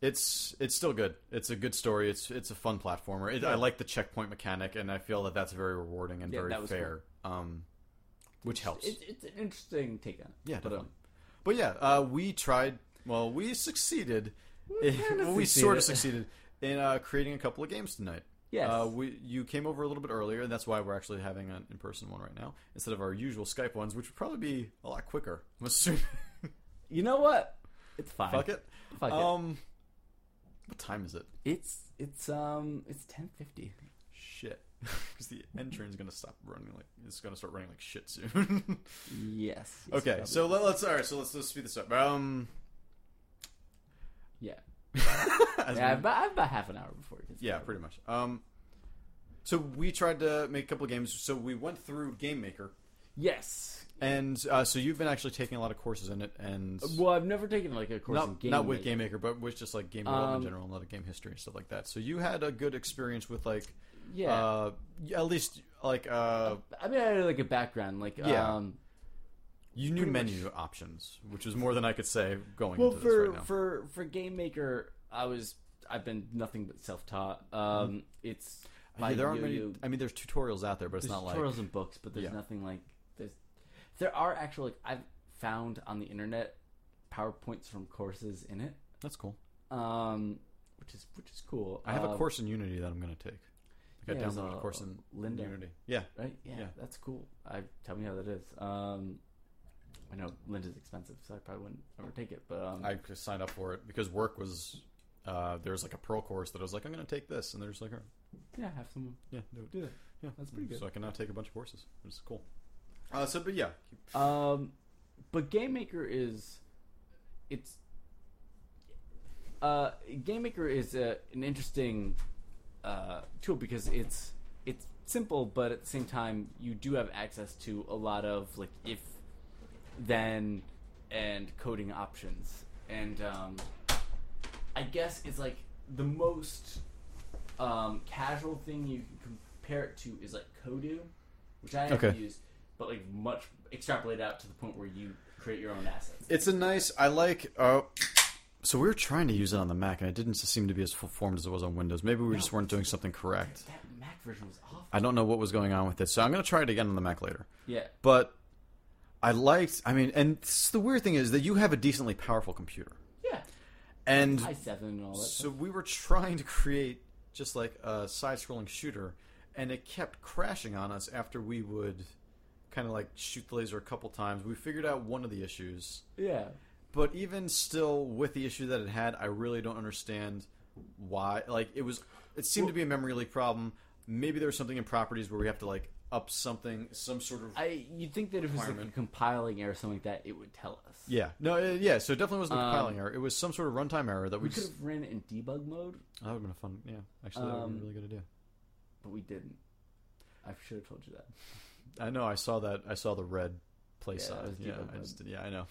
[SPEAKER 1] It's it's still good. It's a good story. It's it's a fun platformer. It, I like the checkpoint mechanic, and I feel that that's very rewarding and
[SPEAKER 2] Yeah,
[SPEAKER 1] very
[SPEAKER 2] that was
[SPEAKER 1] fair. Um, which helps.
[SPEAKER 2] it's, it's an interesting take on it
[SPEAKER 1] yeah,
[SPEAKER 2] but,
[SPEAKER 1] definitely.
[SPEAKER 2] um,
[SPEAKER 1] But yeah, uh, we tried. Well, we succeeded.
[SPEAKER 2] We
[SPEAKER 1] (laughs)
[SPEAKER 2] kinda
[SPEAKER 1] we sort of
[SPEAKER 2] succeeded.
[SPEAKER 1] succeeded in uh, creating a couple of games tonight.
[SPEAKER 2] yes
[SPEAKER 1] Uh, we you came over a little bit earlier, and that's why we're actually having an in-person one right now instead of our usual Skype ones, which would probably be a lot quicker. I'm assuming.
[SPEAKER 2] you know what it's fine
[SPEAKER 1] Fuck it.
[SPEAKER 2] Fuck it.
[SPEAKER 1] Um, what time is it?
[SPEAKER 2] It's it's um it's ten fifty.
[SPEAKER 1] shit (laughs) because the end train's gonna stop running like it's gonna start running like shit soon (laughs)
[SPEAKER 2] Yes. yes,
[SPEAKER 1] okay
[SPEAKER 2] probably.
[SPEAKER 1] so let, us all right so let's let's speed this up um
[SPEAKER 2] yeah,
[SPEAKER 1] (laughs) as
[SPEAKER 2] yeah,
[SPEAKER 1] we-
[SPEAKER 2] about, I'm about half an hour before. It gets
[SPEAKER 1] yeah
[SPEAKER 2] started.
[SPEAKER 1] pretty much um so we tried to make a couple of games so we went through game maker
[SPEAKER 2] Yes.
[SPEAKER 1] and uh, so you've been actually taking a lot of courses in it and
[SPEAKER 2] Well, I've never taken like a course in
[SPEAKER 1] not,
[SPEAKER 2] game.
[SPEAKER 1] not with
[SPEAKER 2] making.
[SPEAKER 1] game maker but with just like game development
[SPEAKER 2] Um,
[SPEAKER 1] in general and a lot of game history and stuff like that so you had a good experience with like
[SPEAKER 2] Yeah.
[SPEAKER 1] uh at least like uh
[SPEAKER 2] I mean, I had like a background, like
[SPEAKER 1] Yeah.
[SPEAKER 2] um.
[SPEAKER 1] you knew
[SPEAKER 2] pretty much-
[SPEAKER 1] menu options which is more than i could say going
[SPEAKER 2] Well,
[SPEAKER 1] into this
[SPEAKER 2] for
[SPEAKER 1] right now
[SPEAKER 2] for for game maker, I was I've been nothing but self taught. Um, it's by
[SPEAKER 1] yeah, there aren't many.
[SPEAKER 2] yo-yo-
[SPEAKER 1] Mm-hmm. I mean, there's tutorials out there, but it's
[SPEAKER 2] there's
[SPEAKER 1] not like
[SPEAKER 2] tutorials and books, but there's
[SPEAKER 1] Yeah.
[SPEAKER 2] nothing like there's there are actual like I've found on the internet powerpoints from courses in it.
[SPEAKER 1] that's cool.
[SPEAKER 2] um, which is which is cool.
[SPEAKER 1] I have a
[SPEAKER 2] Um,
[SPEAKER 1] course in Unity that I'm going to take. Like,
[SPEAKER 2] yeah,
[SPEAKER 1] I
[SPEAKER 2] there's
[SPEAKER 1] downloaded a
[SPEAKER 2] a-
[SPEAKER 1] course in
[SPEAKER 2] Linda,
[SPEAKER 1] Unity. Yeah,
[SPEAKER 2] right? Yeah,
[SPEAKER 1] Yeah.
[SPEAKER 2] that's cool. I tell me how that is. Um, I know Linda's expensive, so I probably wouldn't ever take it. But um,
[SPEAKER 1] I just signed up for it because work was. Uh, there was like a Perl course that I was like, I'm going to take this, and they're just like, All right,
[SPEAKER 2] yeah, have someone
[SPEAKER 1] yeah, do it.
[SPEAKER 2] do that.
[SPEAKER 1] Yeah,
[SPEAKER 2] That's pretty good.
[SPEAKER 1] So I can now take a bunch of courses, which is cool. Uh, so, but yeah,
[SPEAKER 2] Um, but Game Maker is, it's, uh, Game Maker is a, an interesting uh, tool because it's it's simple, but at the same time, you do have access to a lot of like if, then, and coding options, and um, I guess is like the most um, casual thing you can compare it to is like Kodu, which I have
[SPEAKER 1] Okay.
[SPEAKER 2] used, but like much extrapolated out to the point where you create your own assets.
[SPEAKER 1] It's a nice. I like. Uh, so we were trying to use it on the Mac, and it didn't seem to be as full formed as it was on Windows. Maybe we just weren't doing something correct.
[SPEAKER 2] That Mac version was awful.
[SPEAKER 1] I don't know what was going on with it, so I'm gonna try it again on the Mac later.
[SPEAKER 2] yeah,
[SPEAKER 1] But I liked. I mean, and s- the weird thing is that you have a decently powerful computer,
[SPEAKER 2] yeah,
[SPEAKER 1] and
[SPEAKER 2] i seven and all that.
[SPEAKER 1] so we were trying to create just like a side-scrolling shooter, and it kept crashing on us after we would kind of like shoot the laser a couple times. We figured out one of the issues.
[SPEAKER 2] yeah,
[SPEAKER 1] But even still, with the issue that it had, I really don't understand why. Like it was, it seemed to be a memory leak problem. Maybe there was something in properties where we have to like up something, some sort of.
[SPEAKER 2] I you'd think that if it was like a
[SPEAKER 1] Requirement.
[SPEAKER 2] compiling error or something like that, it would tell us.
[SPEAKER 1] yeah, no, it, yeah. So it definitely wasn't a
[SPEAKER 2] Um,
[SPEAKER 1] compiling error. It was some sort of runtime error that we.
[SPEAKER 2] We could
[SPEAKER 1] just,
[SPEAKER 2] have ran it in debug mode,
[SPEAKER 1] that would have been a fun. Yeah, actually, that would be a
[SPEAKER 2] Um,
[SPEAKER 1] really good idea.
[SPEAKER 2] but we didn't. I should have told
[SPEAKER 1] (laughs)
[SPEAKER 2] you that.
[SPEAKER 1] I know. I saw that. I saw the red play
[SPEAKER 2] Yeah, that
[SPEAKER 1] side.
[SPEAKER 2] was
[SPEAKER 1] Yeah,
[SPEAKER 2] debug
[SPEAKER 1] I
[SPEAKER 2] mode.
[SPEAKER 1] just did. Yeah, I know.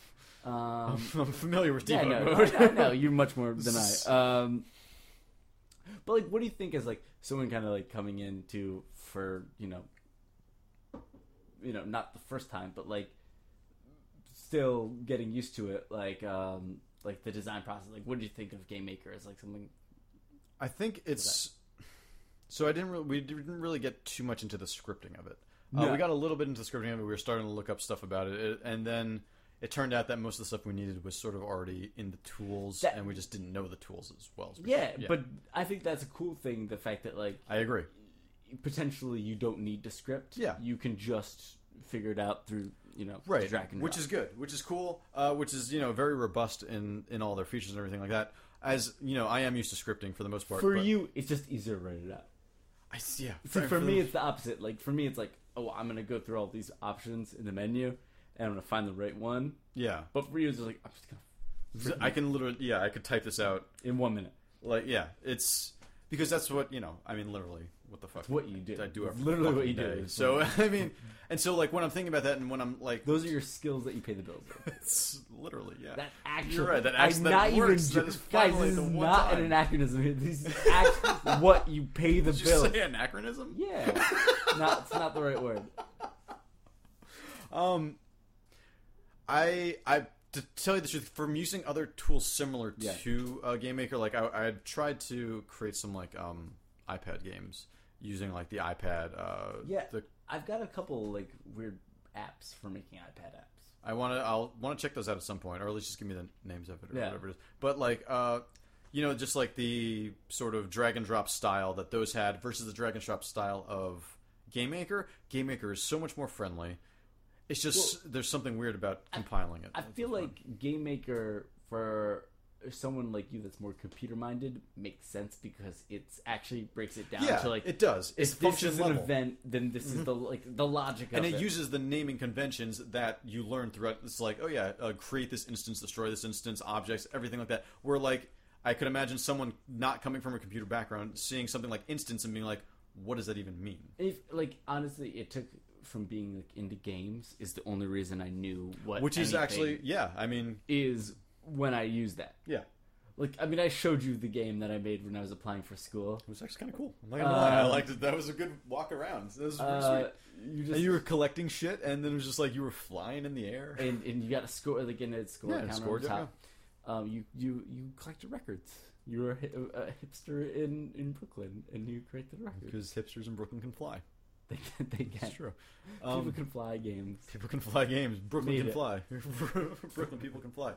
[SPEAKER 2] Um,
[SPEAKER 1] (laughs) I'm familiar with
[SPEAKER 2] yeah,
[SPEAKER 1] debug
[SPEAKER 2] no,
[SPEAKER 1] mode.
[SPEAKER 2] I, I know you're much more than I.
[SPEAKER 1] (laughs)
[SPEAKER 2] Um, but like, what do you think is like someone kind of like coming in to for you know, you know, not the first time, but like still getting used to it. Like, um, like the design process. Like, what do you think of Game Maker as like something?
[SPEAKER 1] I think it's. So I didn't. Really, we didn't really get too much into the scripting of it. Uh,
[SPEAKER 2] No.
[SPEAKER 1] we got a little bit into the scripting of it. We were starting to look up stuff about it, it and then it turned out that most of the stuff we needed was sort of already in the tools,
[SPEAKER 2] That-
[SPEAKER 1] and we just didn't know the tools as well. As we
[SPEAKER 2] Yeah,
[SPEAKER 1] should.
[SPEAKER 2] but I think that's a cool thing. The fact that like
[SPEAKER 1] I agree.
[SPEAKER 2] potentially you don't need to script.
[SPEAKER 1] Yeah.
[SPEAKER 2] you can just figure it out through you know
[SPEAKER 1] Right,
[SPEAKER 2] drag and
[SPEAKER 1] which
[SPEAKER 2] drop.
[SPEAKER 1] is good, which is cool, uh, which is you know very robust in in all their features and everything like that. As you know, I am used to scripting for the most part.
[SPEAKER 2] for
[SPEAKER 1] but
[SPEAKER 2] you. It's just easier to write it out.
[SPEAKER 1] I, yeah.
[SPEAKER 2] See,
[SPEAKER 1] right,
[SPEAKER 2] for
[SPEAKER 1] the-
[SPEAKER 2] me, it's the opposite. Like for me, it's like, oh, I'm gonna go through all these options in the menu, and I'm gonna find the right one.
[SPEAKER 1] yeah,
[SPEAKER 2] But for you, it's just like I'm just gonna
[SPEAKER 1] I can literally, yeah, I could type this out.
[SPEAKER 2] in one minute.
[SPEAKER 1] Like, yeah, it's because that's what you know. I mean, literally, what the fuck?
[SPEAKER 2] It's what you do.
[SPEAKER 1] I do
[SPEAKER 2] It's
[SPEAKER 1] every
[SPEAKER 2] literally what
[SPEAKER 1] fucking
[SPEAKER 2] you
[SPEAKER 1] day.
[SPEAKER 2] do.
[SPEAKER 1] So (laughs) I mean, and so like when I'm thinking about that, and when I'm like,
[SPEAKER 2] those are your skills that you pay the bills
[SPEAKER 1] (laughs)
[SPEAKER 2] with.
[SPEAKER 1] it's literally yeah.
[SPEAKER 2] That actually,
[SPEAKER 1] You're right, that
[SPEAKER 2] I'm
[SPEAKER 1] actually- that
[SPEAKER 2] not
[SPEAKER 1] works.
[SPEAKER 2] even
[SPEAKER 1] That is
[SPEAKER 2] guys.
[SPEAKER 1] finally
[SPEAKER 2] This is
[SPEAKER 1] the one
[SPEAKER 2] not
[SPEAKER 1] time.
[SPEAKER 2] an anachronism. here.
[SPEAKER 1] (laughs)
[SPEAKER 2] This is act- what you pay the
[SPEAKER 1] Did you
[SPEAKER 2] bills.
[SPEAKER 1] say anachronism?
[SPEAKER 2] Yeah, not it's not the right word.
[SPEAKER 1] Um, I I to tell you the truth, from using other tools similar
[SPEAKER 2] Yeah.
[SPEAKER 1] to uh, Game Maker, like I, I had tried to create some like um iPad games using like the iPad. Uh,
[SPEAKER 2] Yeah.
[SPEAKER 1] The,
[SPEAKER 2] I've got a couple like weird apps for making iPad apps.
[SPEAKER 1] I want to. I'll want to check those out at some point, or at least just give me the names of it or
[SPEAKER 2] Yeah.
[SPEAKER 1] whatever it is. But like, uh, you know, just like the sort of drag and drop style that those had versus the drag and drop style of Game Maker. Game Maker is so much more friendly. It's just there's something weird about compiling it.
[SPEAKER 2] I feel like Game Maker for someone like you that's more computer minded makes sense because it's actually breaks it down
[SPEAKER 1] yeah,
[SPEAKER 2] to like
[SPEAKER 1] it does. It's
[SPEAKER 2] if this
[SPEAKER 1] function
[SPEAKER 2] is an
[SPEAKER 1] level. Mm-hmm.
[SPEAKER 2] event, then this is the like the logic
[SPEAKER 1] and
[SPEAKER 2] of
[SPEAKER 1] it uses the naming conventions that you learn throughout. It's like, oh yeah, uh, create this instance, destroy this instance, objects, everything like that. Where like I could imagine someone not coming from a computer background seeing something like instance and being like, what does that even mean?
[SPEAKER 2] if like honestly, it took from being like into games is the only reason I knew what
[SPEAKER 1] Which is
[SPEAKER 2] anything
[SPEAKER 1] actually, yeah, I mean,
[SPEAKER 2] is when I used that.
[SPEAKER 1] yeah,
[SPEAKER 2] Like I mean, I showed you the game that I made when I was applying for school.
[SPEAKER 1] it was actually kind of cool. I'm not gonna lie, I
[SPEAKER 2] Um,
[SPEAKER 1] liked it. That was a good walk around. That was pretty
[SPEAKER 2] Uh,
[SPEAKER 1] sweet.
[SPEAKER 2] you just
[SPEAKER 1] And you were collecting shit, and then it was just like you were flying in the air.
[SPEAKER 2] and and you got a score like in a score
[SPEAKER 1] Yeah,
[SPEAKER 2] counter
[SPEAKER 1] score,
[SPEAKER 2] on
[SPEAKER 1] yeah,
[SPEAKER 2] top. Um, you you you collected records. You were a, hi- a hipster in in Brooklyn, and you created a record.
[SPEAKER 1] Because hipsters in Brooklyn can fly.
[SPEAKER 2] They can, they
[SPEAKER 1] That's
[SPEAKER 2] can.
[SPEAKER 1] true.
[SPEAKER 2] people
[SPEAKER 1] Um,
[SPEAKER 2] can fly games.
[SPEAKER 1] people can fly games. Brooklyn
[SPEAKER 2] Made
[SPEAKER 1] can
[SPEAKER 2] it.
[SPEAKER 1] fly. (laughs) Brooklyn people can
[SPEAKER 2] (laughs)
[SPEAKER 1] fly.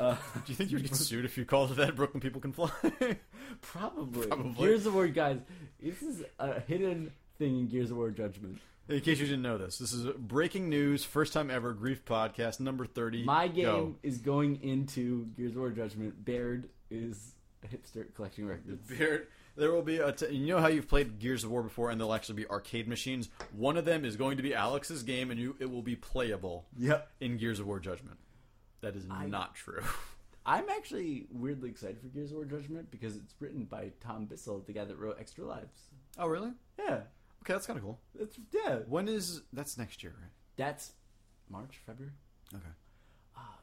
[SPEAKER 2] Uh,
[SPEAKER 1] Do you think you'd get sued if you called it that? Brooklyn people can fly. (laughs)
[SPEAKER 2] probably.
[SPEAKER 1] Probably.
[SPEAKER 2] Gears of War, guys. This is a hidden thing in Gears of War Judgment.
[SPEAKER 1] In case you didn't know this, this is breaking news, first time ever, grief podcast number thirty.
[SPEAKER 2] My game
[SPEAKER 1] Go.
[SPEAKER 2] is going into Gears of War Judgment. Baird is a hipster collecting records.
[SPEAKER 1] There, there will be a. T- you know how you've played Gears of War before, and there'll actually be arcade machines. One of them is going to be Alex's game, and you it will be playable
[SPEAKER 2] Yep.
[SPEAKER 1] in Gears of War Judgment. That is
[SPEAKER 2] I-
[SPEAKER 1] not true. (laughs)
[SPEAKER 2] I'm actually weirdly excited for Gears of War Judgment because it's written by Tom Bissell, the guy that wrote Extra Lives.
[SPEAKER 1] Oh, really?
[SPEAKER 2] Yeah.
[SPEAKER 1] Okay, that's kind of cool.
[SPEAKER 2] That's yeah.
[SPEAKER 1] When is that's next year, right?
[SPEAKER 2] That's March, February.
[SPEAKER 1] Okay.
[SPEAKER 2] Ah.
[SPEAKER 1] Uh,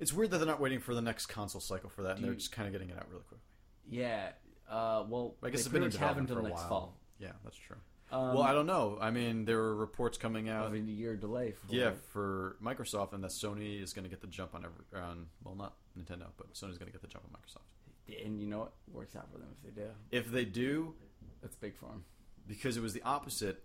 [SPEAKER 1] It's weird that they're not waiting for the next console cycle for that, and they're
[SPEAKER 2] Dude.
[SPEAKER 1] just kind of getting it out really quick.
[SPEAKER 2] Yeah. Uh, well,
[SPEAKER 1] I guess
[SPEAKER 2] they
[SPEAKER 1] it's been
[SPEAKER 2] pretty
[SPEAKER 1] in
[SPEAKER 2] much have
[SPEAKER 1] development
[SPEAKER 2] until
[SPEAKER 1] for a
[SPEAKER 2] next
[SPEAKER 1] while.
[SPEAKER 2] fall.
[SPEAKER 1] Yeah, that's true.
[SPEAKER 2] Um,
[SPEAKER 1] well, I don't know. I mean, there were reports coming out.
[SPEAKER 2] of a year delay. For
[SPEAKER 1] yeah, for Microsoft, and that Sony is going to get the jump on every on well, not Nintendo, but Sony's going to get the jump on Microsoft.
[SPEAKER 2] and you know what works out for them if they do.
[SPEAKER 1] If they do,
[SPEAKER 2] That's big for them.
[SPEAKER 1] because it was the opposite,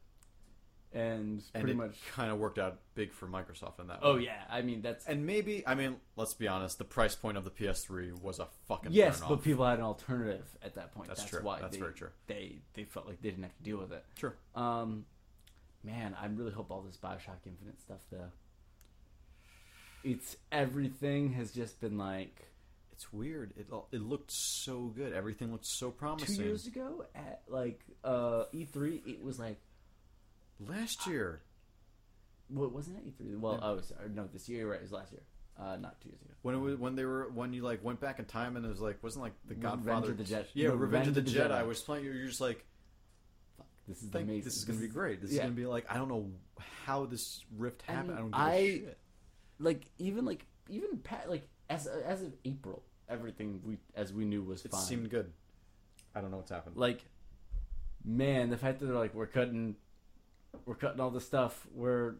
[SPEAKER 2] And
[SPEAKER 1] and
[SPEAKER 2] pretty
[SPEAKER 1] it
[SPEAKER 2] much.
[SPEAKER 1] kind of worked out big for Microsoft in that.
[SPEAKER 2] Oh
[SPEAKER 1] way.
[SPEAKER 2] yeah, I mean that's
[SPEAKER 1] and maybe I mean, let's be honest, the price point of the PS3 was a fucking
[SPEAKER 2] yes,
[SPEAKER 1] turn
[SPEAKER 2] but people had an alternative at that point.
[SPEAKER 1] That's
[SPEAKER 2] That's,
[SPEAKER 1] true.
[SPEAKER 2] why
[SPEAKER 1] That's
[SPEAKER 2] they,
[SPEAKER 1] very true.
[SPEAKER 2] They they felt like they didn't have to deal with it.
[SPEAKER 1] Sure.
[SPEAKER 2] Um, man, I really hope all this Bioshock Infinite stuff though. It's everything has just been like
[SPEAKER 1] It's weird. It all- it looked so good. Everything looked so
[SPEAKER 2] two
[SPEAKER 1] promising.
[SPEAKER 2] years ago at like uh E three. It was like
[SPEAKER 1] Last year,
[SPEAKER 2] what wasn't it E three? Well,
[SPEAKER 1] Yeah.
[SPEAKER 2] oh sorry, no, this year you're right. It was last year, uh, not two years ago.
[SPEAKER 1] when it was when they were when you like went back in time and it was like wasn't like the
[SPEAKER 2] Revenge
[SPEAKER 1] Godfather
[SPEAKER 2] of the Jedi-
[SPEAKER 1] Yeah,
[SPEAKER 2] no,
[SPEAKER 1] Revenge of the Jedi.
[SPEAKER 2] Jedi.
[SPEAKER 1] was playing. You're just like,
[SPEAKER 2] Fuck, this is
[SPEAKER 1] think
[SPEAKER 2] amazing.
[SPEAKER 1] this is gonna be great. This is
[SPEAKER 2] yeah.
[SPEAKER 1] gonna be like, I don't know how this rift
[SPEAKER 2] I
[SPEAKER 1] happened. I, don't
[SPEAKER 2] mean,
[SPEAKER 1] give a
[SPEAKER 2] I-
[SPEAKER 1] shit.
[SPEAKER 2] like even like even pa- like as as of April, everything we as we knew was
[SPEAKER 1] It
[SPEAKER 2] fine.
[SPEAKER 1] seemed good. I don't know what's happened.
[SPEAKER 2] like man, the fact that they're like we're cutting, we're cutting all the stuff. We're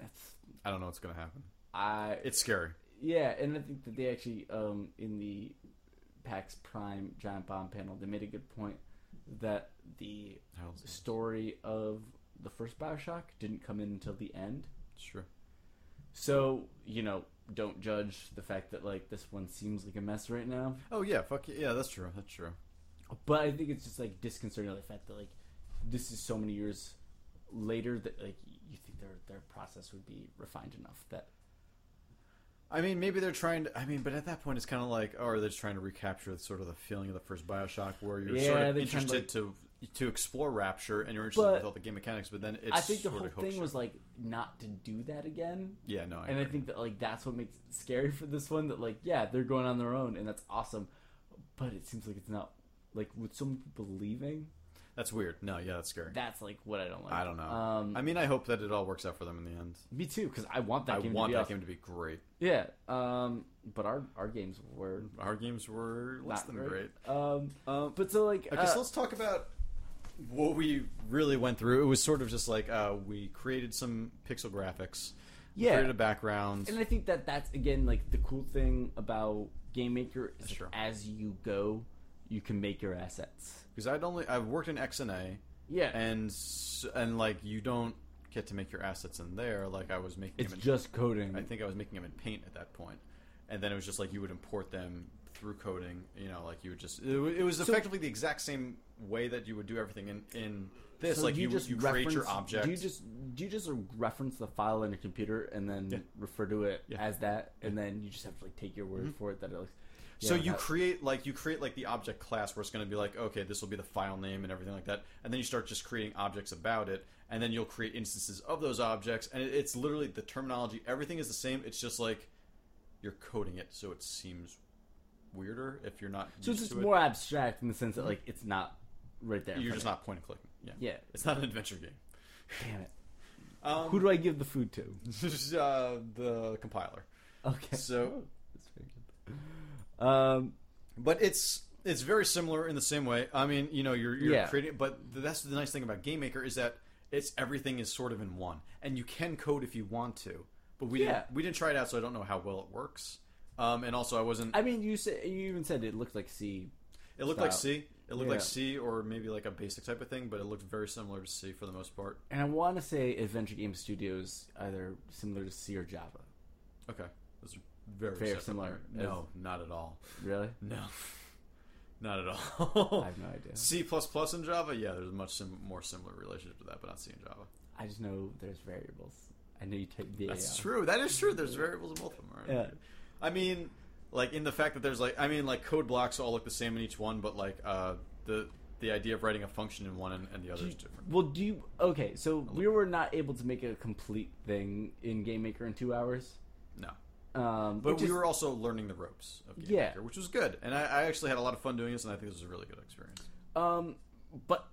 [SPEAKER 2] that's
[SPEAKER 1] I don't know what's gonna happen.
[SPEAKER 2] I
[SPEAKER 1] It's scary.
[SPEAKER 2] yeah, and I think that they actually um in the PAX Prime Giant Bomb panel they made a good point that the
[SPEAKER 1] I don't- It's
[SPEAKER 2] story of the first Bioshock didn't come in until the end.
[SPEAKER 1] true.
[SPEAKER 2] So, you know, don't judge the fact that like this one seems like a mess right now.
[SPEAKER 1] Oh yeah, fuck yeah. yeah, that's true. That's true.
[SPEAKER 2] But I think it's just like disconcerting the fact that like this is so many years later that like you think their their process would be refined enough that
[SPEAKER 1] I mean, maybe they're trying to. I mean, but at that point, it's kind of like, oh, are they just trying to recapture sort of the feeling of the first Bioshock, where you're
[SPEAKER 2] Yeah,
[SPEAKER 1] sort of
[SPEAKER 2] they're trying to,
[SPEAKER 1] interested
[SPEAKER 2] like-
[SPEAKER 1] to to explore Rapture and you're interested
[SPEAKER 2] But-
[SPEAKER 1] with all the game mechanics, but then it's
[SPEAKER 2] I think the
[SPEAKER 1] sort
[SPEAKER 2] whole
[SPEAKER 1] of
[SPEAKER 2] thing
[SPEAKER 1] hooked.
[SPEAKER 2] was like not to do that again.
[SPEAKER 1] yeah, no, I
[SPEAKER 2] And I
[SPEAKER 1] agree.
[SPEAKER 2] think that like that's what makes it scary for this one that like yeah, they're going on their own and that's awesome. But it seems like it's not like with some people leaving,
[SPEAKER 1] that's weird. No, yeah, that's scary.
[SPEAKER 2] that's like what I don't like.
[SPEAKER 1] I don't know.
[SPEAKER 2] Um
[SPEAKER 1] I mean, I hope that it all works out for them in the end.
[SPEAKER 2] me too, because I want that
[SPEAKER 1] I
[SPEAKER 2] game
[SPEAKER 1] want
[SPEAKER 2] to be
[SPEAKER 1] that
[SPEAKER 2] awesome.
[SPEAKER 1] game to be great.
[SPEAKER 2] Yeah, um, but our our games were
[SPEAKER 1] Our games were less
[SPEAKER 2] not
[SPEAKER 1] than great.
[SPEAKER 2] Um,
[SPEAKER 1] Um,
[SPEAKER 2] but so like,
[SPEAKER 1] okay, so
[SPEAKER 2] uh,
[SPEAKER 1] let's talk about what we really went through. It was sort of just like uh, we created some pixel graphics. We
[SPEAKER 2] Yeah.
[SPEAKER 1] created a background.
[SPEAKER 2] and I think that that's again like the cool thing about Game Maker is
[SPEAKER 1] That's
[SPEAKER 2] like,
[SPEAKER 1] true.
[SPEAKER 2] as you go, you can make your assets.
[SPEAKER 1] because I'd only I've worked in XNA
[SPEAKER 2] Yeah,
[SPEAKER 1] and s- and like you don't get to make your assets in there. Like I was making
[SPEAKER 2] it's
[SPEAKER 1] them in,
[SPEAKER 2] just coding.
[SPEAKER 1] I think I was making them in Paint at that point, and then it was just like you would import them through coding. You know, like you would just it, wa- it was effectively the exact same way that you would do everything in in this.
[SPEAKER 2] So
[SPEAKER 1] like
[SPEAKER 2] do
[SPEAKER 1] you you create your
[SPEAKER 2] reference-
[SPEAKER 1] object.
[SPEAKER 2] Do you just do you just reference the file on your computer and then
[SPEAKER 1] Yeah.
[SPEAKER 2] refer to it
[SPEAKER 1] Yeah. Mm-hmm.
[SPEAKER 2] as that, and then you just have to like take your word for it that it looks.
[SPEAKER 1] so
[SPEAKER 2] Yeah,
[SPEAKER 1] you
[SPEAKER 2] that-
[SPEAKER 1] create like you create like the object class where it's going to be like okay this will be the file name and everything like that and then you start just creating objects about it and then you'll create instances of those objects and it, it's literally the terminology everything is the same it's just like you're coding it so it seems weirder if you're not
[SPEAKER 2] so it's
[SPEAKER 1] used
[SPEAKER 2] just
[SPEAKER 1] to it. Mm-hmm.
[SPEAKER 2] more abstract in the sense that like it's not right there. in
[SPEAKER 1] you're
[SPEAKER 2] front
[SPEAKER 1] just
[SPEAKER 2] of
[SPEAKER 1] not point and clicking yeah
[SPEAKER 2] you. Yeah,
[SPEAKER 1] (laughs) it's not an adventure game
[SPEAKER 2] damn it.
[SPEAKER 1] um, (laughs)
[SPEAKER 2] Who do I give the food to? (laughs)
[SPEAKER 1] uh, the compiler
[SPEAKER 2] Okay.
[SPEAKER 1] So-
[SPEAKER 2] that's very good. Um,
[SPEAKER 1] but it's it's very similar in the same way. I mean, you know, you're you're
[SPEAKER 2] Yeah.
[SPEAKER 1] creating, but that's the nice thing about Game Maker is that it's everything is sort of in one, and you can code if you want to. But we
[SPEAKER 2] Yeah.
[SPEAKER 1] didn't, we didn't try it out, so I don't know how well it works. Um, and also, I wasn't.
[SPEAKER 2] I mean, you said you even said it looked like C.
[SPEAKER 1] It looked like
[SPEAKER 2] Stop.
[SPEAKER 1] C. It looked like
[SPEAKER 2] Yeah.
[SPEAKER 1] C, or maybe like a basic type of thing, but it looked very similar to C for the most part.
[SPEAKER 2] And I want to say Adventure Game Studios either similar to C or Java.
[SPEAKER 1] Okay, those are very,
[SPEAKER 2] Very
[SPEAKER 1] similar.
[SPEAKER 2] similar.
[SPEAKER 1] No, not at all.
[SPEAKER 2] Really?
[SPEAKER 1] No, (laughs) not at all.
[SPEAKER 2] I have no
[SPEAKER 1] (laughs)
[SPEAKER 2] idea.
[SPEAKER 1] C plus plus and Java, yeah, there's a much sim- more similar relationship to that, but not C and Java.
[SPEAKER 2] I just know there's variables. I know you take the.
[SPEAKER 1] That's true. That is true. There's variables in both of them. Right?
[SPEAKER 2] Yeah.
[SPEAKER 1] I mean, like in the fact that there's like I mean like code blocks all look the same in each one, but like uh the the idea of writing a function in one and, and the other
[SPEAKER 2] Do
[SPEAKER 1] is
[SPEAKER 2] you-
[SPEAKER 1] different.
[SPEAKER 2] Well, do you okay? So we were not able to make a complete thing in Game Maker in two hours.
[SPEAKER 1] No,
[SPEAKER 2] Um,
[SPEAKER 1] but
[SPEAKER 2] which
[SPEAKER 1] we
[SPEAKER 2] is-
[SPEAKER 1] were also learning the ropes of Game
[SPEAKER 2] Yeah.
[SPEAKER 1] Maker, which was good, and I, I actually had a lot of fun doing this, and I think this was a really good experience.
[SPEAKER 2] Um, but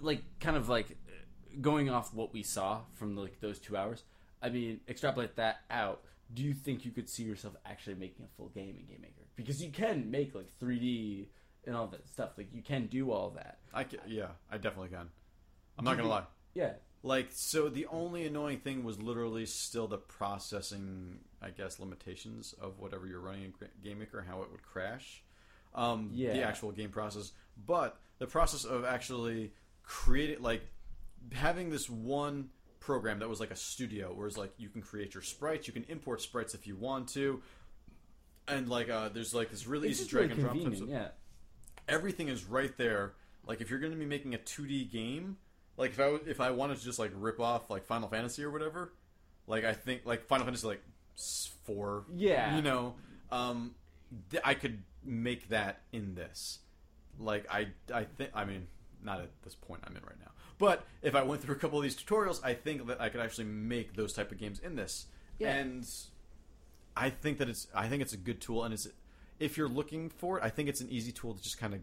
[SPEAKER 2] like, kind of like going off what we saw from like those two hours. I mean, extrapolate that out. do you think you could see yourself actually making a full game in Game Maker? Because you can make like 3D and all that stuff. Like you can do all that.
[SPEAKER 1] I ca yeah, I definitely can. I'm
[SPEAKER 2] Do
[SPEAKER 1] not gonna
[SPEAKER 2] you-
[SPEAKER 1] lie.
[SPEAKER 2] Yeah.
[SPEAKER 1] Like, so the only annoying thing was literally still the processing, I guess, limitations of whatever you're running in Gra- Game Maker, how it would crash. Um, The
[SPEAKER 2] Yeah.
[SPEAKER 1] actual game process. But the process of actually creating, like, having this one program that was like a studio, where it's like you can create your sprites, you can import sprites if you want to. And, like, uh, there's like this really
[SPEAKER 2] It's
[SPEAKER 1] easy
[SPEAKER 2] just
[SPEAKER 1] drag
[SPEAKER 2] really
[SPEAKER 1] and drop. type
[SPEAKER 2] convenient.
[SPEAKER 1] stuff
[SPEAKER 2] Yeah.
[SPEAKER 1] everything is right there. Like if you're going to be making a 2D game, like if I w- if I wanted to just like rip off like Final Fantasy or whatever, like I think like Final Fantasy like s- four,
[SPEAKER 2] Yeah.
[SPEAKER 1] you know, um, th- I could make that in this. Like I I think I mean not at this point I'm in right now, but if I went through a couple of these tutorials, I think that I could actually make those type of games in this.
[SPEAKER 2] Yeah.
[SPEAKER 1] And I think that it's I think it's a good tool, and it's if you're looking for it, I think it's an easy tool to just kind of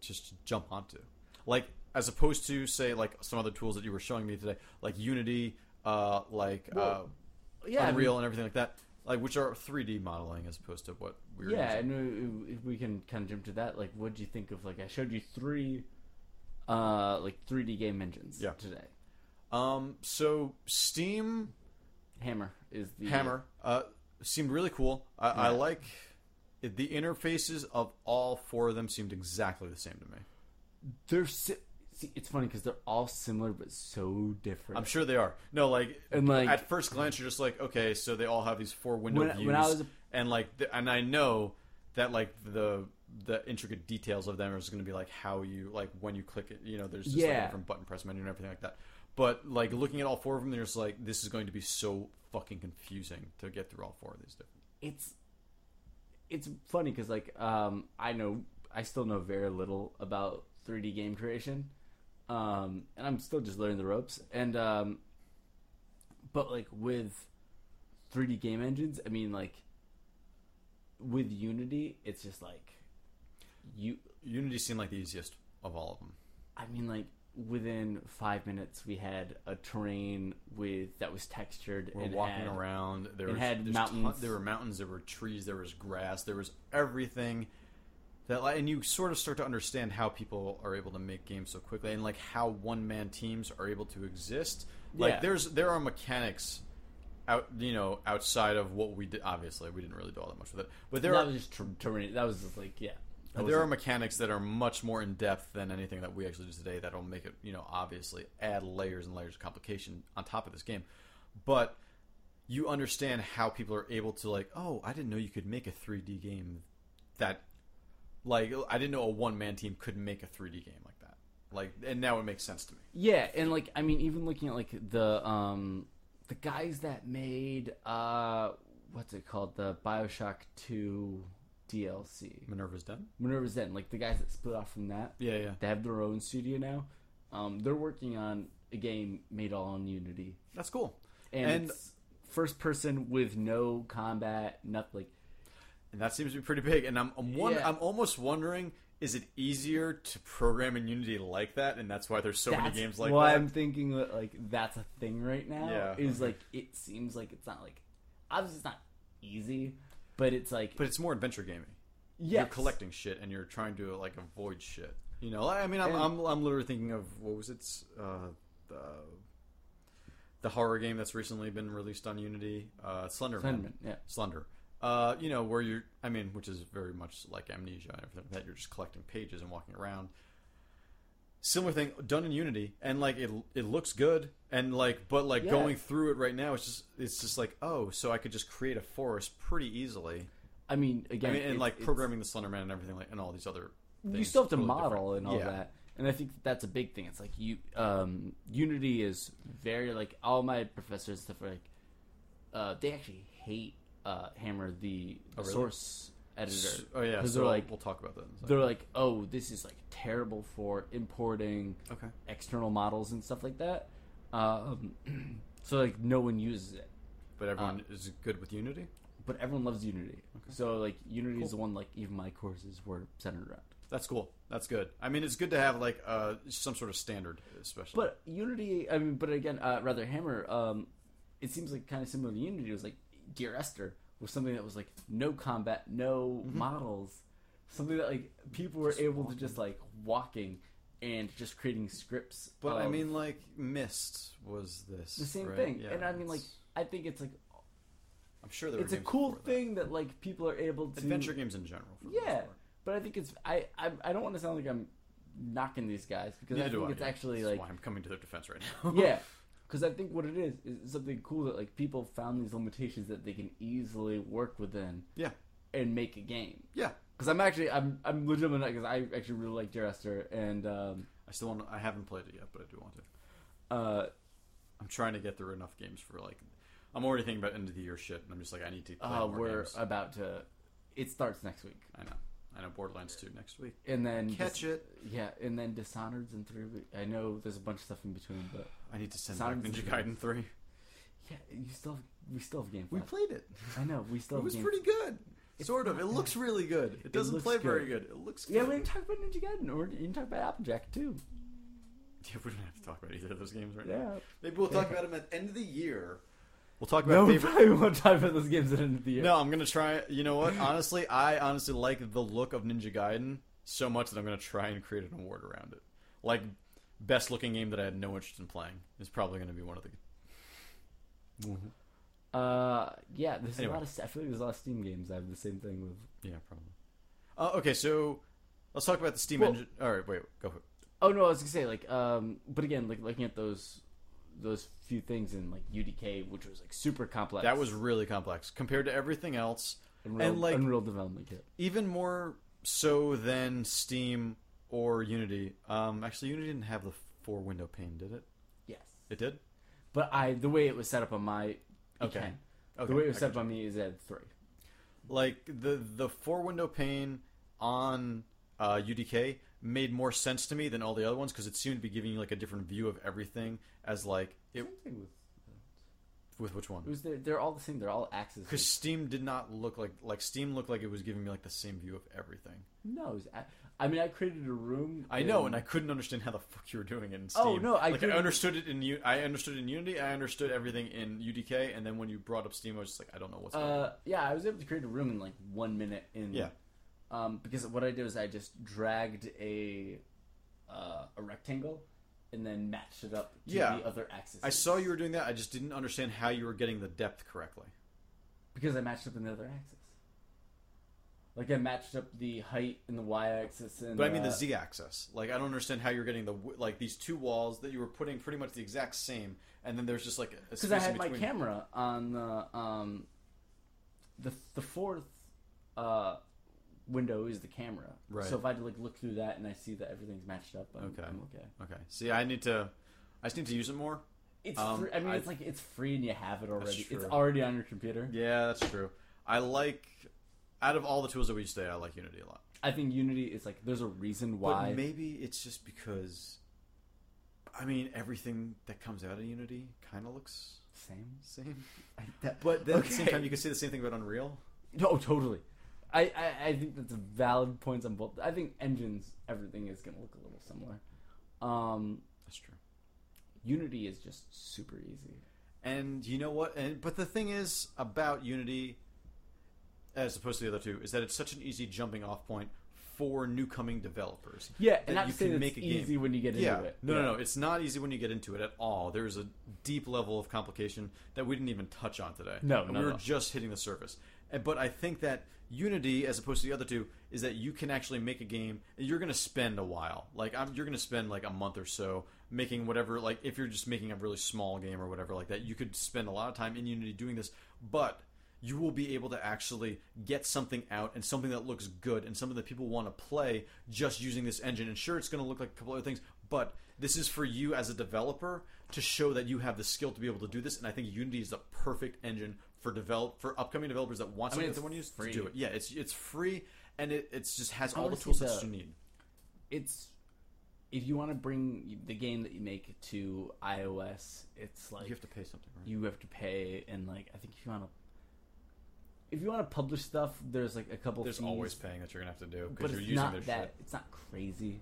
[SPEAKER 1] just jump onto, like as opposed to say like some other tools that you were showing me today, like Unity, uh, like
[SPEAKER 2] Well, Yeah. I mean,
[SPEAKER 1] Unreal, and everything like that, like which are 3D modeling as opposed to what we were.
[SPEAKER 2] yeah,
[SPEAKER 1] using.
[SPEAKER 2] and we- if we can kind of jump to that, like, what do you think of like I showed you three, uh, like 3D game engines
[SPEAKER 1] Yeah.
[SPEAKER 2] today.
[SPEAKER 1] Um. So Steam
[SPEAKER 2] Hammer is the
[SPEAKER 1] Hammer uh, seemed really cool. I, I
[SPEAKER 2] Yeah.
[SPEAKER 1] like it, the interfaces of all four of them seemed exactly the same to me.
[SPEAKER 2] They're si- see, it's funny because they're all similar but so different.
[SPEAKER 1] I'm sure they are. No, like,
[SPEAKER 2] And, like-
[SPEAKER 1] at first glance, you're just like, okay, so they all have these four window
[SPEAKER 2] When- when
[SPEAKER 1] views,
[SPEAKER 2] I was-
[SPEAKER 1] and like, th- and I know that like the the intricate details of them is going to be like how you like when you click it. You know, there's just like a
[SPEAKER 2] Yeah.
[SPEAKER 1] different button press menu and everything like that. But like looking at all four of them, there's like this is going to be so fucking confusing to get through all four of these. Different.
[SPEAKER 2] it's it's funny because like um i know i still know very little about 3d game creation um and i'm still just learning the ropes and um but like with 3d game engines i mean like with unity it's just like you
[SPEAKER 1] Unity seemed like the easiest of all of them.
[SPEAKER 2] I mean, like within five minutes, we had a terrain with that was textured
[SPEAKER 1] We're
[SPEAKER 2] and
[SPEAKER 1] walking
[SPEAKER 2] had-
[SPEAKER 1] around. There
[SPEAKER 2] it
[SPEAKER 1] was,
[SPEAKER 2] had
[SPEAKER 1] there's
[SPEAKER 2] mountains.
[SPEAKER 1] there were mountains. There were trees. There was grass. There was everything. That like, and you sort of start to understand how people are able to make games so quickly, and like how one man teams are able to exist. Like
[SPEAKER 2] Yeah.
[SPEAKER 1] there's there are mechanics out you know outside of what we did. Obviously, we didn't really do all that much with it, but there
[SPEAKER 2] that
[SPEAKER 1] are
[SPEAKER 2] was just ter- terrain. That was just like yeah. That was
[SPEAKER 1] there
[SPEAKER 2] it.
[SPEAKER 1] are mechanics that are much more in depth than anything that we actually do today. That'll make it, you know, obviously add layers and layers of complication on top of this game. But you understand how people are able to like, oh, I didn't know you could make a 3D game that, like, I didn't know a one man team could make a 3D game like that. Like, and now it makes sense to me.
[SPEAKER 2] Yeah, and like I mean, even looking at like the um the guys that made uh what's it called the Bioshock Two DLC
[SPEAKER 1] Minerva's Den.
[SPEAKER 2] Minerva's Den, like the guys that split off from that,
[SPEAKER 1] Yeah, yeah,
[SPEAKER 2] they have their own studio now. Um, they're working on a game made all on Unity
[SPEAKER 1] that's cool.
[SPEAKER 2] and,
[SPEAKER 1] And-
[SPEAKER 2] it's first person with no combat, nothing. Like
[SPEAKER 1] and that seems to be pretty big. And I'm I'm, won-
[SPEAKER 2] Yeah.
[SPEAKER 1] I'm almost wondering. Is it easier to program in Unity like that, and that's why there's so many
[SPEAKER 2] that's
[SPEAKER 1] games like
[SPEAKER 2] why
[SPEAKER 1] that?
[SPEAKER 2] I'm thinking that like that's a thing right now.
[SPEAKER 1] Yeah.
[SPEAKER 2] is like it seems like it's not like obviously it's not easy, but it's like
[SPEAKER 1] But it's more adventure gaming.
[SPEAKER 2] Yes.
[SPEAKER 1] You're collecting shit and you're trying to like avoid shit. You know, I mean, I'm,
[SPEAKER 2] And-
[SPEAKER 1] I'm, I'm literally thinking of what was it, uh, the the horror game that's recently been released on Unity, uh, Slender
[SPEAKER 2] Slenderman, yeah.
[SPEAKER 1] Slender. Uh, you know, where you're, I mean, which is very much like Amnesia and everything like that. You're just collecting pages and walking around. Similar thing done in Unity, and like it, it looks good, and like, but like
[SPEAKER 2] Yeah.
[SPEAKER 1] going through it right now, it's just, it's just like, oh, so I could just create a forest pretty easily.
[SPEAKER 2] I mean, again,
[SPEAKER 1] I mean, and
[SPEAKER 2] it's-
[SPEAKER 1] like
[SPEAKER 2] it's-
[SPEAKER 1] programming the Slender Man and everything, like, and all these other. things.
[SPEAKER 2] you still have to
[SPEAKER 1] totally
[SPEAKER 2] model
[SPEAKER 1] different.
[SPEAKER 2] and all
[SPEAKER 1] Yeah.
[SPEAKER 2] that, and I think that that's a big thing. It's like you, um, Unity is very like all my professors and stuff are like, uh, they actually hate uh, Hammer the, the
[SPEAKER 1] Oh, really?
[SPEAKER 2] source editor.
[SPEAKER 1] S- Oh yeah,
[SPEAKER 2] 'Cause
[SPEAKER 1] so
[SPEAKER 2] they're
[SPEAKER 1] I'll-
[SPEAKER 2] like-
[SPEAKER 1] we'll talk about that. In a second.
[SPEAKER 2] They're like, oh, this is like terrible for importing
[SPEAKER 1] Okay.
[SPEAKER 2] external models and stuff like that. Um, (clears throat) so like no one uses it.
[SPEAKER 1] But everyone
[SPEAKER 2] Uh,
[SPEAKER 1] is good with Unity.
[SPEAKER 2] but everyone loves Unity. So like Unity is the one like even my courses were centered around.
[SPEAKER 1] That's cool. That's good. I mean, it's good to have like uh, some sort of standard, especially.
[SPEAKER 2] But Unity, I mean, but again, uh, rather Hammer. Um, it seems like kind of similar to Unity. It was like Gear Ester was something that was like no combat, no
[SPEAKER 1] Mm-hmm.
[SPEAKER 2] models, something that like people were able to just like walking and just creating scripts.
[SPEAKER 1] But I
[SPEAKER 2] of-
[SPEAKER 1] mean, like Mist was this
[SPEAKER 2] um, the same
[SPEAKER 1] right?
[SPEAKER 2] thing,
[SPEAKER 1] Yeah,
[SPEAKER 2] and I mean like
[SPEAKER 1] it's-
[SPEAKER 2] I think it's like
[SPEAKER 1] I'm sure there were
[SPEAKER 2] it's a
[SPEAKER 1] games
[SPEAKER 2] cool
[SPEAKER 1] before that.
[SPEAKER 2] thing that like people are able to
[SPEAKER 1] Adventure games in general. For the most
[SPEAKER 2] Yeah,
[SPEAKER 1] part.
[SPEAKER 2] but I think it's I I, I don't want to sound like I'm knocking these guys because I
[SPEAKER 1] Neither do
[SPEAKER 2] think it's
[SPEAKER 1] yeah.
[SPEAKER 2] actually
[SPEAKER 1] That's
[SPEAKER 2] like
[SPEAKER 1] why I'm coming to their defense right now.
[SPEAKER 2] (laughs) yeah because i think what it is is something cool that like people found these limitations that they can easily work within
[SPEAKER 1] yeah,
[SPEAKER 2] and make a game
[SPEAKER 1] (laughs) yeah.
[SPEAKER 2] because i'm actually i'm i'm legitimately because i actually really like Jarester and um
[SPEAKER 1] I still want. I haven't played it yet, but I do want to.
[SPEAKER 2] uh
[SPEAKER 1] I'm trying to get through enough games for like. I'm already thinking about end of the year shit, and I'm just like, I need to. Play
[SPEAKER 2] uh
[SPEAKER 1] more
[SPEAKER 2] we're
[SPEAKER 1] games.
[SPEAKER 2] about to it starts next week
[SPEAKER 1] I know. I know. Borderlands 2 next week.
[SPEAKER 2] and then
[SPEAKER 1] Catch it.
[SPEAKER 2] yeah and then dishonored's in three weeks i know there's a bunch of stuff in between but
[SPEAKER 1] I need to send
[SPEAKER 2] Sounds
[SPEAKER 1] back Ninja
[SPEAKER 2] good.
[SPEAKER 1] Gaiden 3.
[SPEAKER 2] yeah you still have, we still have game
[SPEAKER 1] We
[SPEAKER 2] five.
[SPEAKER 1] played it.
[SPEAKER 2] i know we
[SPEAKER 1] It
[SPEAKER 2] still have
[SPEAKER 1] was
[SPEAKER 2] game
[SPEAKER 1] pretty good.
[SPEAKER 2] It's
[SPEAKER 1] sort of.
[SPEAKER 2] not
[SPEAKER 1] It looks really good. It doesn't
[SPEAKER 2] looks
[SPEAKER 1] play
[SPEAKER 2] good.
[SPEAKER 1] very good. It looks good.
[SPEAKER 2] yeah we didn't talk about ninja gaiden or you can talk about applejack too
[SPEAKER 1] Yeah, we don't have to talk about either of those games right now.
[SPEAKER 2] yeah
[SPEAKER 1] Maybe we'll talk
[SPEAKER 2] Yeah.
[SPEAKER 1] about them at the end of the year. We'll talk about
[SPEAKER 2] no, we
[SPEAKER 1] favorite.
[SPEAKER 2] probably won't talk about those games at the end of the year.
[SPEAKER 1] No, I'm gonna try. You know what? Honestly, I honestly like the look of Ninja Gaiden so much that I'm gonna try and create an award around it. Like best looking game that I had no interest in playing is probably gonna be one of the.
[SPEAKER 2] Uh, yeah, there's
[SPEAKER 1] Anyway.
[SPEAKER 2] a lot of. I feel like there's a lot of Steam games. I have the same thing with.
[SPEAKER 1] Yeah, probably. Uh, okay, so let's talk about the Steam
[SPEAKER 2] Well-
[SPEAKER 1] engine. All right, wait, go. for it.
[SPEAKER 2] Oh no, I was gonna say like, um, but again, like looking at those, those few things in like UDK, which was like super complex.
[SPEAKER 1] That was really complex compared to everything else.
[SPEAKER 2] Unreal,
[SPEAKER 1] and, like-
[SPEAKER 2] Unreal Development Kit.
[SPEAKER 1] even more so than Steam or Unity. Um, actually, Unity didn't have the four window pane, did it?
[SPEAKER 2] Yes,
[SPEAKER 1] It did.
[SPEAKER 2] but I the way it was set up on my. it
[SPEAKER 1] Okay.
[SPEAKER 2] can.
[SPEAKER 1] Okay,
[SPEAKER 2] The way it was
[SPEAKER 1] I
[SPEAKER 2] set up
[SPEAKER 1] gotcha.
[SPEAKER 2] on me is at three.
[SPEAKER 1] Like the the four window pane on uh, UDK made more sense to me than all the other ones because it seemed to be giving you like a different view of everything. As like it
[SPEAKER 2] same thing with.
[SPEAKER 1] with which
[SPEAKER 2] It
[SPEAKER 1] one?
[SPEAKER 2] was they're, they're all the same. They're all axes.
[SPEAKER 1] Because Steam did not look like like Steam looked like it was giving me like the same view of everything.
[SPEAKER 2] No, it was, a- I mean I created a room.
[SPEAKER 1] I know,
[SPEAKER 2] in-
[SPEAKER 1] and I couldn't understand how the fuck you were doing it in Steam.
[SPEAKER 2] Oh, no, I
[SPEAKER 1] like I
[SPEAKER 2] couldn't-
[SPEAKER 1] understood it in U- I understood in Unity. I understood everything in UDK, and then when you brought up Steam, I was just like, I don't know what's. going on.
[SPEAKER 2] Uh, yeah, I was able to create a room in like one minute. In
[SPEAKER 1] Yeah.
[SPEAKER 2] um, because what I did was I just dragged a uh, a rectangle and then matched it up to
[SPEAKER 1] Yeah.
[SPEAKER 2] the other axis.
[SPEAKER 1] I saw you were doing that. I just didn't understand how you were getting the depth correctly.
[SPEAKER 2] because I matched up in the other axis. Like I matched up the height and the y-axis and.
[SPEAKER 1] But I mean the
[SPEAKER 2] uh,
[SPEAKER 1] z-axis. Like I don't understand how you're getting the w- like these two walls that you were putting pretty much the exact same, and then there's just like a
[SPEAKER 2] because
[SPEAKER 1] space
[SPEAKER 2] I had
[SPEAKER 1] in
[SPEAKER 2] my
[SPEAKER 1] between.
[SPEAKER 2] camera on the um, the the fourth uh, window is the camera.
[SPEAKER 1] Right.
[SPEAKER 2] So if I had to like look through that and I see that everything's matched up, I'm
[SPEAKER 1] Okay.
[SPEAKER 2] I'm okay.
[SPEAKER 1] Okay. See, I need to. I just need to use it more.
[SPEAKER 2] It's
[SPEAKER 1] Um,
[SPEAKER 2] free, I mean,
[SPEAKER 1] I-
[SPEAKER 2] it's like it's free and you have it already. It's
[SPEAKER 1] true.
[SPEAKER 2] already on your computer.
[SPEAKER 1] Yeah, that's true. I like. Out of all the tools that we use today, I like Unity a lot.
[SPEAKER 2] I think Unity is like there's a reason why.
[SPEAKER 1] But maybe it's just because. I mean, everything that comes out of Unity kind of looks
[SPEAKER 2] Same.
[SPEAKER 1] the same.
[SPEAKER 2] (laughs) I, that,
[SPEAKER 1] But then at the same
[SPEAKER 2] Okay.
[SPEAKER 1] time,
[SPEAKER 2] (laughs)
[SPEAKER 1] you can say the same thing about Unreal.
[SPEAKER 2] no, totally. I, I I think that's a valid points on both. I think engines everything is gonna look a little similar. Um,
[SPEAKER 1] That's true.
[SPEAKER 2] Unity is just super easy.
[SPEAKER 1] And you know what? And but the thing is about Unity, as opposed to the other two, is that it's such an easy jumping off point for new coming developers.
[SPEAKER 2] Yeah,
[SPEAKER 1] That
[SPEAKER 2] and not
[SPEAKER 1] you
[SPEAKER 2] to say
[SPEAKER 1] can
[SPEAKER 2] that
[SPEAKER 1] make
[SPEAKER 2] it's
[SPEAKER 1] a game.
[SPEAKER 2] easy when you get into
[SPEAKER 1] Yeah.
[SPEAKER 2] it.
[SPEAKER 1] No,
[SPEAKER 2] Yeah.
[SPEAKER 1] no, no. It's not easy when you get into it at all. There's a deep level of complication that we didn't even touch on today.
[SPEAKER 2] No,
[SPEAKER 1] And
[SPEAKER 2] no,
[SPEAKER 1] we were
[SPEAKER 2] no.
[SPEAKER 1] just hitting the surface. And- But I think that Unity, as opposed to the other two, is that you can actually make a game. and You're going to spend a while. Like I'm, you're going to spend like a month or so making whatever. Like if you're just making a really small game or whatever like that, you could spend a lot of time in Unity doing this. But you will be able to actually get something out and something that looks good and something that people want to play just using this engine. And sure, it's going to look like a couple other things, but this is for you as a developer to show that you have the skill to be able to do this. And I think Unity is the perfect engine for develop for upcoming developers that want
[SPEAKER 2] I mean,
[SPEAKER 1] something
[SPEAKER 2] it's
[SPEAKER 1] that they want to use
[SPEAKER 2] free.
[SPEAKER 1] to do it. Yeah, it's it's free and it it's just has
[SPEAKER 2] I
[SPEAKER 1] all the
[SPEAKER 2] wanna see
[SPEAKER 1] tool sets
[SPEAKER 2] the-
[SPEAKER 1] you need.
[SPEAKER 2] It's if you want to bring the game that you make to iOS, it's like
[SPEAKER 1] you have to pay something, right?
[SPEAKER 2] you have to pay and like i think if you want to if you want to publish stuff there's like a couple
[SPEAKER 1] There's
[SPEAKER 2] fees,
[SPEAKER 1] always paying that you're gonna have to do
[SPEAKER 2] but
[SPEAKER 1] because
[SPEAKER 2] it's
[SPEAKER 1] you're using
[SPEAKER 2] not
[SPEAKER 1] their
[SPEAKER 2] that
[SPEAKER 1] shit.
[SPEAKER 2] it's not crazy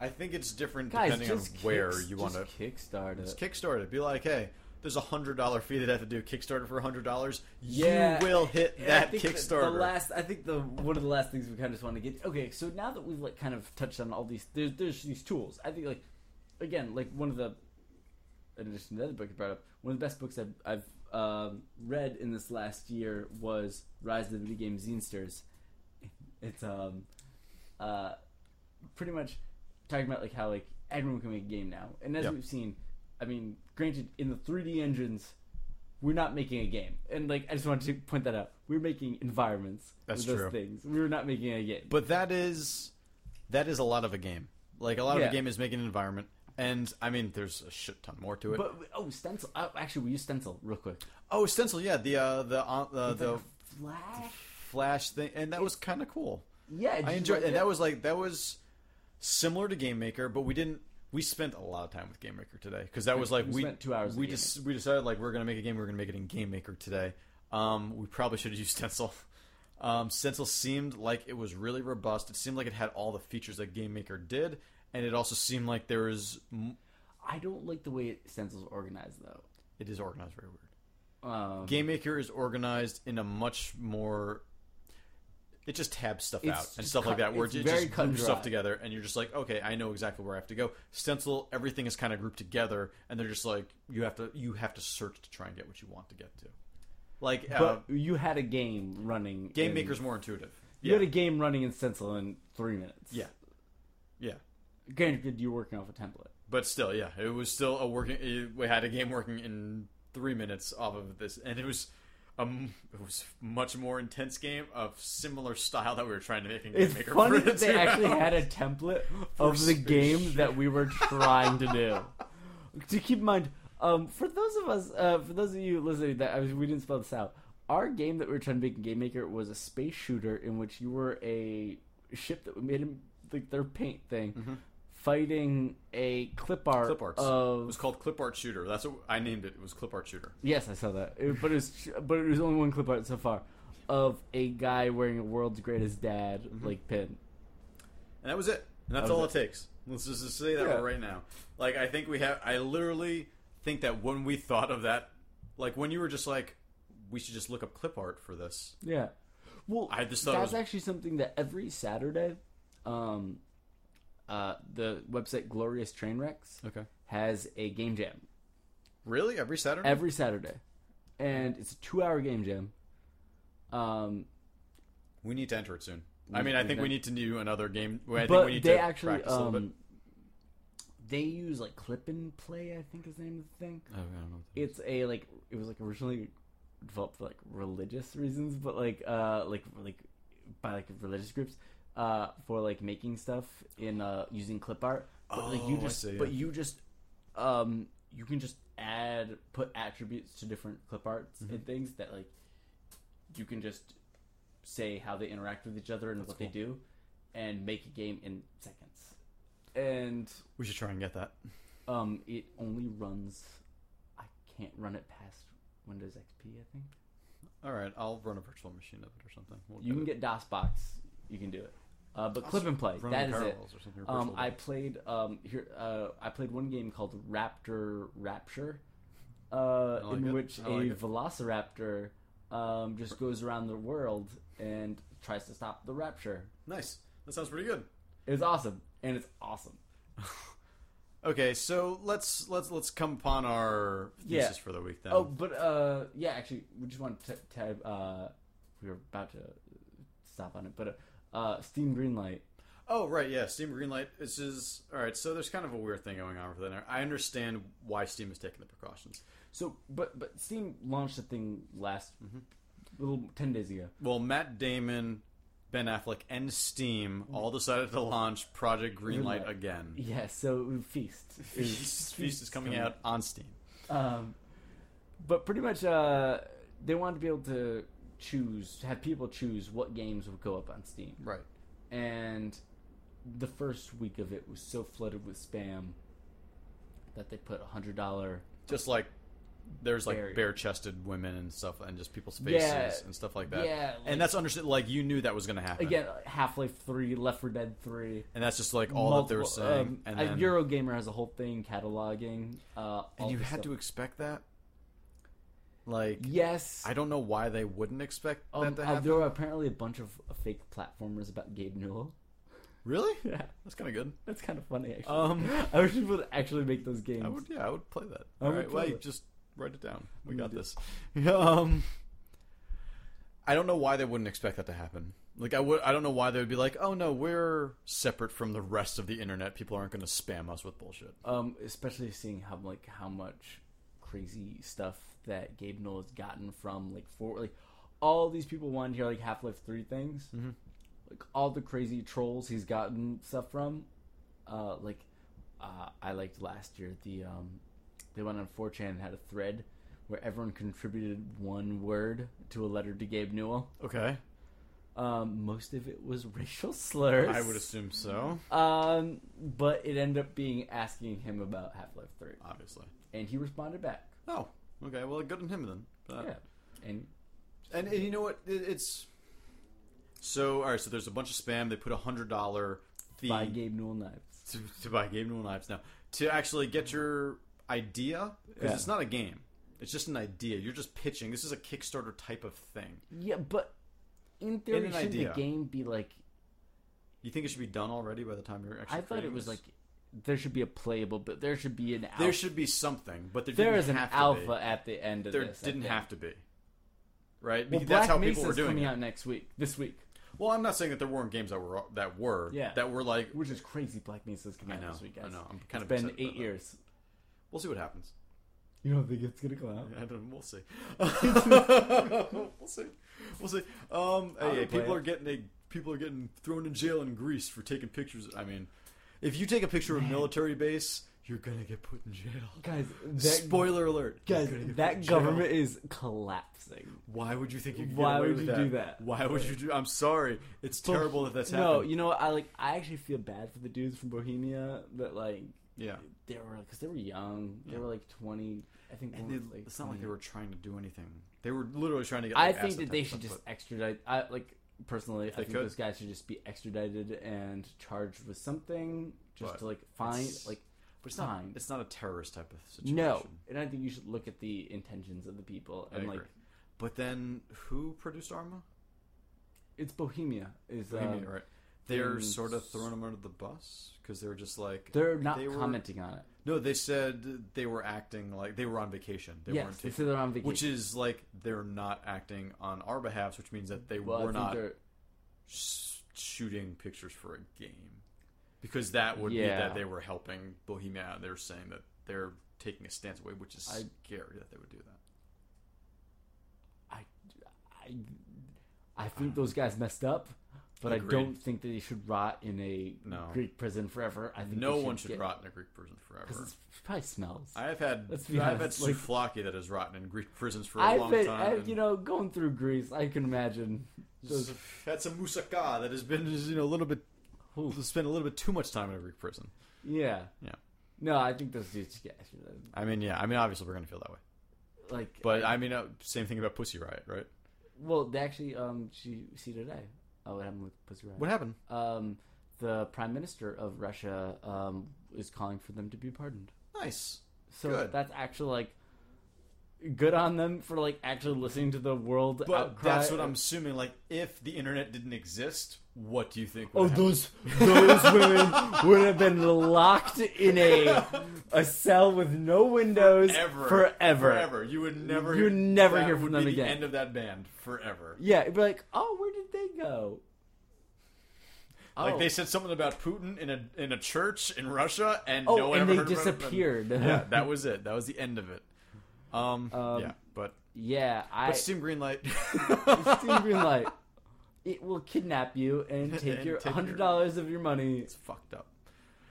[SPEAKER 1] I think it's different
[SPEAKER 2] guys
[SPEAKER 1] depending on
[SPEAKER 2] just
[SPEAKER 1] where
[SPEAKER 2] kicks-
[SPEAKER 1] you want to
[SPEAKER 2] just kickstart
[SPEAKER 1] Just
[SPEAKER 2] it
[SPEAKER 1] kickstart it. Be like, hey, there's a hundred dollar fee that I have to do Kickstarter for a hundred dollars,
[SPEAKER 2] Yeah.
[SPEAKER 1] you will hit
[SPEAKER 2] And I
[SPEAKER 1] that
[SPEAKER 2] think the-
[SPEAKER 1] Kickstarter.
[SPEAKER 2] The last, I think the one of the last things we kind of just want to get. Okay, so now that we've like kind of touched on all these, there's there's these tools. I think like again, like one of the, in addition to the other book you brought up, one of the best books I've, I've um, read in this last year was Rise of the Video Game Zinesters. It's um, uh, pretty much talking about like how like everyone can make a game now, and as
[SPEAKER 1] Yeah.
[SPEAKER 2] we've seen, I mean, granted, in the 3D engines we're not making a game. And like I just wanted to point that out. We're making environments
[SPEAKER 1] That's
[SPEAKER 2] with
[SPEAKER 1] true.
[SPEAKER 2] those things. We're not making a game.
[SPEAKER 1] But that is that is a lot of a game. Like a lot of
[SPEAKER 2] Yeah.
[SPEAKER 1] a game is making an environment, and I mean, there's a shit ton more to it.
[SPEAKER 2] But oh, stencil. Oh, actually, we use stencil real quick.
[SPEAKER 1] oh, stencil, yeah, the uh, the uh, the,
[SPEAKER 2] It's like
[SPEAKER 1] the
[SPEAKER 2] a flash.
[SPEAKER 1] flash thing, and that was kind of cool.
[SPEAKER 2] Yeah,
[SPEAKER 1] I enjoyed, and that was like that was similar to Game Maker, but we didn't. We spent a lot of time with Game Maker today because that was like
[SPEAKER 2] we
[SPEAKER 1] we
[SPEAKER 2] spent two hours
[SPEAKER 1] We
[SPEAKER 2] in Game
[SPEAKER 1] just we decided like we're gonna make a game. We're gonna make it in Game Maker today. Um, we probably should have used Stencil. (laughs) Um, Stencil seemed like it was really robust. It seemed like it had all the features that Game Maker did, and it also seemed like there was. m-
[SPEAKER 2] I don't like the way it stencils organized though.
[SPEAKER 1] It is organized very weird.
[SPEAKER 2] Um,
[SPEAKER 1] Game Maker is organized in a much more. It just tabs stuff
[SPEAKER 2] It's
[SPEAKER 1] out and
[SPEAKER 2] just
[SPEAKER 1] stuff like
[SPEAKER 2] cut-
[SPEAKER 1] that, where
[SPEAKER 2] it's
[SPEAKER 1] it
[SPEAKER 2] very
[SPEAKER 1] just
[SPEAKER 2] cut and
[SPEAKER 1] groups
[SPEAKER 2] dry.
[SPEAKER 1] stuff together, and you're just like, okay, I know exactly where I have to go. Stencil, everything is kind of grouped together, and they're just like, you have to you have to search to try and get what you want to get to. Like uh,
[SPEAKER 2] but you had a game running.
[SPEAKER 1] Game
[SPEAKER 2] in-
[SPEAKER 1] Maker's more intuitive.
[SPEAKER 2] You
[SPEAKER 1] Yeah,
[SPEAKER 2] had a game running in stencil in three minutes.
[SPEAKER 1] Yeah. yeah,
[SPEAKER 2] Granted, you were working off a template.
[SPEAKER 1] but still, yeah, it was still a working. It, we had a game working in three minutes off of this, and it was. Um, it was a much more intense game of similar style that we were trying to make in Game
[SPEAKER 2] It's
[SPEAKER 1] Maker.
[SPEAKER 2] funny
[SPEAKER 1] for
[SPEAKER 2] that they
[SPEAKER 1] two (laughs)
[SPEAKER 2] actually
[SPEAKER 1] hours.
[SPEAKER 2] had a template of the
[SPEAKER 1] For
[SPEAKER 2] game
[SPEAKER 1] sure.
[SPEAKER 2] that we
[SPEAKER 1] (laughs)
[SPEAKER 2] were trying to do. to keep in mind, um, for those of us, uh, for those of you listening, that I was, we didn't spell this out. Our game that we were trying to make in Game Maker was a space shooter in which you were a ship that we made in like their paint thing, fighting a clip art
[SPEAKER 1] Mm-hmm. clip arts. it
[SPEAKER 2] of
[SPEAKER 1] was called clip art shooter. That's what I named it. It was clip art shooter.
[SPEAKER 2] Yes, I saw that. It- but it was but it was only one clip art so far of a guy wearing a world's greatest dad like pin.
[SPEAKER 1] And that was it. And that's
[SPEAKER 2] That was
[SPEAKER 1] all it. takes. Let's just just say that
[SPEAKER 2] Yeah.
[SPEAKER 1] right now. Like I think we have I literally think that when we thought of that like when you were just like we should just look up clip art for this.
[SPEAKER 2] Yeah. Well,
[SPEAKER 1] I just thought it
[SPEAKER 2] that's
[SPEAKER 1] was-
[SPEAKER 2] actually something that every Saturday, um, uh, the website Glorious Trainwrecks
[SPEAKER 1] Okay.
[SPEAKER 2] has a game jam
[SPEAKER 1] Really? Every Saturday?
[SPEAKER 2] every Saturday, and it's a two-hour game jam. Um,
[SPEAKER 1] we need to enter it soon. I mean, I
[SPEAKER 2] we
[SPEAKER 1] think we
[SPEAKER 2] don't-
[SPEAKER 1] need to do another game. I think
[SPEAKER 2] but
[SPEAKER 1] we need
[SPEAKER 2] they
[SPEAKER 1] to
[SPEAKER 2] actually
[SPEAKER 1] practice a little bit.
[SPEAKER 2] um, they use like clip and play. I think is the name of the thing.
[SPEAKER 1] I don't know.
[SPEAKER 2] it's a like it was like originally developed for like religious reasons but like uh like like by like religious groups uh for like making stuff in uh using clip art but like you
[SPEAKER 1] Oh, I
[SPEAKER 2] just
[SPEAKER 1] see, yeah.
[SPEAKER 2] but you just um you can just add put attributes to different clip arts
[SPEAKER 1] Mm-hmm.
[SPEAKER 2] and things that like you can just say how they interact with each other and what they do and make a game in seconds and
[SPEAKER 1] We should try and get that.
[SPEAKER 2] um, it only runs. I can't run it past Windows XP. I think
[SPEAKER 1] All right, I'll run a virtual machine of it or something. We'll
[SPEAKER 2] you can get DOSBox. You can do it. Uh, but clip and play.
[SPEAKER 1] run
[SPEAKER 2] That
[SPEAKER 1] in
[SPEAKER 2] is it.
[SPEAKER 1] parallels or something, or
[SPEAKER 2] Um,
[SPEAKER 1] virtual
[SPEAKER 2] I
[SPEAKER 1] box.
[SPEAKER 2] played um here. Uh, I played one game called Raptor Rapture, uh,
[SPEAKER 1] like
[SPEAKER 2] in
[SPEAKER 1] it.
[SPEAKER 2] which
[SPEAKER 1] I
[SPEAKER 2] a
[SPEAKER 1] like it.
[SPEAKER 2] Velociraptor um just goes around the world and tries to stop the rapture.
[SPEAKER 1] Nice. That sounds pretty good.
[SPEAKER 2] It was awesome, and it's awesome.
[SPEAKER 1] Okay, so let's let's let's come upon our
[SPEAKER 2] Yeah.
[SPEAKER 1] thesis for the week then.
[SPEAKER 2] Oh, but uh, yeah, actually, we just want to tab. Uh, we were about to stop on it, but uh, uh Steam Greenlight.
[SPEAKER 1] Oh, right, yeah, Steam Greenlight. This is all right. So there's kind of a weird thing going on with that. I understand why Steam is taking the precautions.
[SPEAKER 2] So, but but Steam launched a thing last little ten days ago.
[SPEAKER 1] Well, Matt Damon, Ben Affleck, and Steam
[SPEAKER 2] Mm-hmm.
[SPEAKER 1] all decided to launch Project Greenlight
[SPEAKER 2] Greenlight.
[SPEAKER 1] again.
[SPEAKER 2] Yeah, so Feast.
[SPEAKER 1] (laughs)
[SPEAKER 2] is-
[SPEAKER 1] Feast, Feast is coming out on Steam.
[SPEAKER 2] Um, but pretty much, uh, they wanted to be able to choose, have people choose what games would go up on Steam.
[SPEAKER 1] Right.
[SPEAKER 2] and the first week of it was so flooded with spam that they put a hundred dollar
[SPEAKER 1] Just like there's
[SPEAKER 2] Barrier.
[SPEAKER 1] like bare-chested women and stuff, and just people's faces
[SPEAKER 2] Yeah.
[SPEAKER 1] and stuff like that.
[SPEAKER 2] Yeah, like-
[SPEAKER 1] and that's understood. Like you knew that was going to happen.
[SPEAKER 2] again Half Life Three, Left 4 Dead Three.
[SPEAKER 1] And that's just like all that they were
[SPEAKER 2] multiple-
[SPEAKER 1] saying.
[SPEAKER 2] um,
[SPEAKER 1] and
[SPEAKER 2] uh,
[SPEAKER 1] then,
[SPEAKER 2] Eurogamer has a whole thing cataloging. Uh, all
[SPEAKER 1] and you
[SPEAKER 2] this
[SPEAKER 1] had
[SPEAKER 2] stuff.
[SPEAKER 1] to expect that. Like,
[SPEAKER 2] Yes.
[SPEAKER 1] I don't know why they wouldn't expect
[SPEAKER 2] Um,
[SPEAKER 1] that to
[SPEAKER 2] uh,
[SPEAKER 1] happen.
[SPEAKER 2] there were apparently a bunch of uh, fake platformers about Gabe Newell. (laughs)
[SPEAKER 1] Really?
[SPEAKER 2] Yeah,
[SPEAKER 1] That's kind of good.
[SPEAKER 2] that's kind of funny actually.
[SPEAKER 1] Um,
[SPEAKER 2] (laughs) I wish people would actually make those games.
[SPEAKER 1] I would, yeah, I would play that.
[SPEAKER 2] I
[SPEAKER 1] All
[SPEAKER 2] would
[SPEAKER 1] right,
[SPEAKER 2] play
[SPEAKER 1] well, you
[SPEAKER 2] that.
[SPEAKER 1] just write it down. We
[SPEAKER 2] I'm
[SPEAKER 1] got
[SPEAKER 2] gonna
[SPEAKER 1] this. (laughs) um, I don't know why they wouldn't expect that to happen. Like I would, I don't know why they would be like, "Oh no, we're separate from the rest of the internet. People aren't going to spam us with bullshit."
[SPEAKER 2] Um, especially seeing how like how much crazy stuff that Gabe Newell has gotten from like for like all these people wanted to hear like Half Life Three things,
[SPEAKER 1] Mhm.
[SPEAKER 2] like all the crazy trolls he's gotten stuff from. Uh, like uh, I liked last year the um, they went on 4chan and had a thread where everyone contributed one word to a letter to Gabe Newell.
[SPEAKER 1] Okay,
[SPEAKER 2] Um, most of it was (laughs) racial slurs.
[SPEAKER 1] I would assume so.
[SPEAKER 2] Um, but it ended up being asking him about Half Life Three
[SPEAKER 1] Obviously.
[SPEAKER 2] and he responded back.
[SPEAKER 1] Oh, okay. Well, good on him then. Uh,
[SPEAKER 2] yeah, and
[SPEAKER 1] And, and you know what? It, it's so all right. So there's a bunch of spam. They put a hundred dollar fee
[SPEAKER 2] by Gabe Newell knives.
[SPEAKER 1] to, to buy Game Newell knives now to actually get your idea because
[SPEAKER 2] Yeah.
[SPEAKER 1] it's not a game. It's just an idea. You're just pitching. This is a Kickstarter type of thing.
[SPEAKER 2] Yeah, but in theory,
[SPEAKER 1] an
[SPEAKER 2] shouldn't
[SPEAKER 1] idea.
[SPEAKER 2] the game be like?
[SPEAKER 1] You think it should be done already by the time you're actually?
[SPEAKER 2] I thought it
[SPEAKER 1] creating
[SPEAKER 2] was
[SPEAKER 1] this?
[SPEAKER 2] like there should be a playable, but there should be an
[SPEAKER 1] there
[SPEAKER 2] alpha.
[SPEAKER 1] should be something, but there
[SPEAKER 2] there
[SPEAKER 1] didn't
[SPEAKER 2] is an
[SPEAKER 1] have to
[SPEAKER 2] alpha
[SPEAKER 1] Be.
[SPEAKER 2] at the end of
[SPEAKER 1] There
[SPEAKER 2] this. I
[SPEAKER 1] didn't
[SPEAKER 2] think.
[SPEAKER 1] have to be, right?
[SPEAKER 2] Well,
[SPEAKER 1] Because
[SPEAKER 2] Black
[SPEAKER 1] that's how
[SPEAKER 2] Mesa's
[SPEAKER 1] people were doing
[SPEAKER 2] coming
[SPEAKER 1] it.
[SPEAKER 2] out next week. This week,
[SPEAKER 1] Well, I'm not saying that there weren't games that were that were
[SPEAKER 2] Yeah.
[SPEAKER 1] that were like
[SPEAKER 2] which is crazy. Black Mesa's
[SPEAKER 1] I
[SPEAKER 2] coming out
[SPEAKER 1] know,
[SPEAKER 2] this week, guys.
[SPEAKER 1] I know. I'm kind of
[SPEAKER 2] it's been
[SPEAKER 1] upset about
[SPEAKER 2] eight
[SPEAKER 1] that.
[SPEAKER 2] years.
[SPEAKER 1] We'll see what happens.
[SPEAKER 2] You don't think it's gonna come out?
[SPEAKER 1] I don't. We'll
[SPEAKER 2] (laughs)
[SPEAKER 1] see. we'll see. We'll see. Um,
[SPEAKER 2] I'll
[SPEAKER 1] hey,
[SPEAKER 2] play
[SPEAKER 1] people
[SPEAKER 2] it.
[SPEAKER 1] are getting they, people are getting thrown in jail in Greece for taking pictures. I mean, if you take a picture of a
[SPEAKER 2] Man.
[SPEAKER 1] military base, you're gonna get put in jail.
[SPEAKER 2] Guys, that,
[SPEAKER 1] Spoiler alert! You're
[SPEAKER 2] guys,
[SPEAKER 1] gonna get put in
[SPEAKER 2] that
[SPEAKER 1] jail.
[SPEAKER 2] government is collapsing.
[SPEAKER 1] Why would you think you? Could
[SPEAKER 2] Why
[SPEAKER 1] get away
[SPEAKER 2] would
[SPEAKER 1] with
[SPEAKER 2] you
[SPEAKER 1] that?
[SPEAKER 2] do that?
[SPEAKER 1] Why would you do? I'm sorry. It's
[SPEAKER 2] Bo-
[SPEAKER 1] terrible that that's
[SPEAKER 2] No,
[SPEAKER 1] happening.
[SPEAKER 2] you know what? I like. I actually feel bad for the dudes from Bohemia that like
[SPEAKER 1] yeah.
[SPEAKER 2] they were because they were young. They
[SPEAKER 1] Yeah.
[SPEAKER 2] were like twenty. I think.
[SPEAKER 1] And
[SPEAKER 2] one
[SPEAKER 1] they-
[SPEAKER 2] was, like,
[SPEAKER 1] it's not like they
[SPEAKER 2] 20.
[SPEAKER 1] were trying to do anything. They were literally trying to get.
[SPEAKER 2] I
[SPEAKER 1] like,
[SPEAKER 2] think
[SPEAKER 1] asset
[SPEAKER 2] that they
[SPEAKER 1] tax
[SPEAKER 2] should
[SPEAKER 1] stuff,
[SPEAKER 2] just extradite. I like personally. I
[SPEAKER 1] they
[SPEAKER 2] think
[SPEAKER 1] could.
[SPEAKER 2] those guys should just be extradited and charged with something just
[SPEAKER 1] But
[SPEAKER 2] to like find
[SPEAKER 1] it's
[SPEAKER 2] like
[SPEAKER 1] but, but it's not.
[SPEAKER 2] fine.
[SPEAKER 1] It's not a terrorist type of situation.
[SPEAKER 2] no. And I think you should look at the intentions of the people
[SPEAKER 1] I
[SPEAKER 2] and
[SPEAKER 1] agree.
[SPEAKER 2] like
[SPEAKER 1] But then, who produced Arma?
[SPEAKER 2] it's Bohemia is
[SPEAKER 1] Bohemian,
[SPEAKER 2] um,
[SPEAKER 1] right? They're
[SPEAKER 2] things-
[SPEAKER 1] sort of throwing them under the bus because they were just like
[SPEAKER 2] they're not
[SPEAKER 1] they were-
[SPEAKER 2] commenting on it.
[SPEAKER 1] No, they said they were acting like they were on vacation. They
[SPEAKER 2] yes,
[SPEAKER 1] weren't
[SPEAKER 2] they
[SPEAKER 1] taking,
[SPEAKER 2] said they're on vacation.
[SPEAKER 1] which is like they're not acting on our behalf, which means that they
[SPEAKER 2] well, I
[SPEAKER 1] were
[SPEAKER 2] think
[SPEAKER 1] not
[SPEAKER 2] they're-
[SPEAKER 1] sh- shooting pictures for a game because that would be
[SPEAKER 2] Yeah.
[SPEAKER 1] that they were helping Bohemia. out. They were saying that they're taking a stance away, which is
[SPEAKER 2] I-
[SPEAKER 1] scary that they would do that.
[SPEAKER 2] I, I think those guys messed up, but
[SPEAKER 1] Agreed.
[SPEAKER 2] I don't think that they should rot in a
[SPEAKER 1] No.
[SPEAKER 2] Greek prison forever. I think
[SPEAKER 1] No
[SPEAKER 2] they
[SPEAKER 1] one should
[SPEAKER 2] get,
[SPEAKER 1] rot in a Greek prison
[SPEAKER 2] because
[SPEAKER 1] forever.
[SPEAKER 2] it probably smells. I,
[SPEAKER 1] I have had
[SPEAKER 2] Let's be
[SPEAKER 1] I've had
[SPEAKER 2] honest, like-
[SPEAKER 1] souvlaki that has rotten in Greek (laughs) prisons for a
[SPEAKER 2] have
[SPEAKER 1] long
[SPEAKER 2] been,
[SPEAKER 1] time.
[SPEAKER 2] I,
[SPEAKER 1] and-
[SPEAKER 2] you know, going through Greece, I can imagine. Those,
[SPEAKER 1] That's a moussaka that has been you know a little bit
[SPEAKER 2] Oof.
[SPEAKER 1] spent a little bit too much time in a Greek prison.
[SPEAKER 2] yeah,
[SPEAKER 1] Yeah.
[SPEAKER 2] No, I think those dudes get actually,
[SPEAKER 1] I mean, yeah, I mean, obviously we're gonna feel that way,
[SPEAKER 2] like.
[SPEAKER 1] but I mean, uh, same thing about Pussy Riot, right?
[SPEAKER 2] well, they actually, um, she see today. Oh, what happened with Pussy Riot?
[SPEAKER 1] What happened?
[SPEAKER 2] Um, the prime minister of Russia um is calling for them to be pardoned.
[SPEAKER 1] Nice.
[SPEAKER 2] So
[SPEAKER 1] Good.
[SPEAKER 2] that's actually like good on them for like actually listening to the world
[SPEAKER 1] But
[SPEAKER 2] outcry.
[SPEAKER 1] that's what I'm assuming. Like, if the internet didn't exist, what do you think? Would
[SPEAKER 2] Oh,
[SPEAKER 1] happen?
[SPEAKER 2] those those women would have been locked in a a cell with no windows
[SPEAKER 1] Ever,
[SPEAKER 2] forever.
[SPEAKER 1] forever. You would never,
[SPEAKER 2] You'd never
[SPEAKER 1] that
[SPEAKER 2] hear from
[SPEAKER 1] would
[SPEAKER 2] them
[SPEAKER 1] be
[SPEAKER 2] again.
[SPEAKER 1] The end of that band forever.
[SPEAKER 2] Yeah, it'd be like, oh, where did they go?
[SPEAKER 1] Like
[SPEAKER 2] Oh.
[SPEAKER 1] they said something about Putin in a in a church in Russia, and
[SPEAKER 2] oh,
[SPEAKER 1] no one
[SPEAKER 2] and
[SPEAKER 1] ever
[SPEAKER 2] they
[SPEAKER 1] heard about it.
[SPEAKER 2] disappeared.
[SPEAKER 1] yeah, that was it. That was the end of it. Um,
[SPEAKER 2] Um,
[SPEAKER 1] yeah, but
[SPEAKER 2] (laughs) yeah, I. (laughs)
[SPEAKER 1] But Steam Greenlight. (laughs)
[SPEAKER 2] it's Team Greenlight. It will kidnap you and take
[SPEAKER 1] And
[SPEAKER 2] your
[SPEAKER 1] take your-
[SPEAKER 2] hundred dollars of your money.
[SPEAKER 1] It's fucked up.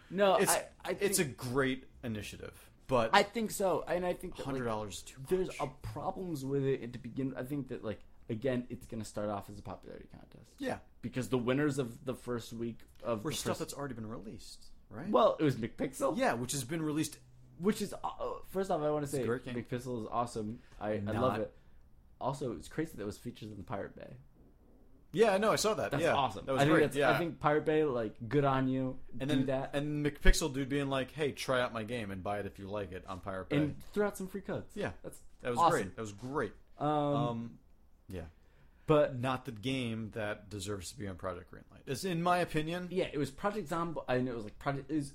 [SPEAKER 2] No,
[SPEAKER 1] It's
[SPEAKER 2] I, I think,
[SPEAKER 1] it's a great initiative, but
[SPEAKER 2] I think so, and I think that, like,
[SPEAKER 1] hundred dollars is too much.
[SPEAKER 2] there's a problems with it to begin. I think that like again, it's gonna start off as a popularity contest
[SPEAKER 1] yeah,
[SPEAKER 2] because the winners of the first week of
[SPEAKER 1] for
[SPEAKER 2] the
[SPEAKER 1] stuff
[SPEAKER 2] first-
[SPEAKER 1] that's already been released, right?
[SPEAKER 2] well, it was McPixel,
[SPEAKER 1] yeah, which has been released.
[SPEAKER 2] which is uh, uh, first off, I want to say
[SPEAKER 1] great game.
[SPEAKER 2] McPixel is awesome. I, I
[SPEAKER 1] Not-
[SPEAKER 2] love it. Also, it's crazy that it was featured in the Pirate Bay.
[SPEAKER 1] Yeah, I know. I saw that.
[SPEAKER 2] That's
[SPEAKER 1] yeah,
[SPEAKER 2] awesome.
[SPEAKER 1] That was
[SPEAKER 2] I think
[SPEAKER 1] great.
[SPEAKER 2] that's,
[SPEAKER 1] yeah,
[SPEAKER 2] I think Pirate Bay, like, good on you.
[SPEAKER 1] and
[SPEAKER 2] do
[SPEAKER 1] then
[SPEAKER 2] that
[SPEAKER 1] and McPixel dude being like, "Hey, try out my game and buy it if you like it on Pirate Bay."
[SPEAKER 2] and throw out some free codes.
[SPEAKER 1] yeah,
[SPEAKER 2] That's
[SPEAKER 1] That was
[SPEAKER 2] Awesome.
[SPEAKER 1] great. That was great.
[SPEAKER 2] Um,
[SPEAKER 1] Um, yeah,
[SPEAKER 2] but
[SPEAKER 1] not the game that deserves to be on Project Greenlight. It's in my opinion.
[SPEAKER 2] yeah, it was Project Zombie, and it was like Project is.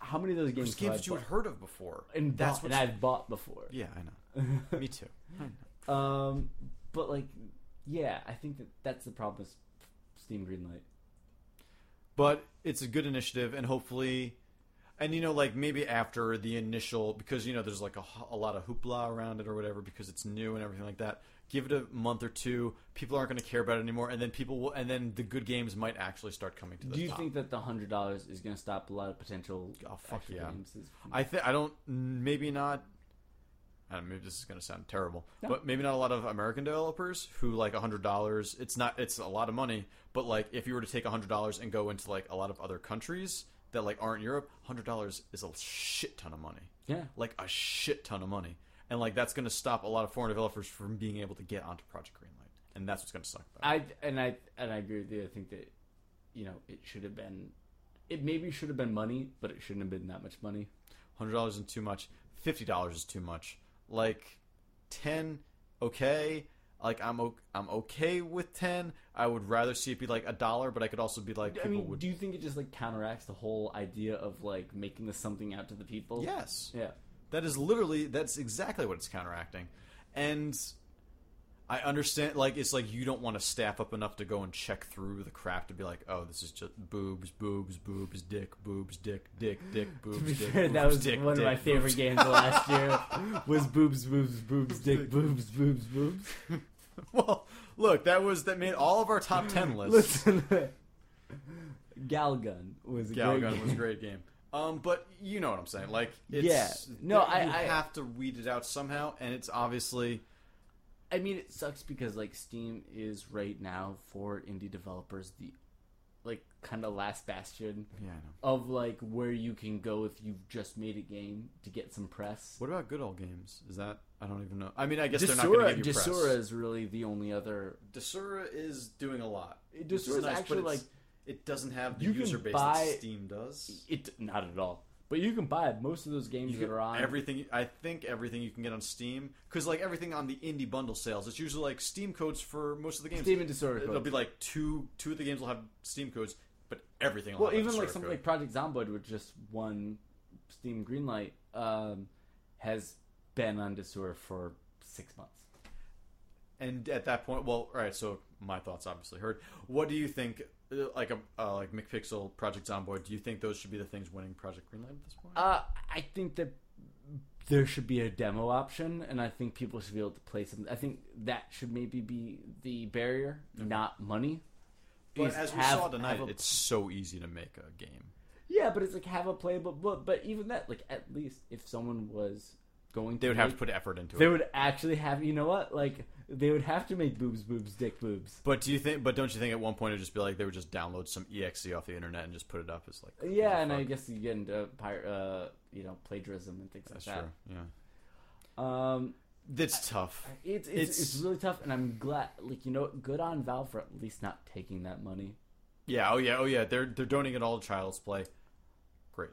[SPEAKER 2] How many of those
[SPEAKER 1] It
[SPEAKER 2] games?
[SPEAKER 1] was
[SPEAKER 2] have
[SPEAKER 1] games
[SPEAKER 2] I
[SPEAKER 1] that you had
[SPEAKER 2] bought-
[SPEAKER 1] heard of before.
[SPEAKER 2] and
[SPEAKER 1] that's
[SPEAKER 2] bought-
[SPEAKER 1] what-
[SPEAKER 2] and I've bought before.
[SPEAKER 1] (laughs) Yeah, I know. Me too. I know.
[SPEAKER 2] um, but like, yeah, I think that that's the problem with Steam Greenlight.
[SPEAKER 1] But it's a good initiative, and hopefully, and you know, like maybe after the initial, because you know, there's like a, h- a lot of hoopla around it or whatever, because it's new and everything like that. Give it a month or two. People aren't going to care about it anymore, and then people will, and then the good games might actually start coming to the
[SPEAKER 2] Do you
[SPEAKER 1] top.
[SPEAKER 2] think that the hundred dollars is going to stop a lot of potential?
[SPEAKER 1] Oh, fuck
[SPEAKER 2] actual
[SPEAKER 1] yeah.
[SPEAKER 2] games? Is-
[SPEAKER 1] I think I don't. Maybe not. I don't know, maybe this is going to sound terrible,
[SPEAKER 2] No.
[SPEAKER 1] but maybe not a lot of American developers who like hundred dollars. It's not. It's a lot of money, but like if you were to take hundred dollars and go into like a lot of other countries that like aren't Europe, hundred dollars is a shit ton of money.
[SPEAKER 2] yeah,
[SPEAKER 1] Like a shit ton of money, and like that's going to stop a lot of foreign developers from being able to get onto Project Greenlight, and that's what's going to suck about. it.
[SPEAKER 2] I and I and I agree with you. I think that you know it should have been, it maybe should have been money, but it shouldn't have been that much money.
[SPEAKER 1] hundred dollars is too much. Fifty dollars is too much. Like ten, okay. Like I'm o- I'm okay with ten. I would rather see it be like a dollar, but I could also be like
[SPEAKER 2] I
[SPEAKER 1] people
[SPEAKER 2] mean,
[SPEAKER 1] would.
[SPEAKER 2] do you think it just like counteracts the whole idea of like making this something out to the people?
[SPEAKER 1] yes,
[SPEAKER 2] Yeah.
[SPEAKER 1] that is literally that's exactly what it's counteracting, and I understand. Like it's like you don't want to staff up enough to go and check through the crap to be like, oh, this is just boobs, boobs, boobs, dick, boobs, dick, dick, dick, boobs,
[SPEAKER 2] (laughs) To be
[SPEAKER 1] dick.
[SPEAKER 2] fair, that
[SPEAKER 1] boobs,
[SPEAKER 2] was
[SPEAKER 1] dick,
[SPEAKER 2] one
[SPEAKER 1] dick,
[SPEAKER 2] of my favorite
[SPEAKER 1] boobs.
[SPEAKER 2] games last (laughs) year. Was boobs, boobs, boobs, dick, boobs, boobs, boobs.
[SPEAKER 1] (laughs) Well, look, that was that made all of our top
[SPEAKER 2] (laughs)
[SPEAKER 1] ten lists.
[SPEAKER 2] Listen, Galgun was a great
[SPEAKER 1] Galgun
[SPEAKER 2] game.
[SPEAKER 1] was a great game. Um, but you know what I'm saying. Like, it's,
[SPEAKER 2] Yeah. No,
[SPEAKER 1] you
[SPEAKER 2] I- I-
[SPEAKER 1] have to weed it out somehow, and it's obviously
[SPEAKER 2] I mean, it sucks because like Steam is right now for indie developers the like kind of last bastion
[SPEAKER 1] yeah. I know.
[SPEAKER 2] of like where you can go if you've just made a game to get some press.
[SPEAKER 1] What about good old games? Is that I don't even know. I mean, I guess they're not going to
[SPEAKER 2] Desura,
[SPEAKER 1] give you press.
[SPEAKER 2] Desura is really the only other.
[SPEAKER 1] Desura is doing a lot.
[SPEAKER 2] Desura
[SPEAKER 1] which
[SPEAKER 2] is
[SPEAKER 1] nice,
[SPEAKER 2] actually
[SPEAKER 1] but
[SPEAKER 2] like
[SPEAKER 1] it's- it doesn't have the
[SPEAKER 2] you can
[SPEAKER 1] user base
[SPEAKER 2] buy-
[SPEAKER 1] that Steam does.
[SPEAKER 2] it. Not at all. But you can buy most of those games
[SPEAKER 1] You
[SPEAKER 2] that
[SPEAKER 1] get
[SPEAKER 2] are on.
[SPEAKER 1] everything. I think everything you can get on Steam because like everything on the indie bundle sales, it's usually like Steam codes for most of the games.
[SPEAKER 2] Steam and Desura.
[SPEAKER 1] It'll
[SPEAKER 2] codes.
[SPEAKER 1] be like two two of the games will have Steam codes, but everything. Will
[SPEAKER 2] well,
[SPEAKER 1] have a
[SPEAKER 2] even like
[SPEAKER 1] Desura
[SPEAKER 2] something
[SPEAKER 1] code.
[SPEAKER 2] like Project Zomboid, which just won Steam Greenlight, um, has been on Desura for six months.
[SPEAKER 1] And at that point, well, all right. So my thoughts obviously heard. What do you think? uh, Like a uh, like McPixel Project Zomboid. Do you think those should be the things winning Project Greenlight at this point?
[SPEAKER 2] Uh, I think that there should be a demo option, and I think people should be able to play some. I think that should maybe be the barrier, not money.
[SPEAKER 1] but
[SPEAKER 2] Is
[SPEAKER 1] as we
[SPEAKER 2] have-
[SPEAKER 1] saw tonight,
[SPEAKER 2] have a-
[SPEAKER 1] it's so easy to make a game.
[SPEAKER 2] yeah, but it's like have a playable book. But even that, like at least if someone was going, to
[SPEAKER 1] They would have to
[SPEAKER 2] make-
[SPEAKER 1] put effort into
[SPEAKER 2] They
[SPEAKER 1] it.
[SPEAKER 2] would actually have. You know what? Like they would have to make boobs, boobs, dick, boobs.
[SPEAKER 1] But do you think? But don't you think at one point it'd just be like they would just download some exe off the internet and just put it up as like
[SPEAKER 2] Yeah,
[SPEAKER 1] what
[SPEAKER 2] and
[SPEAKER 1] the
[SPEAKER 2] I
[SPEAKER 1] fuck?
[SPEAKER 2] guess you get into pir- uh, you know plagiarism and things
[SPEAKER 1] that's
[SPEAKER 2] like
[SPEAKER 1] true. Yeah,
[SPEAKER 2] that. Um,
[SPEAKER 1] that's tough.
[SPEAKER 2] It's it's, it's
[SPEAKER 1] It's-
[SPEAKER 2] really tough, and I'm glad. Like you know, good on Valve for at least not taking that money.
[SPEAKER 1] Yeah. Oh yeah. Oh yeah. They're they're donating it all to Child's Play. Great.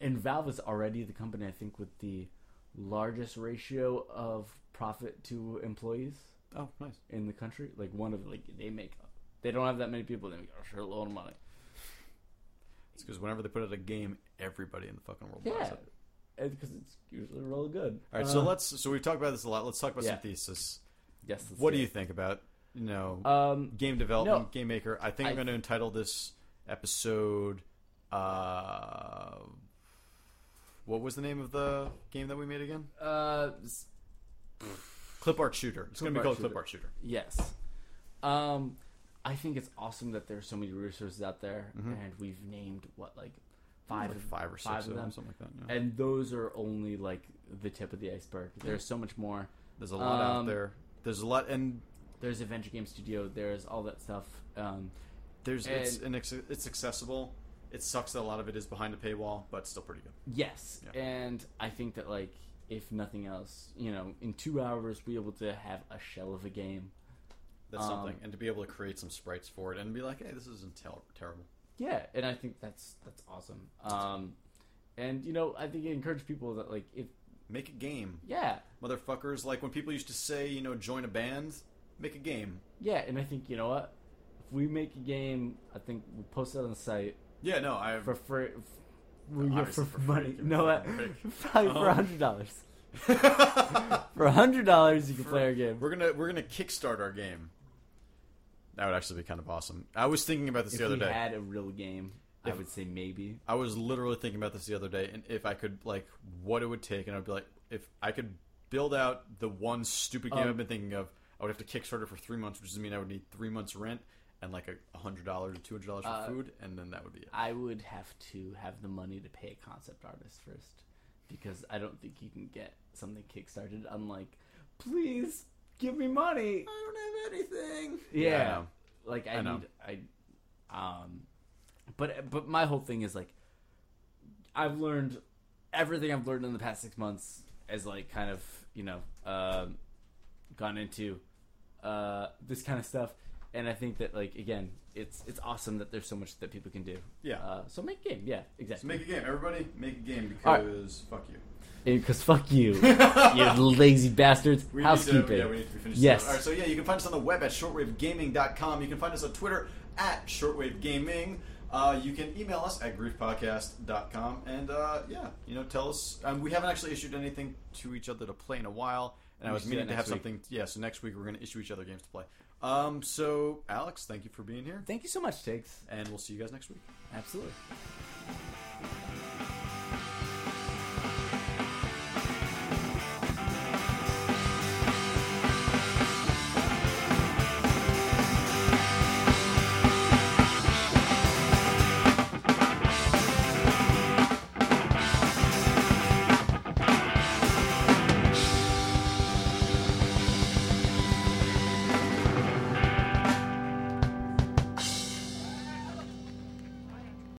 [SPEAKER 2] And Valve is already the company I think with the largest ratio of profit to employees
[SPEAKER 1] Oh, nice.
[SPEAKER 2] in the country. Like one of like they make they don't have that many people. They make a shitload of money.
[SPEAKER 1] It's because whenever they put out a game, everybody in the fucking world buys
[SPEAKER 2] Yeah,
[SPEAKER 1] it.
[SPEAKER 2] because it's usually really good. Uh,
[SPEAKER 1] All right, so let's. So we've talked about this a lot. Let's talk about
[SPEAKER 2] yeah.
[SPEAKER 1] some thesis.
[SPEAKER 2] Yes. let's
[SPEAKER 1] What
[SPEAKER 2] do
[SPEAKER 1] do you
[SPEAKER 2] it.
[SPEAKER 1] think about you know
[SPEAKER 2] Um.
[SPEAKER 1] game development,
[SPEAKER 2] no.
[SPEAKER 1] game maker? I think I,
[SPEAKER 2] I-
[SPEAKER 1] am going to entitle this episode. Uh, what was the name of the game that we made again?
[SPEAKER 2] Uh. s-
[SPEAKER 1] Clip art shooter. It's going to be
[SPEAKER 2] Clip
[SPEAKER 1] called
[SPEAKER 2] Art
[SPEAKER 1] clip art shooter.
[SPEAKER 2] Yes. Um, I think it's awesome that there's so many resources out there, and we've named what like five,
[SPEAKER 1] Mm-hmm. like
[SPEAKER 2] of-
[SPEAKER 1] five or six
[SPEAKER 2] five
[SPEAKER 1] of
[SPEAKER 2] of
[SPEAKER 1] them,
[SPEAKER 2] them.
[SPEAKER 1] something like that. Yeah.
[SPEAKER 2] and those are only like the tip of the iceberg. There's so much more.
[SPEAKER 1] There's a lot out
[SPEAKER 2] um,
[SPEAKER 1] there. There's a lot, and
[SPEAKER 2] There's Adventure Game Studio. There's all that stuff. Um,
[SPEAKER 1] there's it's
[SPEAKER 2] and-
[SPEAKER 1] an ex- it's accessible. It sucks that a lot of it is behind a paywall, but still pretty good.
[SPEAKER 2] yes,
[SPEAKER 1] Yeah.
[SPEAKER 2] and I think that like if nothing else, you know, in two hours we're able to have a shell of a game.
[SPEAKER 1] That's
[SPEAKER 2] Um,
[SPEAKER 1] something, and to be able to create some sprites for it and be like, hey, this isn't ter- terrible.
[SPEAKER 2] Yeah, and I think that's that's awesome. Um, and you know, I think it encouraged people that like if
[SPEAKER 1] Make a game,
[SPEAKER 2] Yeah,
[SPEAKER 1] motherfuckers. Like when people used to say, you know, join a band, make a game.
[SPEAKER 2] yeah, and I think you know what? If we make a game, I think we post it on the site
[SPEAKER 1] Yeah, no, I.
[SPEAKER 2] for free. f- Well, yeah, for,
[SPEAKER 1] Obviously for free,
[SPEAKER 2] money.
[SPEAKER 1] give me
[SPEAKER 2] No,
[SPEAKER 1] a
[SPEAKER 2] uh, (laughs)
[SPEAKER 1] break.
[SPEAKER 2] probably for
[SPEAKER 1] Um,
[SPEAKER 2] hundred dollars. For hundred dollars, you can
[SPEAKER 1] For-
[SPEAKER 2] play our game.
[SPEAKER 1] (laughs) We're gonna we're gonna kickstart our game. That would actually be kind of awesome. I was thinking about this
[SPEAKER 2] If
[SPEAKER 1] the other
[SPEAKER 2] we
[SPEAKER 1] day.
[SPEAKER 2] had a real game, I
[SPEAKER 1] If-
[SPEAKER 2] would say maybe.
[SPEAKER 1] I was literally thinking about this the other day, and if I could, like, what it would take, and I'd be like, if I could build out the one stupid game
[SPEAKER 2] Um,
[SPEAKER 1] I've been thinking of, I would have to Kickstarter for three months, which would mean I would need three months' rent and like a hundred dollars or two hundred dollars for
[SPEAKER 2] Uh,
[SPEAKER 1] food, and then that would be it.
[SPEAKER 2] I would have to have the money to pay a concept artist first because I don't think you can get something kickstarted. I'm like, please give me money.
[SPEAKER 1] I don't have anything.
[SPEAKER 2] Yeah,
[SPEAKER 1] I know.
[SPEAKER 2] like I,
[SPEAKER 1] I know.
[SPEAKER 2] need I, um, but but my whole thing is like, I've learned everything I've learned in the past six months as like kind of you know um, gone into uh, this kind of stuff, and I think that like again, it's it's awesome that there's so much that people can do.
[SPEAKER 1] Yeah.
[SPEAKER 2] Uh, so make game. Yeah,
[SPEAKER 1] So
[SPEAKER 2] exactly.
[SPEAKER 1] make a game, everybody. Make a game
[SPEAKER 2] All right.
[SPEAKER 1] because fuck you.
[SPEAKER 2] Because fuck
[SPEAKER 1] (laughs)
[SPEAKER 2] you, you lazy bastards.
[SPEAKER 1] We
[SPEAKER 2] Housekeeping.
[SPEAKER 1] Need to, yeah, we need to be finished.
[SPEAKER 2] Yes.
[SPEAKER 1] All right, so yeah, you can find us on the web at shortwavegaming.com. You can find us on Twitter at shortwavegaming. Uh, you can email us at griefpodcast.com. And uh, yeah, you know, tell us. Um, we haven't actually issued anything to each other to play in a while. And I
[SPEAKER 2] We
[SPEAKER 1] was
[SPEAKER 2] should do
[SPEAKER 1] meaning
[SPEAKER 2] that
[SPEAKER 1] to have
[SPEAKER 2] next week.
[SPEAKER 1] something. Yeah, so next week we're going to issue each other games to play. Um, so, Alex, thank you for being here.
[SPEAKER 2] Thank you so much, Takes.
[SPEAKER 1] And we'll see you guys next week.
[SPEAKER 2] Absolutely.